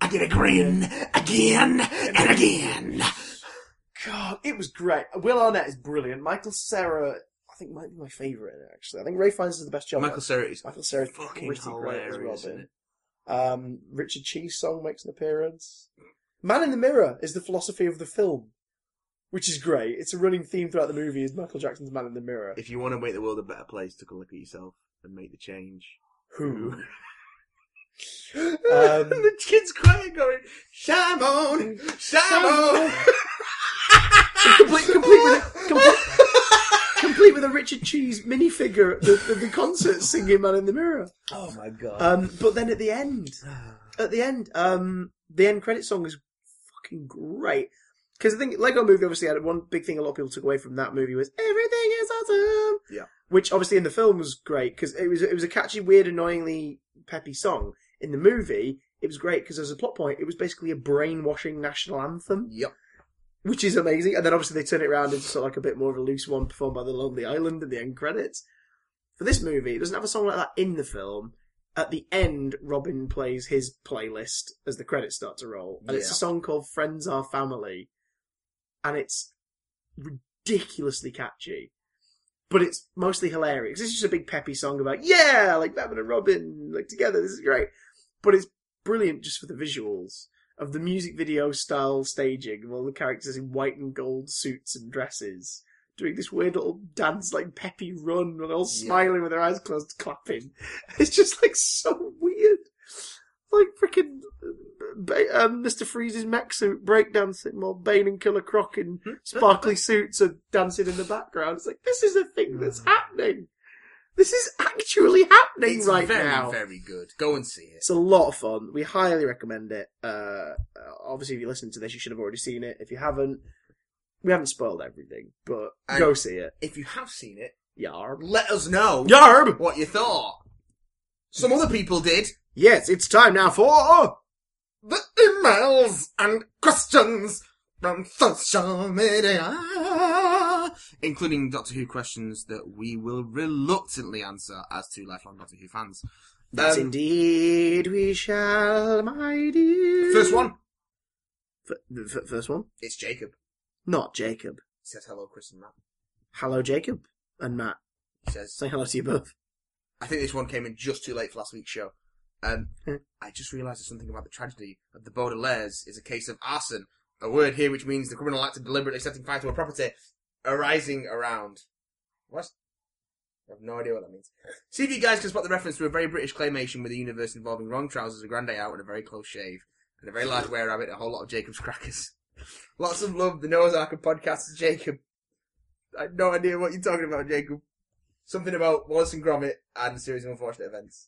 Speaker 2: I did a grin again and again.
Speaker 1: God, it was great. Will Arnett is brilliant. Michael Sarah, I think, might be my favourite, actually. I think Ray Fiennes does the best job.
Speaker 2: Michael Cera is
Speaker 1: Michael Sarah's
Speaker 2: fucking
Speaker 1: pretty great as well,
Speaker 2: hilarious. isn't
Speaker 1: Ben.
Speaker 2: it?
Speaker 1: Um, Richard Cheese song makes an appearance. Man in the Mirror is the philosophy of the film, which is great. It's a running theme throughout the movie is Michael Jackson's Man in the Mirror.
Speaker 2: If you want to make the world a better place, take a look at yourself and make the change.
Speaker 1: Who? Um,
Speaker 2: the kid's crying, going, Simon, Simon.
Speaker 1: complete, complete, with a, complete, complete with a Richard Cheese minifigure at the, the, the concert singing Man in the Mirror.
Speaker 2: oh my god.
Speaker 1: Um, but then at the end, at the end, um, the end credit song is fucking great. Because I think Lego Movie obviously had one big thing a lot of people took away from that movie was everything is awesome.
Speaker 2: Yeah.
Speaker 1: Which obviously in the film was great because it was it was a catchy, weird, annoyingly peppy song. In the movie, it was great because as a plot point, it was basically a brainwashing national anthem,
Speaker 2: yep.
Speaker 1: which is amazing. And then obviously they turn it around into sort of like a bit more of a loose one performed by the Lonely Island in the end credits. For this movie, it doesn't have a song like that in the film. at the end, Robin plays his playlist as the credits start to roll, and it's
Speaker 2: Yeah.
Speaker 1: a song called "Friends Are Family," and it's ridiculously catchy, but it's mostly hilarious. It's just a big peppy song about yeah, like Batman and Robin, like together, this is great. But it's brilliant just for the visuals of the music video style staging of all the characters in white and gold suits and dresses. Doing this weird little dance, like peppy run, and all
Speaker 2: Yeah.
Speaker 1: smiling with their eyes closed, clapping. It's just like so weird. Like freaking ba- um, Mr. Freeze's mech suit breakdancing while Bane and Killer Croc in sparkly suits are dancing in the background. It's like, this is a thing that's happening. This is actually happening
Speaker 2: It's
Speaker 1: right
Speaker 2: very,
Speaker 1: now.
Speaker 2: very good. Go and see it.
Speaker 1: It's a lot of fun. We highly recommend it. Uh, obviously, if you listen to this, you should have already seen it. If you haven't, we haven't spoiled everything, but
Speaker 2: And-
Speaker 1: go see it.
Speaker 2: If you have seen it,
Speaker 1: Yarb.
Speaker 2: let us know
Speaker 1: Yarb!
Speaker 2: what you thought. Some other people did.
Speaker 1: Yes, it's time now for.
Speaker 2: The emails and questions from social media, including Doctor Who questions that we will reluctantly answer as two lifelong Doctor Who fans.
Speaker 1: Yes,
Speaker 2: Um,
Speaker 1: indeed we shall, my dear.
Speaker 2: First one,
Speaker 1: F- the f- first one?
Speaker 2: it's Jacob.
Speaker 1: Not Jacob.
Speaker 2: He says hello, Chris and Matt.
Speaker 1: Hello, Jacob and Matt.
Speaker 2: He says,
Speaker 1: Say hello to you both.
Speaker 2: I think this one came in just too late for last week's show. Um, I just realised there's something about the tragedy of the Baudelaires is a case of arson, a word here which means the criminal act of deliberately setting fire to a property arising around. What? I have no idea what that means. See if you guys can spot the reference to a very British claymation with a universe involving long trousers, a grande out, and a very close shave, and a very large were rabbit, and a whole lot of Jacob's crackers. Lots of love, the Noah's Ark of podcasts, Jacob. I have no idea what you're talking about, Jacob. Something about Wallace and Gromit and a series of unfortunate events.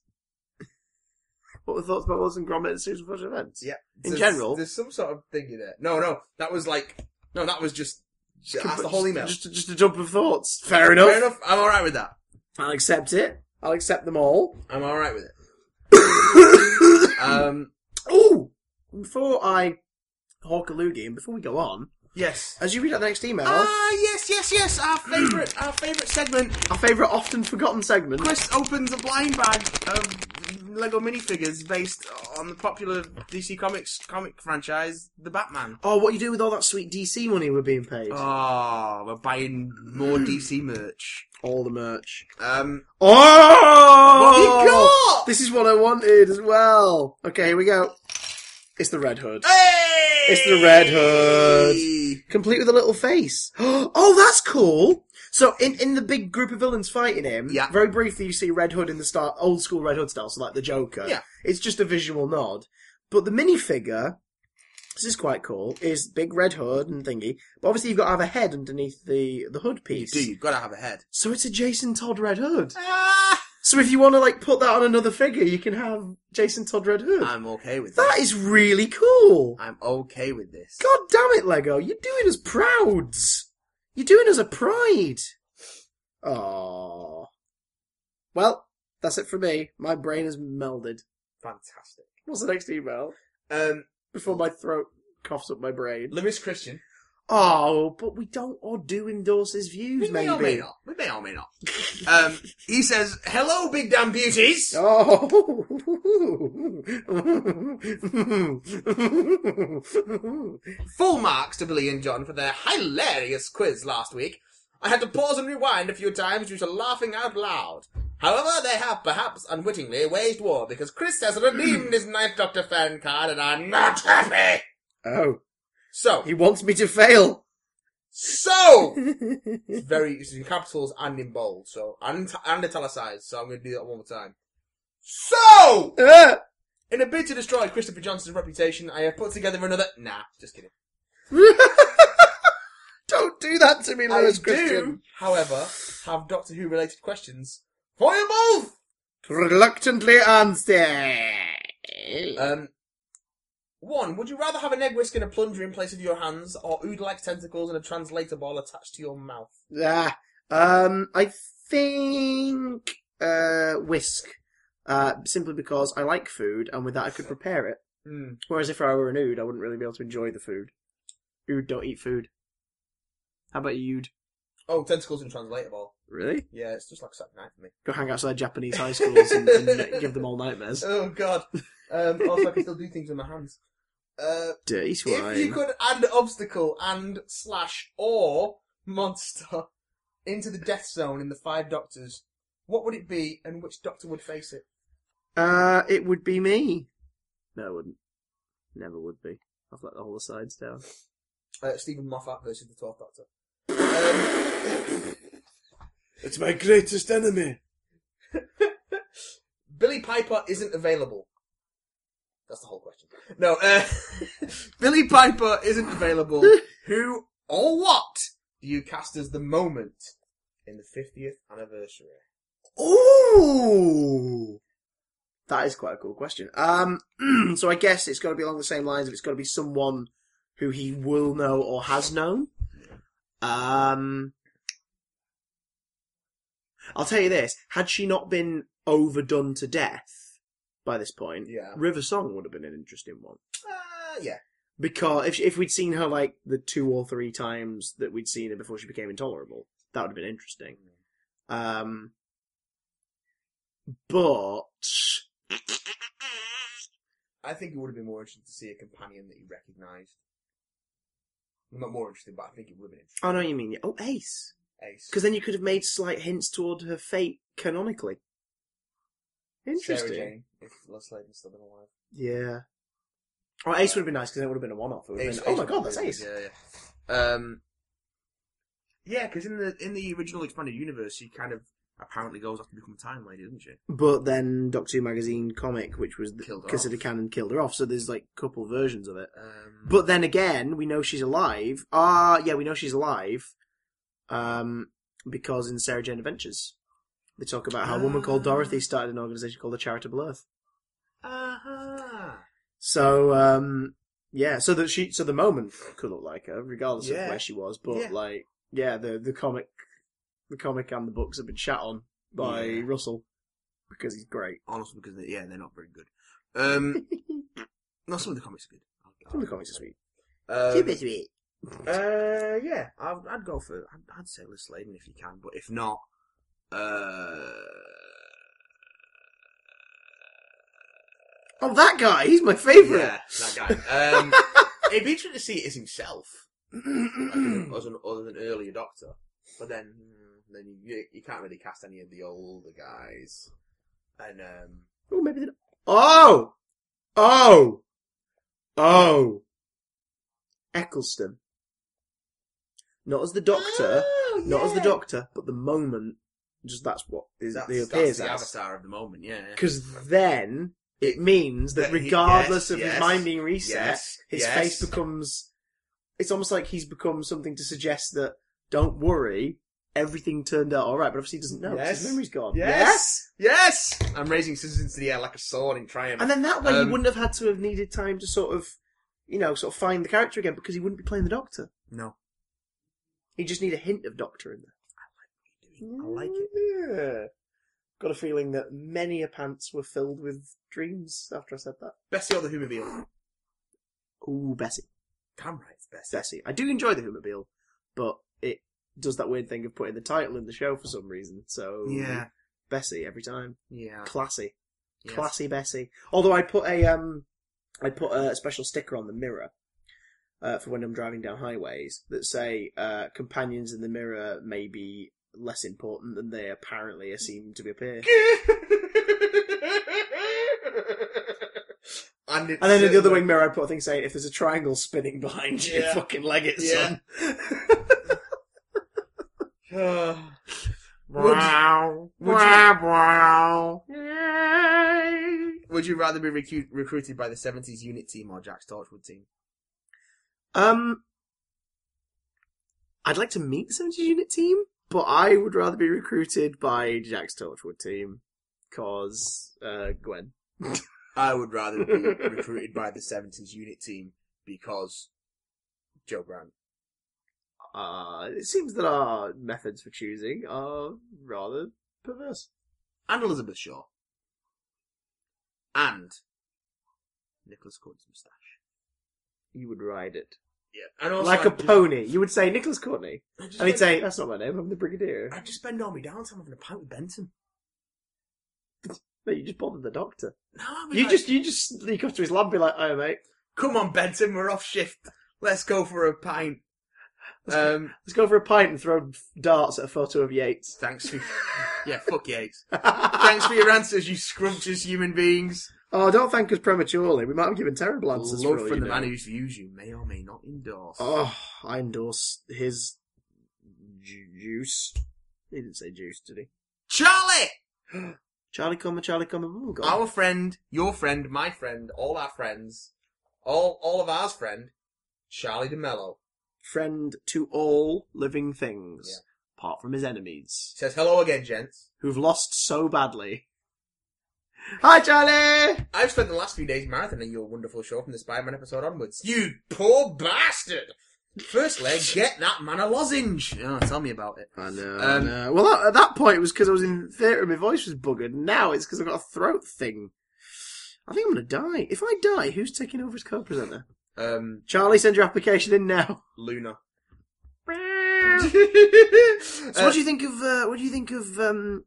Speaker 1: What were thoughts about Wilson Gromit and Susan Fudge events?
Speaker 2: Yeah.
Speaker 1: In general?
Speaker 2: There's some sort of thingy there. No, no. That was like, no, that was just,
Speaker 1: Just-
Speaker 2: that's the whole email.
Speaker 1: Just, just a dump of thoughts. Fair enough.
Speaker 2: Fair enough. I'm alright with that.
Speaker 1: I'll accept it. I'll accept them all.
Speaker 2: I'm alright with it. Um,
Speaker 1: Oh, before I hawk a loogie and before we go on,
Speaker 2: yes.
Speaker 1: as you read out the next email,
Speaker 2: Ah, yes, yes, yes. Our favourite, our favourite segment.
Speaker 1: our favourite often forgotten segment.
Speaker 2: Chris opens a blind bag of Lego minifigures based on the popular DC Comics comic franchise, The Batman.
Speaker 1: Oh, what you do with all that sweet DC money we're being paid?
Speaker 2: Ah, we're buying more DC merch.
Speaker 1: all the merch.
Speaker 2: Um,
Speaker 1: Oh,
Speaker 2: what have you got?
Speaker 1: This is what I wanted as well. Okay, here we go. It's the Red Hood,
Speaker 2: Hey!
Speaker 1: It's the Red Hood. complete with a little face. Oh, that's cool. So, in, in the big group of villains fighting him,
Speaker 2: Yeah.
Speaker 1: very briefly you see Red Hood in the start, old school Red Hood style, so like the Joker.
Speaker 2: Yeah.
Speaker 1: It's just a visual nod. But the minifigure, this is quite cool, is big red hood and thingy. But obviously you've got to have a head underneath the, the hood piece.
Speaker 2: Do you gotta have a head?
Speaker 1: So it's a Jason Todd Red Hood.
Speaker 2: Ah,
Speaker 1: So if you want to like put that on another figure, you can have Jason Todd Red Hood.
Speaker 2: I'm okay with
Speaker 1: that
Speaker 2: this.
Speaker 1: is really cool.
Speaker 2: I'm okay with this.
Speaker 1: God damn it, Lego. You're doing us prouds. You're doing us a pride. Aww. Well, that's it for me. My brain has melded.
Speaker 2: Fantastic.
Speaker 1: What's the next email?
Speaker 2: Um,
Speaker 1: Before my throat coughs up my brain.
Speaker 2: Lewis Christian.
Speaker 1: Oh, but we don't or do endorse his views,
Speaker 2: We
Speaker 1: maybe.
Speaker 2: may or may not. We may or may not. um, he says, "Hello, big damn beauties."
Speaker 1: Oh.
Speaker 2: Full marks to Billy and John for their hilarious quiz last week. I had to pause and rewind a few times due to laughing out loud. However, they have perhaps unwittingly waged war because Chris has redeemed his Ninth Doctor fan card and I'm not happy.
Speaker 1: oh,
Speaker 2: So,
Speaker 1: he wants me to fail.
Speaker 2: so It's very it's in capitals and in bold, so and and italicized. So I'm going to do that one more time. So,
Speaker 1: Ah.
Speaker 2: in a bid to destroy Christopher Johnson's reputation, I have put together another. Nah, just kidding.
Speaker 1: Don't do that to me, Lewis
Speaker 2: I do,
Speaker 1: Christian.
Speaker 2: however, have Doctor Who related questions for you both.
Speaker 1: Reluctantly answer.
Speaker 2: Um, one: Would you rather have an egg whisk and a plunger in place of your hands, or ood-like tentacles and a translator ball attached to your mouth?
Speaker 1: Ah, um, I think uh, whisk. Uh, simply because I like food, and with that I could prepare it.
Speaker 2: Hmm.
Speaker 1: Whereas if I were an ood, I wouldn't really be able to enjoy the food. Ood don't eat food. How about you, ood?
Speaker 2: Oh, tentacles and translator ball.
Speaker 3: Really?
Speaker 2: Yeah, it's just like Saturday night for me.
Speaker 3: Go hang outside Japanese high schools and, and give them all nightmares.
Speaker 2: Oh god. Um, also, I can still do things with my hands. Uh,
Speaker 3: Dirty swine.
Speaker 2: if you could add obstacle and slash or monster into the death zone in the Five Doctors, what would it be, and which Doctor would face it?
Speaker 3: Uh, it would be me. No, it wouldn't. Never would be. I've let all the sides down.
Speaker 2: Uh, Stephen Moffat versus the Twelfth Doctor. Um,
Speaker 1: It's my greatest enemy.
Speaker 2: Billy Piper isn't available. That's the whole question. No, uh, Billy Piper isn't available. Who or what do you cast as the moment in the 50th anniversary?
Speaker 1: Ooh, that is quite a cool question. Um, so I guess it's got to be along the same lines. If it's got to be someone who he will know or has known. Um, I'll tell you this: had she not been overdone to death by this point,
Speaker 2: Yeah.
Speaker 1: River Song would have been an interesting one.
Speaker 2: Uh, yeah.
Speaker 1: Because if if we'd seen her like the two or three times that we'd seen her before she became intolerable, that would have been interesting. Um, but
Speaker 2: I think it would have been more interesting to see a companion that you recognised. Well, not more interesting, but I think it would have been
Speaker 1: I know what you mean. Oh, Ace,
Speaker 2: interesting. Ace.
Speaker 1: because then you could have made slight hints toward her fate canonically. Interesting.
Speaker 2: Sarah Jane, if Les Sladen's still been alive.
Speaker 1: Yeah. Or Ace would have been nice because it would have been a one-off. It would have been, oh my god, that's Ace.
Speaker 2: Yeah, yeah. Um, yeah, because in the in the original expanded universe, she kind of apparently goes off to become a time lady, doesn't she?
Speaker 1: But then Doctor Who magazine comic, which was the,
Speaker 2: Killed her
Speaker 1: considered canon, killed her off. So there's like a couple versions of it.
Speaker 2: Um,
Speaker 1: But then again, we know she's alive. Ah, yeah, we know she's alive. Um, because in Sarah Jane Adventures, they talk about how a woman called
Speaker 2: Ah.
Speaker 1: Dorothy started an organization called the Charitable Earth.
Speaker 2: uh
Speaker 1: So, um, yeah, so that she, so the moment could look like her, regardless of
Speaker 2: Yeah.
Speaker 1: where she was. But
Speaker 2: Yeah.
Speaker 1: like, yeah, the the comic, the comic and the books have been shat on by
Speaker 2: Yeah.
Speaker 1: Russell because he's great.
Speaker 2: honestly, because they, yeah, they're Oh, not very good. Um, no, some of the comics are good.
Speaker 1: Some of the comics are sweet.
Speaker 2: Um,
Speaker 1: sweet.
Speaker 2: Uh, yeah, I'd, I'd go for. I'd, I'd say Liz Sladen if you can, but if not, uh,
Speaker 1: Oh, that guy, he's my favorite.
Speaker 2: yeah, that guy. Um, it'd be interesting to see it as himself, like, as an other than earlier Doctor. But then, mm, then you, you can't really cast any of the older guys, and um,
Speaker 1: Oh, maybe they Oh! Oh! Oh! Eccleston. Not as the Doctor,
Speaker 2: Oh,
Speaker 1: not as the
Speaker 2: yeah.
Speaker 1: Doctor, but the moment, just that's what is,
Speaker 2: That's,
Speaker 1: he
Speaker 2: that's
Speaker 1: appears
Speaker 2: the
Speaker 1: as.
Speaker 2: avatar of the moment. Yeah,
Speaker 1: Because then it means that
Speaker 2: That he-
Speaker 1: regardless
Speaker 2: yes,
Speaker 1: of his
Speaker 2: yes,
Speaker 1: mind being reset,
Speaker 2: yes,
Speaker 1: his
Speaker 2: yes.
Speaker 1: face becomes. It's almost like he's become something to suggest that don't worry, everything turned out alright, but obviously he doesn't know 'cause
Speaker 2: Yes.
Speaker 1: his memory's gone.
Speaker 2: Yes! Yes! I'm raising scissors into the air like a sword in triumph.
Speaker 1: And then that way
Speaker 2: Um,
Speaker 1: you wouldn't have had to have needed time to sort of, you know, sort of find the character again because he wouldn't be playing the Doctor.
Speaker 2: no.
Speaker 1: You just need a hint of Doctor in there.
Speaker 2: I like it.
Speaker 1: Yeah. Got a feeling that many a pants were filled with dreams after I said that.
Speaker 2: Bessie or the Humaville?
Speaker 1: Ooh, Bessie.
Speaker 2: Damn right, it's Bessie.
Speaker 1: Bessie. I do enjoy the Humobile, but it does that weird thing of putting the title in the show for some reason. So Bessie every time.
Speaker 2: Yeah.
Speaker 1: Classy.
Speaker 2: Yes.
Speaker 1: Classy Bessie. Although I put a um, I put a special sticker on the mirror uh, for when I'm driving down highways that say uh, companions in the mirror may be less important than they apparently seem to appear.
Speaker 2: and,
Speaker 1: And then in
Speaker 2: it's
Speaker 1: the other
Speaker 2: certainly-
Speaker 1: wing mirror, I put a thing saying, "If there's a triangle spinning behind you,
Speaker 2: Yeah.
Speaker 1: fucking leg it, son."
Speaker 2: Wow. Would you, would you rather be recu- recruited by the 70s unit team or Jack's Torchwood team?
Speaker 1: Um, I'd like to meet the 70 unit team, but I would rather be recruited by Jack's Torchwood team, cause uh, Gwen.
Speaker 2: I would rather be recruited by the 70s unit team because Joe Grant.
Speaker 1: Uh, it seems that our methods for choosing are rather perverse.
Speaker 2: and Elizabeth Shaw, and Nicholas Court's moustache.
Speaker 1: You would ride it.
Speaker 2: And also,
Speaker 1: like
Speaker 2: I
Speaker 1: a
Speaker 2: just-
Speaker 1: pony. You would say Nicholas Courtney,
Speaker 2: I just
Speaker 1: and he'd
Speaker 2: spend-
Speaker 1: say, "That's not my name. I'm the Brigadier."
Speaker 2: I just spend all my downtime having a pint with Benton.
Speaker 1: No, you just bothered the doctor.
Speaker 2: No, I mean,
Speaker 1: You
Speaker 2: like,
Speaker 1: just you just sneak up to his lamp, and be like, "Oh, mate,
Speaker 2: come on, Benton. We're off shift. Let's go for a pint. Um,
Speaker 1: let's go for a pint and throw darts at a photo of Yates."
Speaker 2: thanks for yeah, fuck Yates.
Speaker 1: oh,
Speaker 2: Thanks for your answers, you scrumptious human beings.
Speaker 1: Oh, don't thank us prematurely. We might have given terrible answers. for
Speaker 2: Love
Speaker 1: all
Speaker 2: from
Speaker 1: you
Speaker 2: the
Speaker 1: know.
Speaker 2: man whose views you may or may not endorse.
Speaker 1: Oh, I endorse his ju- juice. He didn't say juice, did he?
Speaker 2: Charlie,
Speaker 1: Charlie Comer, Charlie Comer. Oh, God.
Speaker 2: our friend, your friend, my friend, all our friends, all all of ours friend, Charlie DeMello
Speaker 1: friend to all living things, apart from his enemies,
Speaker 2: says hello again, gents.
Speaker 1: who've lost so badly. Hi, Charlie!
Speaker 2: I've spent the last few days marathoning your wonderful show from the Spider-Man episode onwards. You poor bastard! Firstly, get that man a lozenge. Oh, tell me about it.
Speaker 1: I know.
Speaker 2: I
Speaker 1: Well, that, at that point, it was because I was in theatre and my voice was buggered. Now it's because I've got a throat thing. I think I'm going to die. If I die, who's taking over as co presenter?
Speaker 2: Um,
Speaker 1: Charlie, send your application in now.
Speaker 2: Luna. Uh,
Speaker 1: So what do you think of uh, what do you think of um,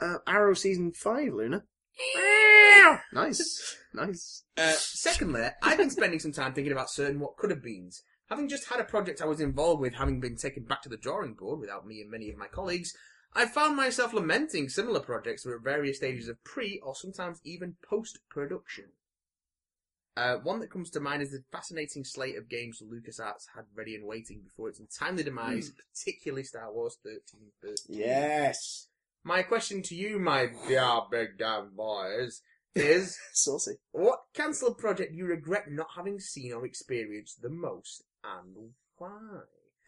Speaker 1: uh, Arrow season five, Luna? nice, nice.
Speaker 2: Uh, secondly, I've been spending some time thinking about certain what could have beens. Having just had a project I was involved with having been taken back to the drawing board without me and many of my colleagues, I found myself lamenting similar projects that were at various stages of pre or sometimes even post production. Uh, one that comes to mind is the fascinating slate of games LucasArts had ready and waiting before its untimely demise,
Speaker 1: Hmm.
Speaker 2: particularly Star Wars 1313.
Speaker 1: Yes,
Speaker 2: My question to you, my dear big damn boys, is
Speaker 1: saucy.
Speaker 2: what cancelled project do you regret not having seen or experienced the most, and why?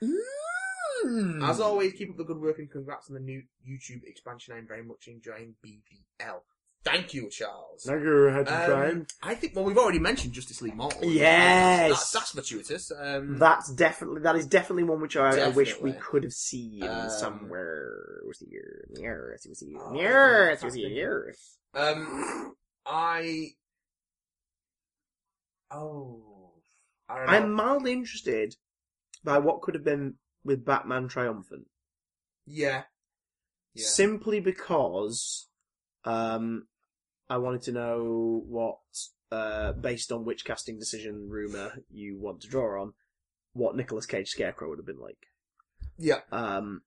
Speaker 1: Hmm.
Speaker 2: As always, keep up the good work and congrats on the new YouTube expansion. I'm very much enjoying BBL. Thank you, Charles.
Speaker 1: Naguru had
Speaker 2: Um, I think. Well, we've already mentioned Justice League Mortal.
Speaker 1: Yes.
Speaker 2: that's, that's fortuitous. Um,
Speaker 1: That's definitely that is definitely one which I, I wish we
Speaker 2: Definitely.
Speaker 1: could have seen
Speaker 2: Um,
Speaker 1: somewhere. Was the year? Near? It was the year.
Speaker 2: Oh,
Speaker 1: Near? It
Speaker 2: that's
Speaker 1: was the
Speaker 2: big.
Speaker 1: year.
Speaker 2: um, I. Oh, I don't know.
Speaker 1: I'm mildly interested by what could have been with Batman Triumphant.
Speaker 2: yeah. Yeah.
Speaker 1: simply because um, I wanted to know what, uh, based on which casting decision rumor you want to draw on, what Nicolas Cage Scarecrow would have been like.
Speaker 2: yeah.
Speaker 1: Um,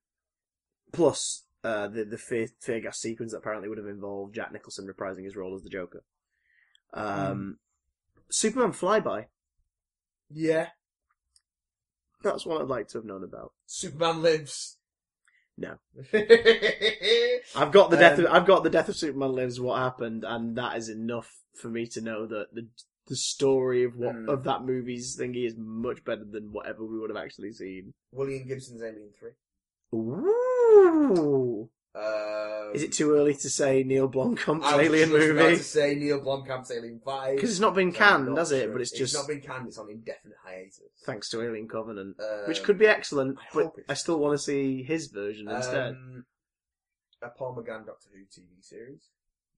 Speaker 1: plus uh, the the fear, fear gas sequence that apparently would have involved Jack Nicholson reprising his role as the Joker. Um, Superman Flyby.
Speaker 2: Yeah.
Speaker 1: That's what I'd like to have known about.
Speaker 2: Superman lives.
Speaker 1: No.
Speaker 2: yeah.
Speaker 1: I've got the death.
Speaker 2: Um,
Speaker 1: of, I've got the death of Superman lives. What happened, and that is enough for me to know that the the story of what
Speaker 2: Hmm.
Speaker 1: of that movie's thingy is much better than whatever we would have actually seen.
Speaker 2: William Gibson's Alien Three.
Speaker 1: Ooh.
Speaker 2: Um,
Speaker 1: Is it too early to say Neil Blomkamp's
Speaker 2: I was
Speaker 1: Alien
Speaker 2: just About
Speaker 1: movie?
Speaker 2: to say Neil Blomkamp's Alien Five.
Speaker 1: Because it's not been
Speaker 2: I'm
Speaker 1: canned,
Speaker 2: not
Speaker 1: has it?
Speaker 2: sure.
Speaker 1: But it's just
Speaker 2: not been canned. It's on indefinite hiatus.
Speaker 1: thanks to Alien Covenant,
Speaker 2: Um,
Speaker 1: which could be excellent.
Speaker 2: I
Speaker 1: But
Speaker 2: hope it's-
Speaker 1: I still want to see his version instead.
Speaker 2: Um, a Paul McGann Doctor Who TV series.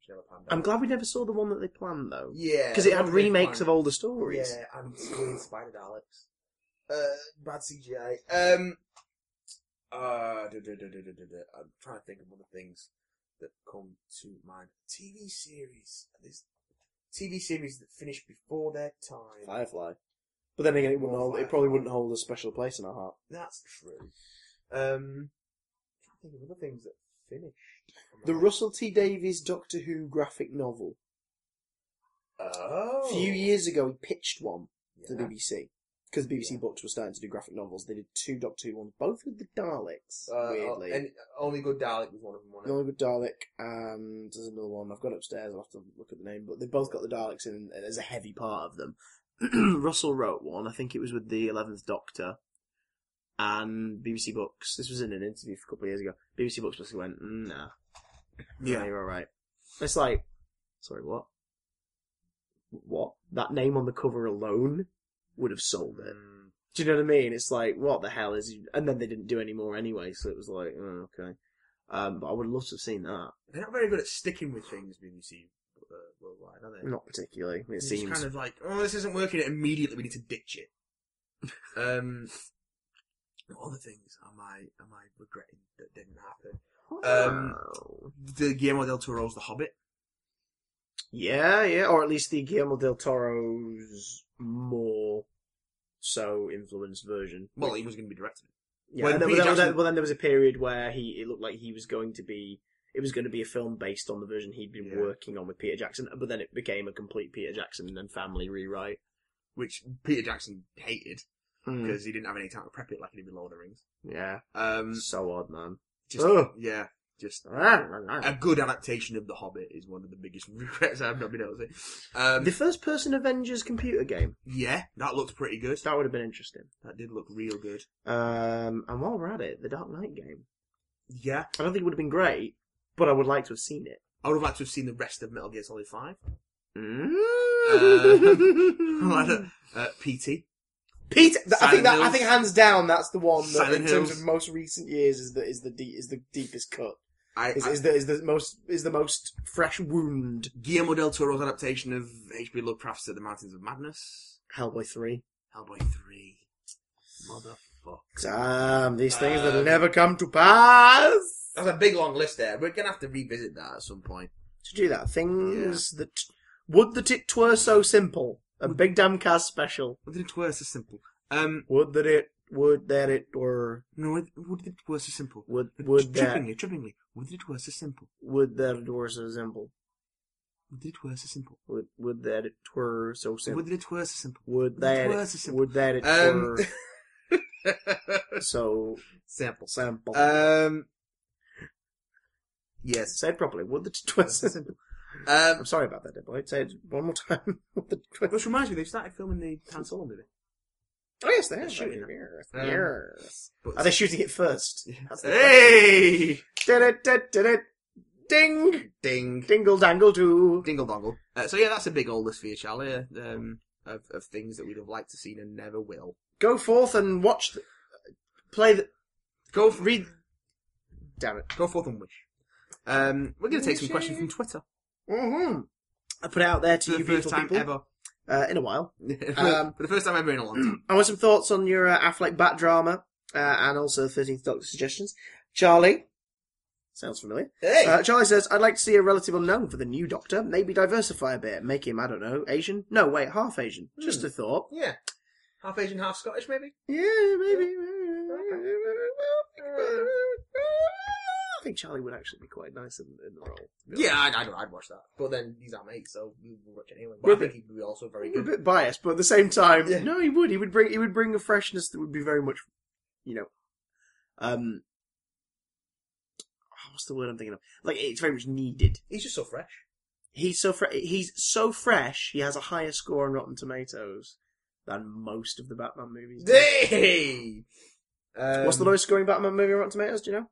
Speaker 2: Which never panned out.
Speaker 1: I'm glad we never saw the one that they planned though,
Speaker 2: Yeah,
Speaker 1: because it had remakes of older stories.
Speaker 2: Yeah, and Squid Spider Alex. Uh, bad CGI. Um, uh, duh, duh, duh, duh, duh, duh, duh. I'm trying to think of other things that come to mind. TV series. This TV series that finished before their time.
Speaker 1: Firefly. But then again, it wouldn't hold. It probably wouldn't hold a special place in our heart.
Speaker 2: That's true. Um, I think of other things that finished.
Speaker 1: The Russell T Davies Doctor Who graphic novel.
Speaker 2: Oh.
Speaker 1: A few years ago, he pitched one to the
Speaker 2: Yeah.
Speaker 1: BBC because BBC
Speaker 2: Yeah.
Speaker 1: Books were starting to do graphic novels. They did two Doctor Who ones, both with the Daleks.
Speaker 2: Uh,
Speaker 1: weirdly,
Speaker 2: and only good Dalek was one of them. Wasn't
Speaker 1: the
Speaker 2: it?
Speaker 1: only with Dalek and there's another one I've got upstairs. I'll have to look at the name, but they both got the Daleks in as a heavy part of them. Russell wrote one. I think it was with the Eleventh Doctor. And BBC Books, this was in an interview a couple of years ago. BBC Books basically went, "Mm, nah, yeah, you're all right. It's like, sorry, what? What? That name on the cover alone would have sold it.
Speaker 2: Mm,
Speaker 1: Do you know what I mean? It's like, what the hell is? And then they didn't do any more anyway, so it was like, oh, okay. Um, but I would love to have seen that.
Speaker 2: they're not very good at sticking with things, BBC uh, worldwide, are they?
Speaker 1: Not particularly. Mm. It
Speaker 2: It's
Speaker 1: seems.
Speaker 2: kind of like, oh, this isn't working. Immediately, we need to ditch it. Um, what other things am I am I regretting that didn't happen? Um,
Speaker 3: Um,
Speaker 2: The Guillermo del Toro's The Hobbit.
Speaker 1: Yeah, yeah, or at least the Guillermo del Toro's more so influenced version.
Speaker 2: Well, he was going to be directing it.
Speaker 1: Yeah,
Speaker 2: When
Speaker 1: and then,
Speaker 2: Peter
Speaker 1: well, then-
Speaker 2: Jackson-
Speaker 1: well, then there was a period where he it looked like he was going to be it was going to be a film based on the version he'd been
Speaker 2: Yeah.
Speaker 1: working on with Peter Jackson, but then it became a complete Peter Jackson and family rewrite.
Speaker 2: which Peter Jackson hated
Speaker 1: Mm.
Speaker 2: because he didn't have any time to prep it like he did with Lord of the Rings.
Speaker 1: Yeah,
Speaker 2: Um,
Speaker 1: so odd, man. Ah,
Speaker 2: just
Speaker 1: Ugh.
Speaker 2: yeah, just a
Speaker 1: the
Speaker 2: good adaptation of The Hobbit is one of the biggest regrets I've not been able to. see. Um,
Speaker 1: first person Avengers computer game
Speaker 2: yeah, that looked pretty good.
Speaker 1: that would have been interesting.
Speaker 2: That did look real good.
Speaker 1: Um, and while we're at it, the Dark Knight game.
Speaker 2: Yeah,
Speaker 1: I don't think it would have been great, but I would like to have seen it.
Speaker 2: I would have liked to have seen the rest of Metal Gear Solid Five.
Speaker 1: Mm.
Speaker 2: I
Speaker 1: Uh,
Speaker 2: don't- Uh, PT.
Speaker 1: Peter, I think
Speaker 2: Silent
Speaker 1: that I
Speaker 2: Hills.
Speaker 1: think hands down that's the one that
Speaker 2: Silent
Speaker 1: in terms
Speaker 2: Hills.
Speaker 1: of most recent years is the is the deep, is the deepest cut
Speaker 2: I,
Speaker 1: is,
Speaker 2: I-
Speaker 1: is the is the most is the most fresh wound.
Speaker 2: Guillermo del Toro's adaptation of H.P. Lovecraft's *The Mountains of Madness*,
Speaker 1: Hellboy three.
Speaker 2: Hellboy three, motherfucker.
Speaker 1: Damn, these things that'll
Speaker 2: Um,
Speaker 1: never come to pass.
Speaker 2: That's a big long list there. We're gonna have to revisit that at some point.
Speaker 1: To do that, things that would that it were so simple. A big damn cast special.
Speaker 2: Would it were so simple? Um,
Speaker 1: Would that it would that it were
Speaker 2: no, would- would it were so simple?
Speaker 1: would would that
Speaker 2: trippingly, trippingly, would it were so simple?
Speaker 1: would that it were so simple.
Speaker 2: Would it were so simple?
Speaker 1: Would would that it were so simple.
Speaker 2: Would it were so simple?
Speaker 1: Would
Speaker 2: Would it
Speaker 1: that
Speaker 2: were
Speaker 1: it,
Speaker 2: so simple?
Speaker 1: would that it
Speaker 2: Um,
Speaker 1: were so
Speaker 2: Sample.
Speaker 1: simple.
Speaker 2: Um, yes.
Speaker 1: Say it properly. Would that it were so simple.
Speaker 2: Um,
Speaker 1: I'm sorry about that, Dead Boy. Say it one more time. Would that it were
Speaker 2: which reminds me, they started filming the Han Solo movie.
Speaker 1: Oh yes, they have.
Speaker 2: They're shooting it.
Speaker 1: Yes.
Speaker 2: Um,
Speaker 1: Yes.
Speaker 2: But-
Speaker 1: Are they shooting it first? That's the
Speaker 2: hey!
Speaker 1: Did it? Did it? Did it? Ding!
Speaker 2: Ding.
Speaker 1: Dingle dangle too.
Speaker 2: Dingle dongle. Uh, so yeah, that's a big old list for you, Charlie, uh, um, of, of things that we'd have liked to seen and never will.
Speaker 1: Go forth and watch. The, play the.
Speaker 2: Go for,
Speaker 1: Read. Damn it.
Speaker 2: go forth and wish. Um, we're going to take some questions from Twitter
Speaker 1: Mm-hmm. I put it out there to
Speaker 2: for
Speaker 1: you
Speaker 2: the first
Speaker 1: beautiful
Speaker 2: time
Speaker 1: people
Speaker 2: ever.
Speaker 1: Uh, in a while. Um,
Speaker 2: for the first time ever in a long time.
Speaker 1: I want some thoughts on your uh, Affleck Bat drama uh, and also 13th Doctor suggestions. Charlie. Sounds familiar.
Speaker 2: Hey!
Speaker 1: Uh, Charlie says, I'd like to see a relative unknown for the new Doctor. Maybe diversify a bit. Make him, I don't know, Asian? No, wait, half Asian. Just
Speaker 2: Hmm.
Speaker 1: a thought.
Speaker 2: yeah. Half Asian, half Scottish, maybe?
Speaker 1: Yeah, maybe. I think Charlie would actually be quite nice in, in the role.
Speaker 2: Yeah, I'd, I'd, I'd watch that. But then these are mates, so we will watch it anyway. But
Speaker 1: We're
Speaker 2: I think he'd be also very
Speaker 1: We're a
Speaker 2: good.
Speaker 1: bit biased, but at the same time,
Speaker 2: Yeah.
Speaker 1: no, he would. He would bring he would bring a freshness that would be very much, you know, um, oh, what's the word I'm thinking of? Like it's very much needed.
Speaker 2: He's just so fresh.
Speaker 1: He's so fre- he's so fresh. He has a higher score on Rotten Tomatoes than most of the Batman movies. do.
Speaker 2: Hey! Um,
Speaker 1: What's the lowest scoring Batman movie on Rotten Tomatoes? Do you know?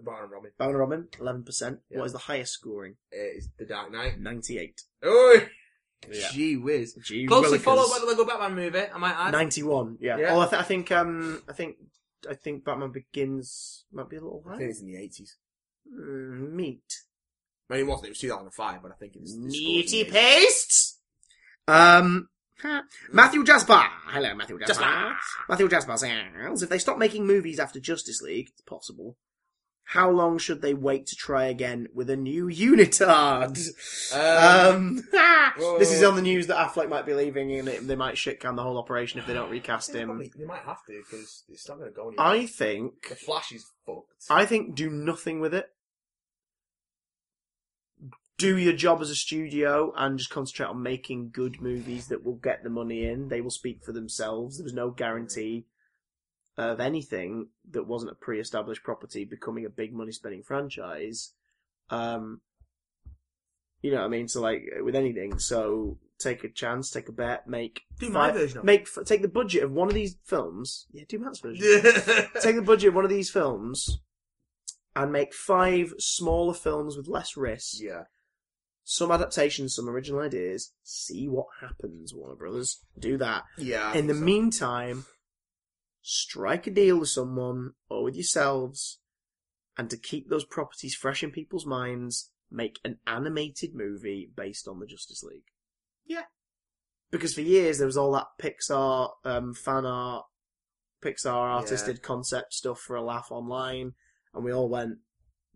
Speaker 2: Batman and Robin.
Speaker 1: Batman and Robin, eleven percent.
Speaker 2: Yeah.
Speaker 1: What is the highest scoring?
Speaker 2: Uh, It's The Dark Knight.
Speaker 1: Ninety-eight.
Speaker 2: Oh!
Speaker 1: Yeah.
Speaker 2: Gee whiz.
Speaker 1: Gee
Speaker 2: Closely
Speaker 1: willikers.
Speaker 2: followed by the Lego Batman movie, I might add.
Speaker 1: ninety-one. Yeah.
Speaker 2: Yeah.
Speaker 1: Oh, I, th- I think um, I think I think Batman Begins might be a little
Speaker 2: I
Speaker 1: high.
Speaker 2: think it's in the 80s.
Speaker 1: Mm, meat.
Speaker 2: I mean, it wasn't. It was 2005, but I think it's... it's
Speaker 1: Meaty
Speaker 2: scored in the 80s.
Speaker 1: pastes. Um, huh. Matthew Jasper. Hello, Matthew Jasper.
Speaker 2: Hmm. Jasper.
Speaker 1: Matthew Jasper says, if they stop making movies after Justice League, it's possible. How long should they wait to try again with a new unitard? Um,
Speaker 2: Um,
Speaker 1: this is on the news that Affleck might be leaving, and it, they might shit can the whole operation if they don't recast
Speaker 2: They
Speaker 1: him.
Speaker 2: probably- They might have to, because it's not going to go anywhere.
Speaker 1: I think
Speaker 2: The Flash is fucked.
Speaker 1: I think do nothing with it. Do your job as a studio and just concentrate on making good movies that will get the money in. They will speak for themselves. There was no guarantee of anything that wasn't a pre-established property becoming a big money-spending franchise. Um, you know what I mean? So like with anything, so take a chance, take a bet, make
Speaker 2: Do my
Speaker 1: fi-
Speaker 2: version of
Speaker 1: make f- take the budget of one of these films. Yeah, do Matt's version
Speaker 2: it.
Speaker 1: take the budget of one of these films and make five smaller films with less risk,
Speaker 2: yeah.
Speaker 1: some adaptations, some original ideas. See what happens, Warner Brothers. Do that.
Speaker 2: Yeah. I
Speaker 1: In the
Speaker 2: think so.
Speaker 1: meantime, strike a deal with someone or with yourselves, and to keep those properties fresh in people's minds, make an animated movie based on the Justice League.
Speaker 2: Yeah.
Speaker 1: because for years there was all that Pixar um, fan art, Pixar artist
Speaker 2: Yeah.
Speaker 1: did concept stuff for a laugh online, and we all went,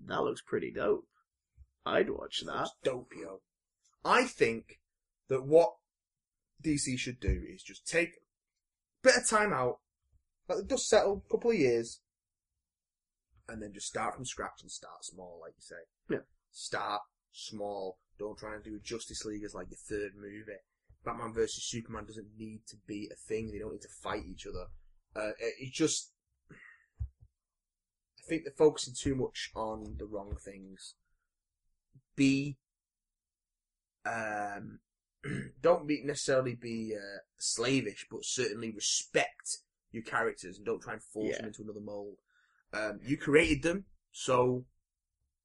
Speaker 1: "That looks pretty dope. I'd watch that."
Speaker 2: It's dope, yo. I think that what DC should do is just take a bit of time out, let the dust settle a couple of years, and then just start from scratch and start small, like you say.
Speaker 1: Yeah.
Speaker 2: Start small. Don't try and do Justice League as like your third movie. Batman versus Superman doesn't need to be a thing. They don't need to fight each other. Uh, it- it's just, I think they're focusing too much on the wrong things. Be, um, don't be necessarily be uh, slavish, but certainly respect your characters and don't try and force
Speaker 1: Yeah.
Speaker 2: them into another mold. Um, you created them, so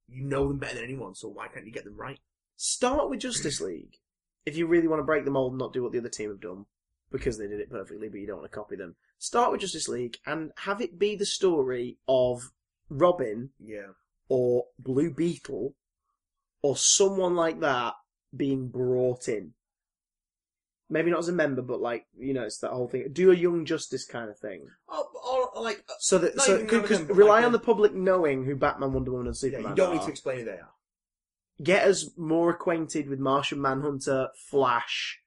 Speaker 2: you know them better than anyone. So why can't you get them right?
Speaker 1: Start with Justice League if you really want to break the mold and not do what the other team have done because they did it perfectly, but you don't want to copy them. Start with Justice League and have it be the story of Robin
Speaker 2: Yeah,
Speaker 1: or Blue Beetle or someone like that being brought in. Maybe not as a member, but like you know, it's that whole thing. Do a Young Justice kind of thing,
Speaker 2: Oh, or, or like
Speaker 1: so that
Speaker 2: Not
Speaker 1: so
Speaker 2: even
Speaker 1: because
Speaker 2: member,
Speaker 1: rely
Speaker 2: like
Speaker 1: on
Speaker 2: a-
Speaker 1: the public knowing who Batman, Wonder Woman, and
Speaker 2: yeah,
Speaker 1: Superman
Speaker 2: you don't
Speaker 1: are.
Speaker 2: need to explain who they are.
Speaker 1: Get us more acquainted with Martian Manhunter, Flash,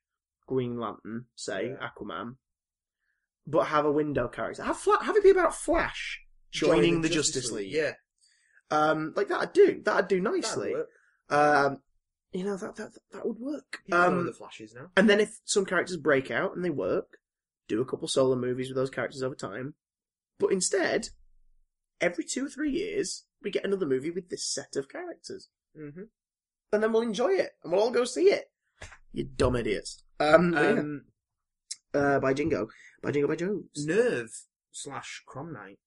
Speaker 1: Green Lantern, say
Speaker 2: Yeah.
Speaker 1: Aquaman, but have a window character. Have Fla- have it be about Flash joining, the, Justice, League.
Speaker 2: Yeah,
Speaker 1: Um, like that'd do. That'd do
Speaker 2: that'd
Speaker 1: nicely.
Speaker 2: work.
Speaker 1: Um, you know that that that would work.
Speaker 2: You know the
Speaker 1: Um,
Speaker 2: flashes now.
Speaker 1: and then if some characters break out and they work, do a couple solo movies with those characters over time. But instead, every two or three years, we get another movie with this set of characters,
Speaker 2: Mm-hmm.
Speaker 1: and then we'll enjoy it and we'll all go see it. You dumb idiots. Um, but yeah.
Speaker 2: Um,
Speaker 1: uh, by Jingo, by Jingo, by Jones.
Speaker 2: Nerve slash Crom Night.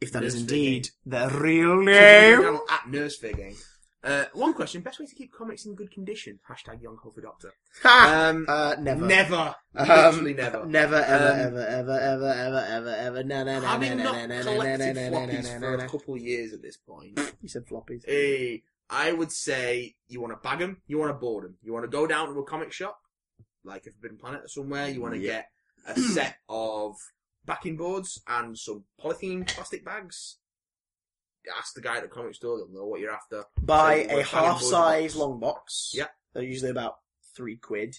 Speaker 1: if that is
Speaker 2: Nerves
Speaker 1: indeed their real name.
Speaker 2: Channel at Nurse Fair Game. Uh, one question: Best way to keep comics in good condition? Hashtag Young Hofer Doctor.
Speaker 1: Ha!
Speaker 2: Um,
Speaker 1: Uh, never.
Speaker 2: never,
Speaker 1: Um,
Speaker 2: literally never.
Speaker 1: Never, ever, ever,
Speaker 2: Um,
Speaker 1: ever, ever, ever, ever, ever, na na na na
Speaker 2: Having
Speaker 1: na
Speaker 2: not
Speaker 1: na na na na
Speaker 2: collected
Speaker 1: na na na
Speaker 2: floppies for
Speaker 1: na na.
Speaker 2: a couple of years at this point,
Speaker 1: You said floppies.
Speaker 2: eh, I would say you want to bag them, you want to board them, you want to go down to a comic shop, like a Forbidden Planet or somewhere. You want to
Speaker 1: Yeah.
Speaker 2: get a set of backing boards and some polythene plastic bags. Ask the guy at the comic store; they'll know what you're after.
Speaker 1: Buy
Speaker 2: So you
Speaker 1: a
Speaker 2: want to buy a
Speaker 1: half size
Speaker 2: box.
Speaker 1: long box.
Speaker 2: Yeah.
Speaker 1: They're usually about three quid.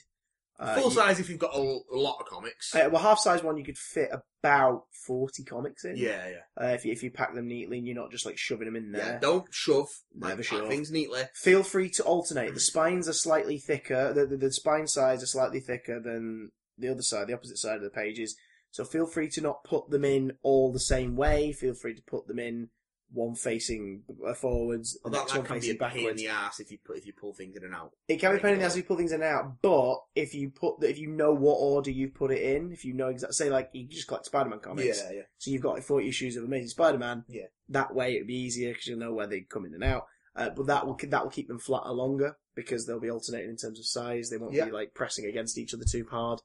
Speaker 1: Uh,
Speaker 2: Full
Speaker 1: you-
Speaker 2: size if you've got a, l- a lot of comics.
Speaker 1: Uh, well, half size one you could fit about forty comics in.
Speaker 2: yeah, yeah.
Speaker 1: Uh, if you, if you pack them neatly and you're not just like shoving them in there.
Speaker 2: Yeah, don't shove.
Speaker 1: Never
Speaker 2: Never like,
Speaker 1: shove.
Speaker 2: shove. Things neatly.
Speaker 1: Feel free to alternate. The spines are slightly thicker. The, the, the spine sides are slightly thicker than the other side, the opposite side of the pages. So feel free to not put them in all the same way. Feel free to put them in one facing uh, forwards, the
Speaker 2: Although
Speaker 1: next
Speaker 2: that
Speaker 1: one
Speaker 2: can be
Speaker 1: facing
Speaker 2: a pain in
Speaker 1: backwards.
Speaker 2: the ass if you put, if you pull things in and out.
Speaker 1: It can be a pain in the ass
Speaker 2: regular.
Speaker 1: if you pull things in and out, but if you put the, if you know what order you put it in, if you know exactly, say like you just collect Spider-Man comics,
Speaker 2: yeah.
Speaker 1: so you've got 40 issues of Amazing Spider-Man.
Speaker 2: Yeah.
Speaker 1: That way it'd be easier because you'll know where they come in and out. Uh, but that will that will keep them flatter longer because they'll be alternating in terms of size. They won't
Speaker 2: Yeah.
Speaker 1: be like pressing against each other too hard.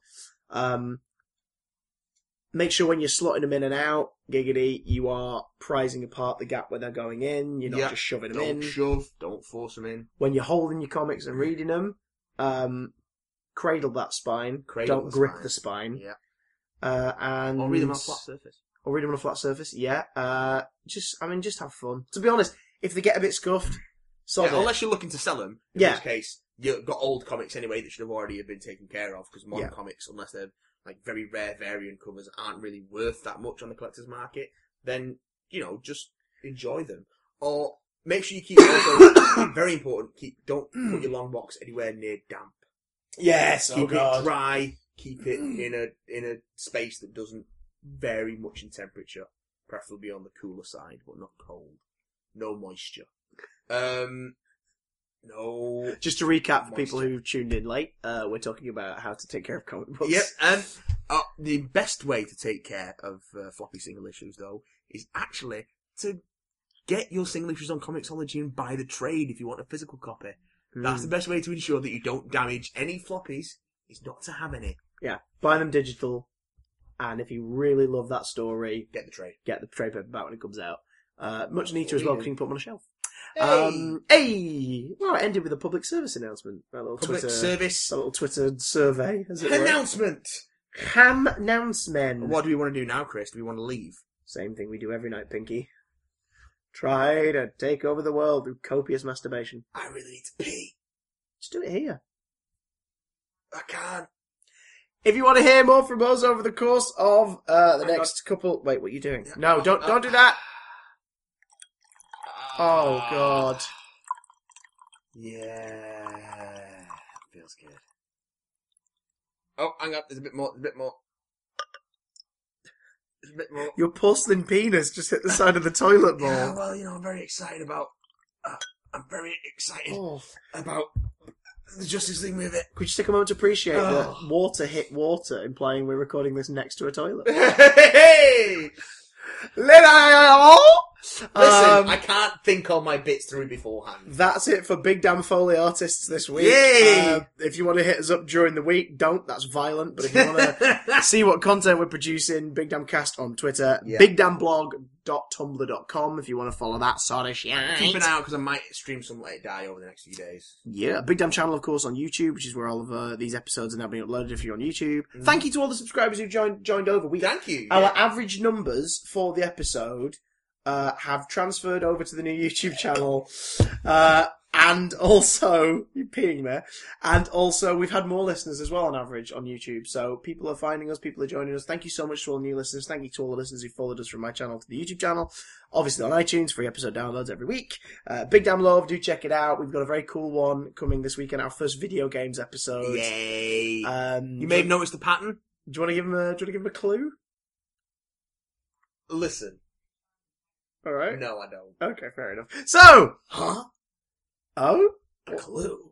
Speaker 1: Um, make sure when you're slotting them in and out, giggity, you are prizing apart the gap where they're going in. You're not
Speaker 2: Yeah.
Speaker 1: just shoving them
Speaker 2: Don't
Speaker 1: in
Speaker 2: shove. Don't force them in.
Speaker 1: when you're holding your comics and reading them, um, cradle that spine.
Speaker 2: Cradle
Speaker 1: Don't
Speaker 2: the
Speaker 1: grip
Speaker 2: spine.
Speaker 1: the spine.
Speaker 2: Yeah.
Speaker 1: Uh, and
Speaker 2: Or read them on a flat surface.
Speaker 1: Or read them on a flat surface. Yeah. Uh, just I mean, just have fun. To be honest, if they get a bit scuffed, so
Speaker 2: Yeah, unless you're looking to sell them. In
Speaker 1: Yeah.
Speaker 2: which case, you've got old comics anyway that should have already have been taken care of because modern
Speaker 1: Yeah.
Speaker 2: comics, unless they're like very rare variant covers, aren't really worth that much on the collector's market. Then you know, just enjoy them or make sure you keep. Also, very important. Keep don't put your long box anywhere near damp.
Speaker 1: yes. Oh
Speaker 2: keep it
Speaker 1: God.
Speaker 2: dry. Keep it in a in a space that doesn't vary much in temperature, preferably on the cooler side, but not cold. No moisture. Um, no.
Speaker 1: Just to recap for people who tuned in late, uh, we're talking about how to take care of comic books.
Speaker 2: Yep. And uh, the best way to take care of uh, floppy single issues, though, is actually to get your single issues on Comixology and buy the trade if you want a physical copy.
Speaker 1: Hmm.
Speaker 2: That's the best way to ensure that you don't damage any floppies. Is not to have any.
Speaker 1: yeah. Buy them digital, and if you really love that story,
Speaker 2: Get the trade.
Speaker 1: get the trade paperback when it comes out. Uh, much neater as well because you can put them on a shelf.
Speaker 3: Um, hey! Well, it ended with a public service announcement. That little
Speaker 2: Public
Speaker 3: Twitter,
Speaker 2: service
Speaker 3: that little Twitter survey, as it were.
Speaker 2: announcement.
Speaker 3: Ham announcement.
Speaker 2: What do we want to do now, Chris? Do we want to leave?
Speaker 3: Same thing we do every night, Pinky.
Speaker 1: Try to take over the world through copious masturbation.
Speaker 2: I really need to pee.
Speaker 1: Just do it here.
Speaker 2: I can't.
Speaker 1: If you want to hear more from us over the course of uh, the
Speaker 2: Hang
Speaker 1: next couple, wait, what are you doing?
Speaker 2: Yeah.
Speaker 1: No, don't don't do that.
Speaker 2: Ah.
Speaker 1: Oh God,
Speaker 2: Yeah. Feels good. Oh, hang on. There's a bit more. There's a bit more. There's a bit more.
Speaker 1: your porcelain penis just hit the side of the toilet bowl.
Speaker 2: Yeah, well, you know, I'm very excited about. Uh, I'm very excited
Speaker 1: Oh.
Speaker 2: about the Justice League movie.
Speaker 1: Could you take a moment to appreciate
Speaker 2: Oh.
Speaker 1: that water hit water, implying we're recording this next to a toilet?
Speaker 2: Hey!
Speaker 1: Let I-
Speaker 2: Listen,
Speaker 1: Um,
Speaker 2: I can't think all my bits through beforehand.
Speaker 1: That's it for Big Damn Foley artists this week.
Speaker 2: Yay!
Speaker 1: Uh, if you want to hit us up during the week, don't. That's violent. But if you want to see what content we're producing, Big Damn Cast on Twitter,
Speaker 2: Yeah.
Speaker 1: bigdamblog.tumblr.com if you want to follow that sort of shit.
Speaker 2: Keep an eye out because I might stream some Let It Die over the next few days.
Speaker 1: Yeah, Big Damn Channel, of course, on YouTube, which is where all of uh, these episodes are now being uploaded if you're on YouTube. Thank you to all the subscribers who joined joined over. We
Speaker 2: Mm. Thank you.
Speaker 1: Our average numbers for the episode uh, have transferred over to the new YouTube channel. Uh, and also, you're peeing there. And also, we've had more listeners as well on average on YouTube. So people are finding us, people are joining us. Thank you so much to all new listeners. Thank you to all the listeners who followed us from my channel to the YouTube channel. Obviously on iTunes, free episode downloads every week. Uh, Big Damn Love, do check it out. We've got a very cool one coming this weekend, our first video games episode.
Speaker 2: Yay.
Speaker 1: Um,
Speaker 2: you may have noticed the pattern.
Speaker 1: Do you want to give him a? Do you want to give him a clue?
Speaker 2: Listen.
Speaker 1: All right.
Speaker 2: No, I don't.
Speaker 1: Okay, fair enough. So,
Speaker 2: Huh?
Speaker 1: oh,
Speaker 2: A clue.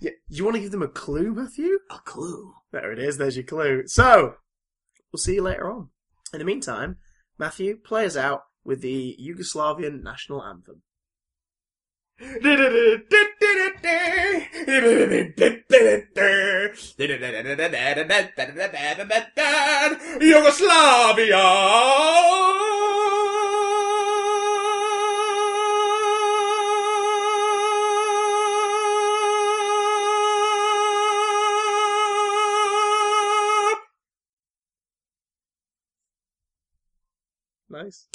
Speaker 1: yeah, you want to give them a clue, Matthew?
Speaker 2: A clue.
Speaker 1: There it is. There's your clue. So, we'll see you later on. In the meantime, Matthew, play us out with the Yugoslavian national anthem.
Speaker 2: Yugoslavia!
Speaker 1: Nice.